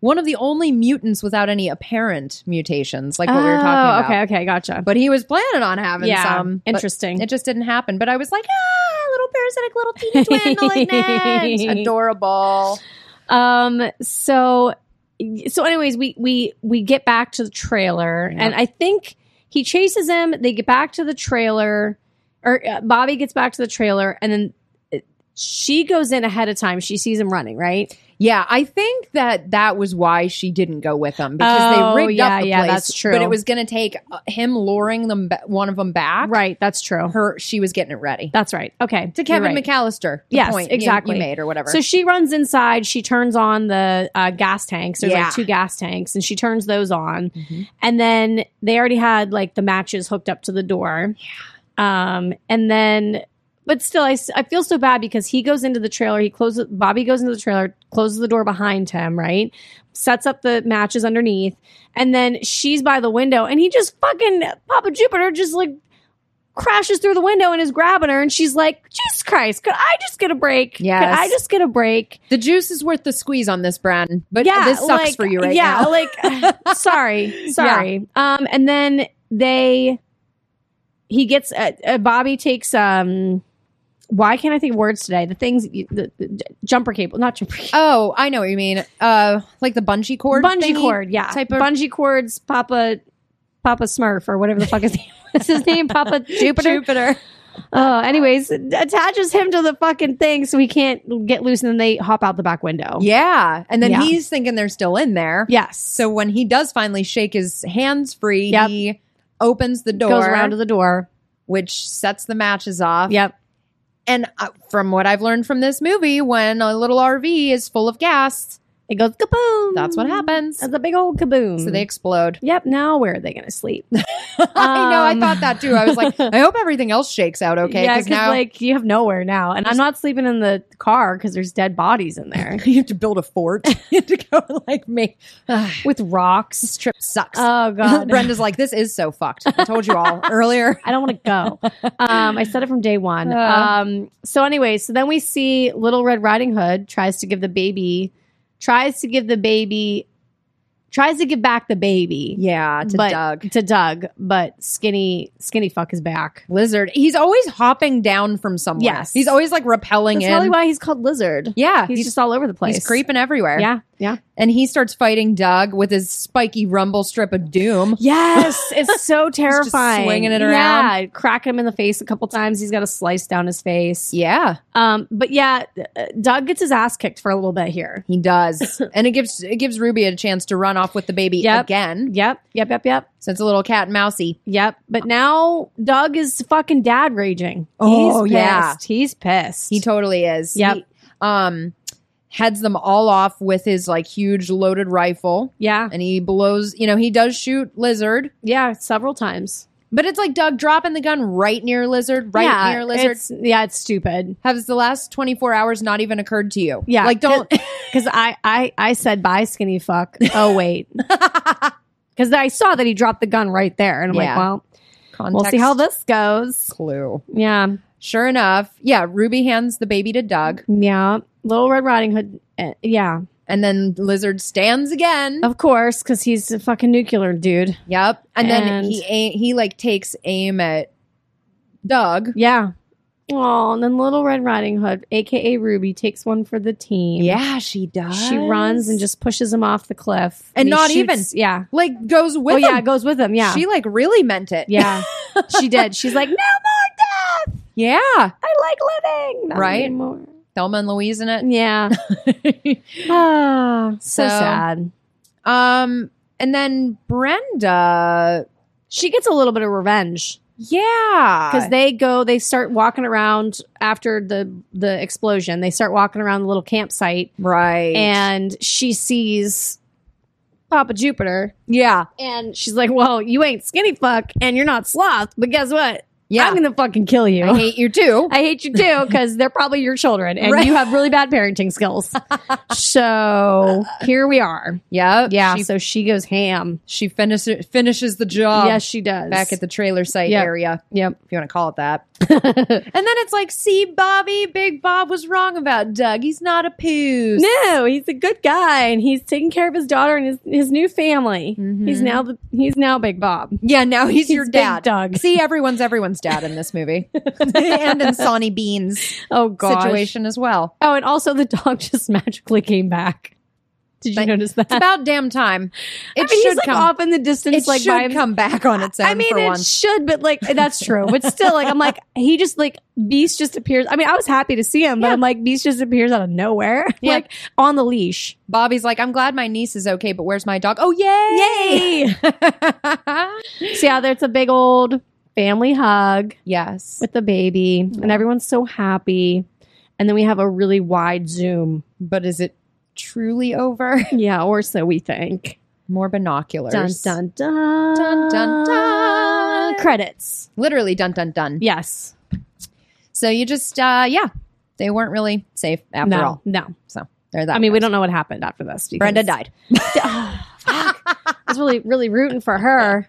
B: one of the only mutants without any apparent mutations, like what we were talking
A: Oh,
B: about.
A: Okay, okay, gotcha.
B: But he was planning on having
A: yeah,
B: some. but
A: interesting.
B: It just didn't happen. But I was like, ah, little parasitic, little teeny twin, malignant, adorable.
A: Um. So, so, anyways, we we we get back to the trailer,
B: Yeah.
A: and I think he chases him. They get back to the trailer, or uh, Bobby gets back to the trailer, and then uh, she goes in ahead of time. She sees him running, right?
B: Yeah, I think that that was why she didn't go with him because
A: Oh,
B: they rigged
A: yeah,
B: up the
A: yeah,
B: place.
A: that's true.
B: But it was going to take uh, him luring them ba- one of them back.
A: Right. That's true.
B: Her, she was getting it ready
A: That's right. Okay.
B: to
A: you're
B: Kevin
A: right.
B: McAllister. The
A: Yes,
B: point you-
A: exactly.
B: You, made or whatever.
A: So she runs inside. She turns on the uh, gas tanks. There's
B: Yeah.
A: like two gas tanks, and she turns those on. And then they already had like the matches hooked up to the door. Yeah. Um, and then, but still, I, s- I feel so bad because he goes into the trailer. He closes, Bobby goes into the trailer, closes the door behind him, right? Sets up the matches underneath. And then she's by the window and he just fucking, Papa Jupiter just like crashes through the window and is grabbing her. And she's like, Jesus Christ, could I just get a break? Could
B: Yes.
A: I just get a break?
B: the juice is worth the squeeze on this, Bran. But this sucks
A: like-
B: for you right
A: yeah,
B: now.
A: like sorry, sorry. Um, and then they, he gets uh, uh, Bobby takes um, why can't I think of words today? The things you- the, the j- jumper cable, not jumper cable.
B: Oh, I know what you mean. Uh, like the bungee cord,
A: bungee
B: thingy?
A: cord, yeah,
B: type of-
A: bungee cords, Papa. Papa Smurf or whatever the fuck his name is his name, Papa Jupiter.
B: Jupiter.
A: Oh, anyways, attaches him to the fucking thing so he can't get loose, and then they hop out the back window.
B: Yeah, and then
A: Yeah.
B: he's thinking they're still in there.
A: Yes.
B: So when he does finally shake his hands free,
A: Yep.
B: he opens the door,
A: goes around to the door.
B: which sets the matches off.
A: Yep.
B: And uh, from what I've learned from this movie, when a little RV is full of gas,
A: It goes kaboom.
B: that's what happens.
A: That's a big old kaboom.
B: So they explode.
A: Yep. Now where are they going to sleep?
B: I know. I
A: Um,
B: thought that too. I was like, I hope everything else shakes out okay.
A: yeah,
B: Because
A: because
B: now
A: like you have nowhere now, and I'm not sleeping in the car because there's dead bodies in there
B: you have to build a fort. you have to go like me. this
A: with rocks.
B: trip sucks.
A: Oh god,
B: Brenda's like, this is so fucked. I told you all earlier.
A: I don't want to go. Um, I said it from day one.
B: Uh.
A: Um, so anyway, so then we see Little Red Riding Hood tries to give the baby, tries to give the baby, tries to give back the baby
B: Yeah, to
A: But-
B: Doug.
A: to Doug, but skinny skinny fuck is back.
B: Lizard. He's always hopping down from somewhere.
A: Yes.
B: He's always like rappelling
A: That's
B: in.
A: probably why he's called Lizard.
B: yeah.
A: He's, just all over the place.
B: he's creeping everywhere.
A: Yeah, yeah.
B: And he starts fighting Doug with his spiky rumble strip of doom.
A: Yes, it's so terrifying.
B: swinging it
A: Yeah,
B: around.
A: crack him in the face a couple times. He's got a slice down his face.
B: Yeah,
A: Um, but yeah, uh, Doug gets his ass kicked for a little bit here.
B: he does. and it gives it gives Ruby a chance to run off with the baby
A: Yep.
B: again.
A: Yep, yep, yep, yep,
B: So it's a little cat and mousey.
A: yep. But now Doug is fucking dad raging.
B: Oh,
A: He's
B: yeah.
A: pissed. he's pissed.
B: He totally is.
A: Yep.
B: He, um heads them all off with his like huge loaded rifle.
A: yeah,
B: And he blows, you know, he does shoot Lizard,
A: yeah, several times.
B: but it's like Doug dropping the gun right near Lizard, right
A: yeah,
B: near Lizard.
A: it's- yeah, it's stupid.
B: Has the last 24 hours not even occurred to you?
A: Yeah,
B: Like, don't.
A: because I I I said bye skinny fuck. Oh wait, because I saw that he dropped the gun right there, and I'm like,
B: Yeah.
A: well, we'll see how this goes.
B: Clue.
A: Yeah.
B: Sure enough, yeah, Ruby hands the baby to Doug,
A: Yeah. Little Red Riding Hood. uh, yeah.
B: and then Lizard stands again.
A: Of course, because he's a fucking nuclear dude.
B: Yep, and, then
A: And-
B: he a- he like takes aim at Doug.
A: Yeah. Oh, and then Little Red Riding Hood, aka Ruby, takes one for the team.
B: Yeah, she does.
A: She runs and just pushes him off the cliff.
B: And
A: he
B: not
A: shoots- Yeah.
B: like goes with
A: oh, yeah.
B: him.
A: Goes with him. Yeah.
B: She like really meant it.
A: yeah. she did. She's like, no more death.
B: yeah.
A: I like living. Not
B: Right?
A: anymore."
B: Thelma and Louise in it.
A: Yeah. Ah, so,
B: So-
A: sad.
B: um, and then Brenda,
A: She gets a little bit of revenge
B: yeah,
A: because they go, they start walking around after the the explosion. They start walking around the little campsite,
B: right
A: and she sees Papa Jupiter,
B: yeah,
A: and she's like, "Well, you ain't skinny fuck, and you're not sloth, but guess what?
B: yeah.
A: I'm gonna fucking kill you."
B: I hate you too.
A: I hate you too because they're probably your children and
B: Right.
A: you have really bad parenting skills. so here we are.
B: Yep.
A: Yeah.
B: She,
A: so she goes ham.
B: she finishes finishes the job.
A: yes, she does.
B: back at the trailer site
A: Yep.
B: area,
A: yep.
B: if you want to call it that. and then it's like, see, Bobby, Big Bob was wrong about Doug. He's not a poos.
A: No, he's a good guy and he's taking care of his daughter and his, his new family.
B: Mhm.
A: He's now the, he's now Big Bob.
B: Yeah, now he's, your
A: Big
B: dad.
A: Doug.
B: See, everyone's everyone's dad in this movie, and in Sonny Bean's
A: Oh gosh.
B: situation as well.
A: Oh, and also the dog just magically came back. Did you
B: Thank-
A: notice that?
B: It's about damn time. It
A: I mean,
B: should
A: he's like
B: come.
A: off in the distance,
B: it
A: like by
B: should
A: himself.
B: come back on its own.
A: I mean,
B: for
A: it
B: once.
A: should, but like that's true. But still, like I'm like he just like Beast just appears. I mean, I was happy to see him, but
B: Yeah.
A: I'm like Beast just appears out of nowhere,
B: Yeah.
A: like on the leash.
B: Bobby's like, I'm glad my niece is okay, but where's my dog? Oh, yay!
A: so yeah, there's a big old family hug
B: yes.
A: with the baby, and everyone's so happy. And then we have a really wide zoom.
B: But is it truly over?
A: Yeah, or so we think.
B: More binoculars.
A: Dun dun dun
B: Dun, dun, dun.
A: Credits.
B: Literally dun dun dun.
A: Yes.
B: So you just uh yeah. They weren't really safe after
A: no.
B: all.
A: No.
B: They're that
A: I mean, we
B: nice.
A: don't know what happened after this. because- Ah,
B: Brenda died.
A: I was really, really rooting for her.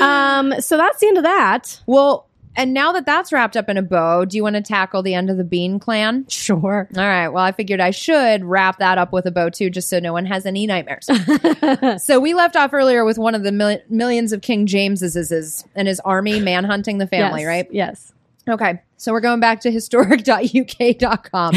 A: Um, so that's the end of that.
B: Well, and now that that's wrapped up in a bow, do you want to tackle the end of the Bean clan?
A: Sure.
B: All right. Well, I figured I should wrap that up with a bow too, just so no one has any nightmares. so we left off earlier with one of the mil- millions of King James's and his army manhunting the family,
A: Yes,
B: right?
A: Yes.
B: Okay. So we're going back to historic.uk.com.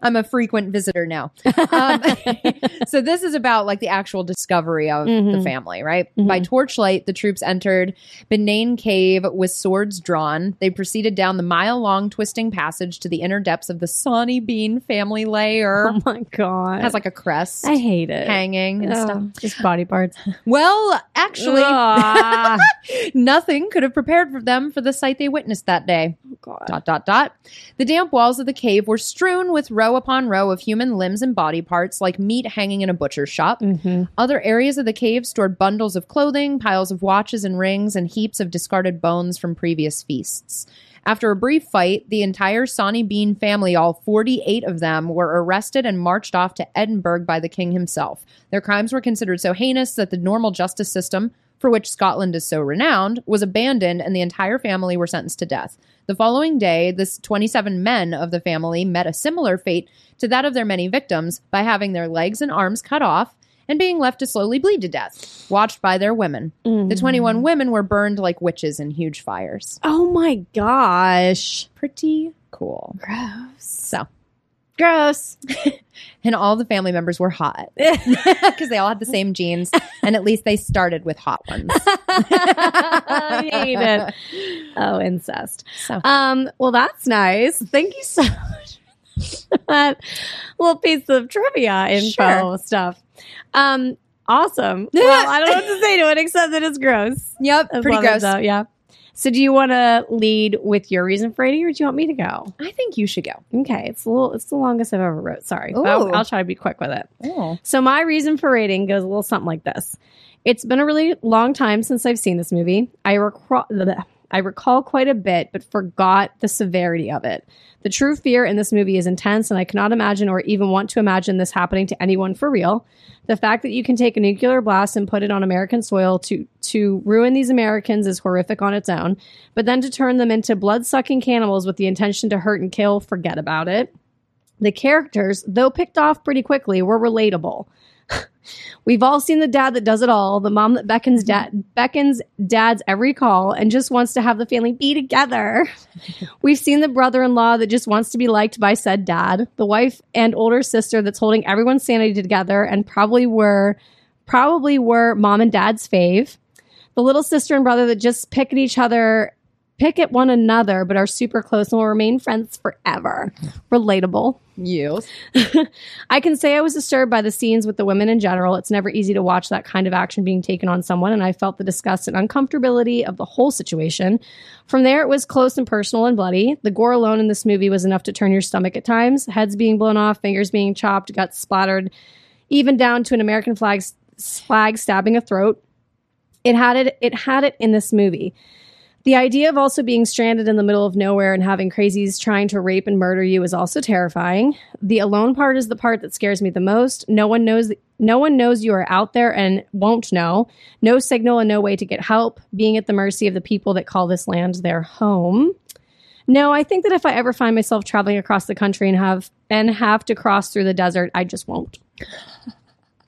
B: I'm a frequent visitor now. Um, so this is about like the actual discovery of the
A: Mhm.
B: family, right?
A: Mhm.
B: By torchlight, the troops entered Benane Cave with swords drawn. They proceeded down the mile-long twisting passage to the inner depths of the Sawney Bean family lair.
A: Oh my god.
B: It has like a crest
A: I hate it.
B: hanging and
A: Oh,
B: stuff.
A: Just body parts.
B: Well, actually,
A: Ah.
B: nothing could have prepared for them for the sight they witnessed that day.
A: Oh, God.
B: dot dot dot the damp walls of the cave were strewn with row upon row of human limbs and body parts like meat hanging in a butcher's shop
A: Mhm.
B: other areas of the cave stored bundles of clothing piles of watches and rings and heaps of discarded bones from previous feasts after a brief fight the entire sonny bean family all 48 of them were arrested and marched off to edinburgh by the king himself their crimes were considered so heinous that the normal justice system for which Scotland is so renowned, was abandoned and the entire family were sentenced to death. The following day, this 27 men of the family met a similar fate to that of their many victims by having their legs and arms cut off and being left to slowly bleed to death, watched by their women. The
A: Mm.
B: 21 women were burned like witches in huge fires.
A: Oh my gosh.
B: Pretty cool.
A: Gross.
B: So,
A: Gross.
B: and all the family members were hot because they all had the same genes, and at least they started with hot ones.
A: I hate it. Oh, incest.
B: So,
A: Um, well, that's nice. Thank you so much for that little piece of trivia info
B: Sure.
A: stuff. Um, awesome. Well, I don't know what to say to it except that it's gross.
B: yep,
A: I
B: pretty
A: love it,
B: gross.
A: though, yeah. So, do you want to lead with your reason for dating, or do you want me to go?
B: I think you should go.
A: Okay, it's a little. It's the longest I've ever wrote. Sorry, but I'll-
B: Ooh.
A: I'll try to be quick with it.
B: Oh.
A: So my reason for rating goes a little something like this. It's been a really long time since I've seen this movie. I recall I recall quite a bit, but forgot the severity of it. The true fear in this movie is intense, and I cannot imagine or even want to imagine this happening to anyone for real. The fact that you can take a nuclear blast and put it on American soil to to ruin these Americans is horrific on its own, but then to turn them into blood sucking cannibals with the intention to hurt and kill, forget about it. The characters, though picked off pretty quickly, were relatable. We've all seen the dad that does it all, the mom that beckons dad beckons dad's every call and just wants to have the family be together. We've seen the brother-in-law that just wants to be liked by said dad, the wife and older sister that's holding everyone's sanity together and probably were probably were mom and dad's fave. The little sister and brother that just pick at each other pick at one another, but are super close and will remain friends forever. Relatable.
B: Yes.
A: I can say I was disturbed by the scenes with the women in general. It's never easy to watch that kind of action being taken on someone, and I felt the disgust and uncomfortability of the whole situation. From there, it was close and personal and bloody. The gore alone in this movie was enough to turn your stomach at times heads being blown off, fingers being chopped, guts splattered, even down to an American flag, flag stabbing a throat. It had it, it had it in this movie. The idea of also being stranded in the middle of nowhere and having crazies trying to rape and murder you is also terrifying. The alone part is the part that scares me the most. No one knows no one knows you are out there and won't know. No signal and no way to get help, being at the mercy of the people that call this land their home. No, I think that if I ever find myself traveling across the country and have and have to cross through the desert, I just won't.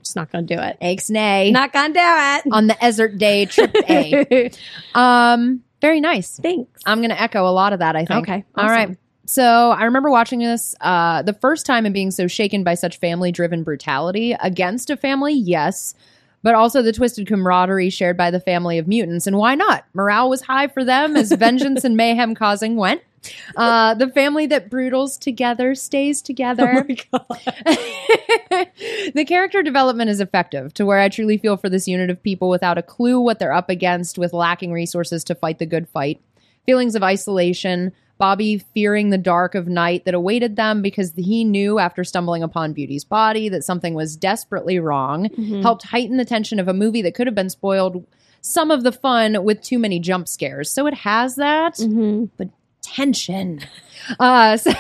A: Just not going to do it.
B: Eggs nay.
A: Not going to do
B: on the desert day trip A.
A: it.
B: um, very nice.
A: Thanks.
B: I'm going to echo a lot of that, I think.
A: Okay,
B: All
A: awesome.
B: right. So I remember watching this uh, the first time and being so shaken by such family driven brutality against a family, yes, but also the twisted camaraderie shared by the family of mutants. And why not? Morale was high for them as vengeance and mayhem causing went. Uh, the family that brutals together stays together.
A: Oh
B: the character development is effective to where I truly feel for this unit of people without a clue what they're up against, with lacking resources to fight the good fight. Feelings of isolation, Bobby fearing the dark of night that awaited them because he knew after stumbling upon Beauty's body that something was desperately wrong, helped heighten the tension of a movie that could have been spoiled some of the fun with too many jump scares. So it has that tension. Uh, so-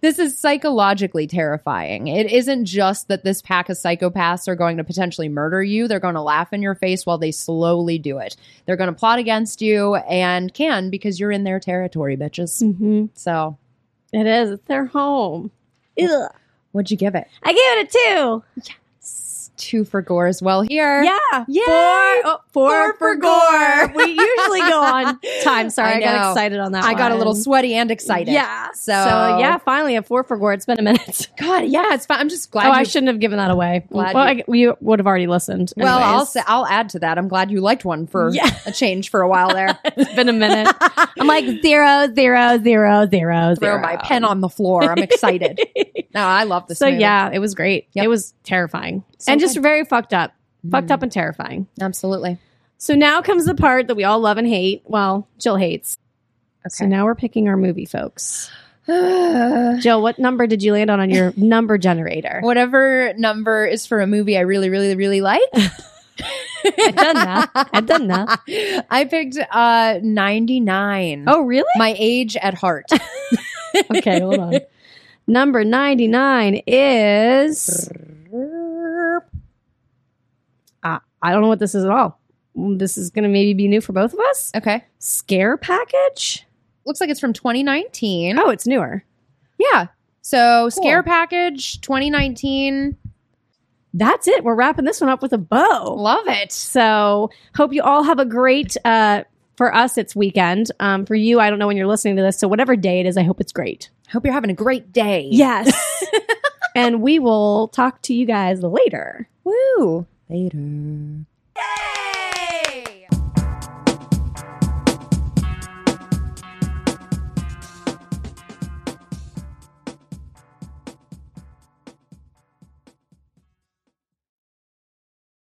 B: this is psychologically terrifying. It isn't just that this pack of psychopaths are going to potentially murder you. They're going to laugh in your face while they slowly do it. They're going to plot against you and can because you're in their territory, bitches.
A: Mhm.
B: So,
A: It is. It's their home. Ugh.
B: what'd you give it?
A: I gave it a two.
B: Two for gore as well here.
A: Yeah.
B: Yay!
A: Four, oh, four
B: Four
A: for
B: for
A: gore. we usually go on time. Sorry, I,
B: I
A: got
B: know.
A: excited on that
B: I got a
A: one.
B: little sweaty and excited.
A: Yeah.
B: So,
A: So, yeah, finally a four for gore. It's been a minute.
B: God, yeah, it's fine. I'm just glad
A: oh,
B: you
A: I shouldn't have given that away.
B: Glad
A: well,
B: you-
A: I, we would have already listened.
B: Well, I'll
A: anyways.
B: say, I'll add to that. I'm glad you liked one for
A: Yeah.
B: a change for a while there.
A: it's been a minute. I'm like zero, zero, zero, zero,
B: Throw
A: zero.
B: my pen on the floor. I'm excited. no, I love this.
A: So
B: movie.
A: yeah, it was great.
B: Yep.
A: It was terrifying
B: So
A: and just very fucked up, fucked
B: Mm.
A: up and terrifying.
B: absolutely.
A: So now comes the part that we all love and hate. Well, Jill hates. So now we're picking our movie, folks. Jill, what number did you land on on your number generator?
B: Whatever number is for a movie I really, really, really like.
A: I've done that. I've done that.
B: I picked uh 99.
A: Oh, really?
B: my age at heart.
A: Okay, hold on. Number 99 is. Uh, I don't know what this is at all. Mm, This is going to maybe be new for both of us.
B: okay.
A: Scare package?
B: Looks like it's from 2019.
A: Oh, it's newer.
B: Yeah. So Scare
A: Cool.
B: Package 2019.
A: That's it. We're wrapping this one up with a bow.
B: Love it.
A: So, hope you all have a great. Uh, for us, it's weekend. Um, for you, I don't know when you're listening to this. So, whatever day it is, I hope it's great.
B: Hope you're having a great day.
A: Yes. and we will talk to you guys later.
B: Woo. Later.
A: Yay!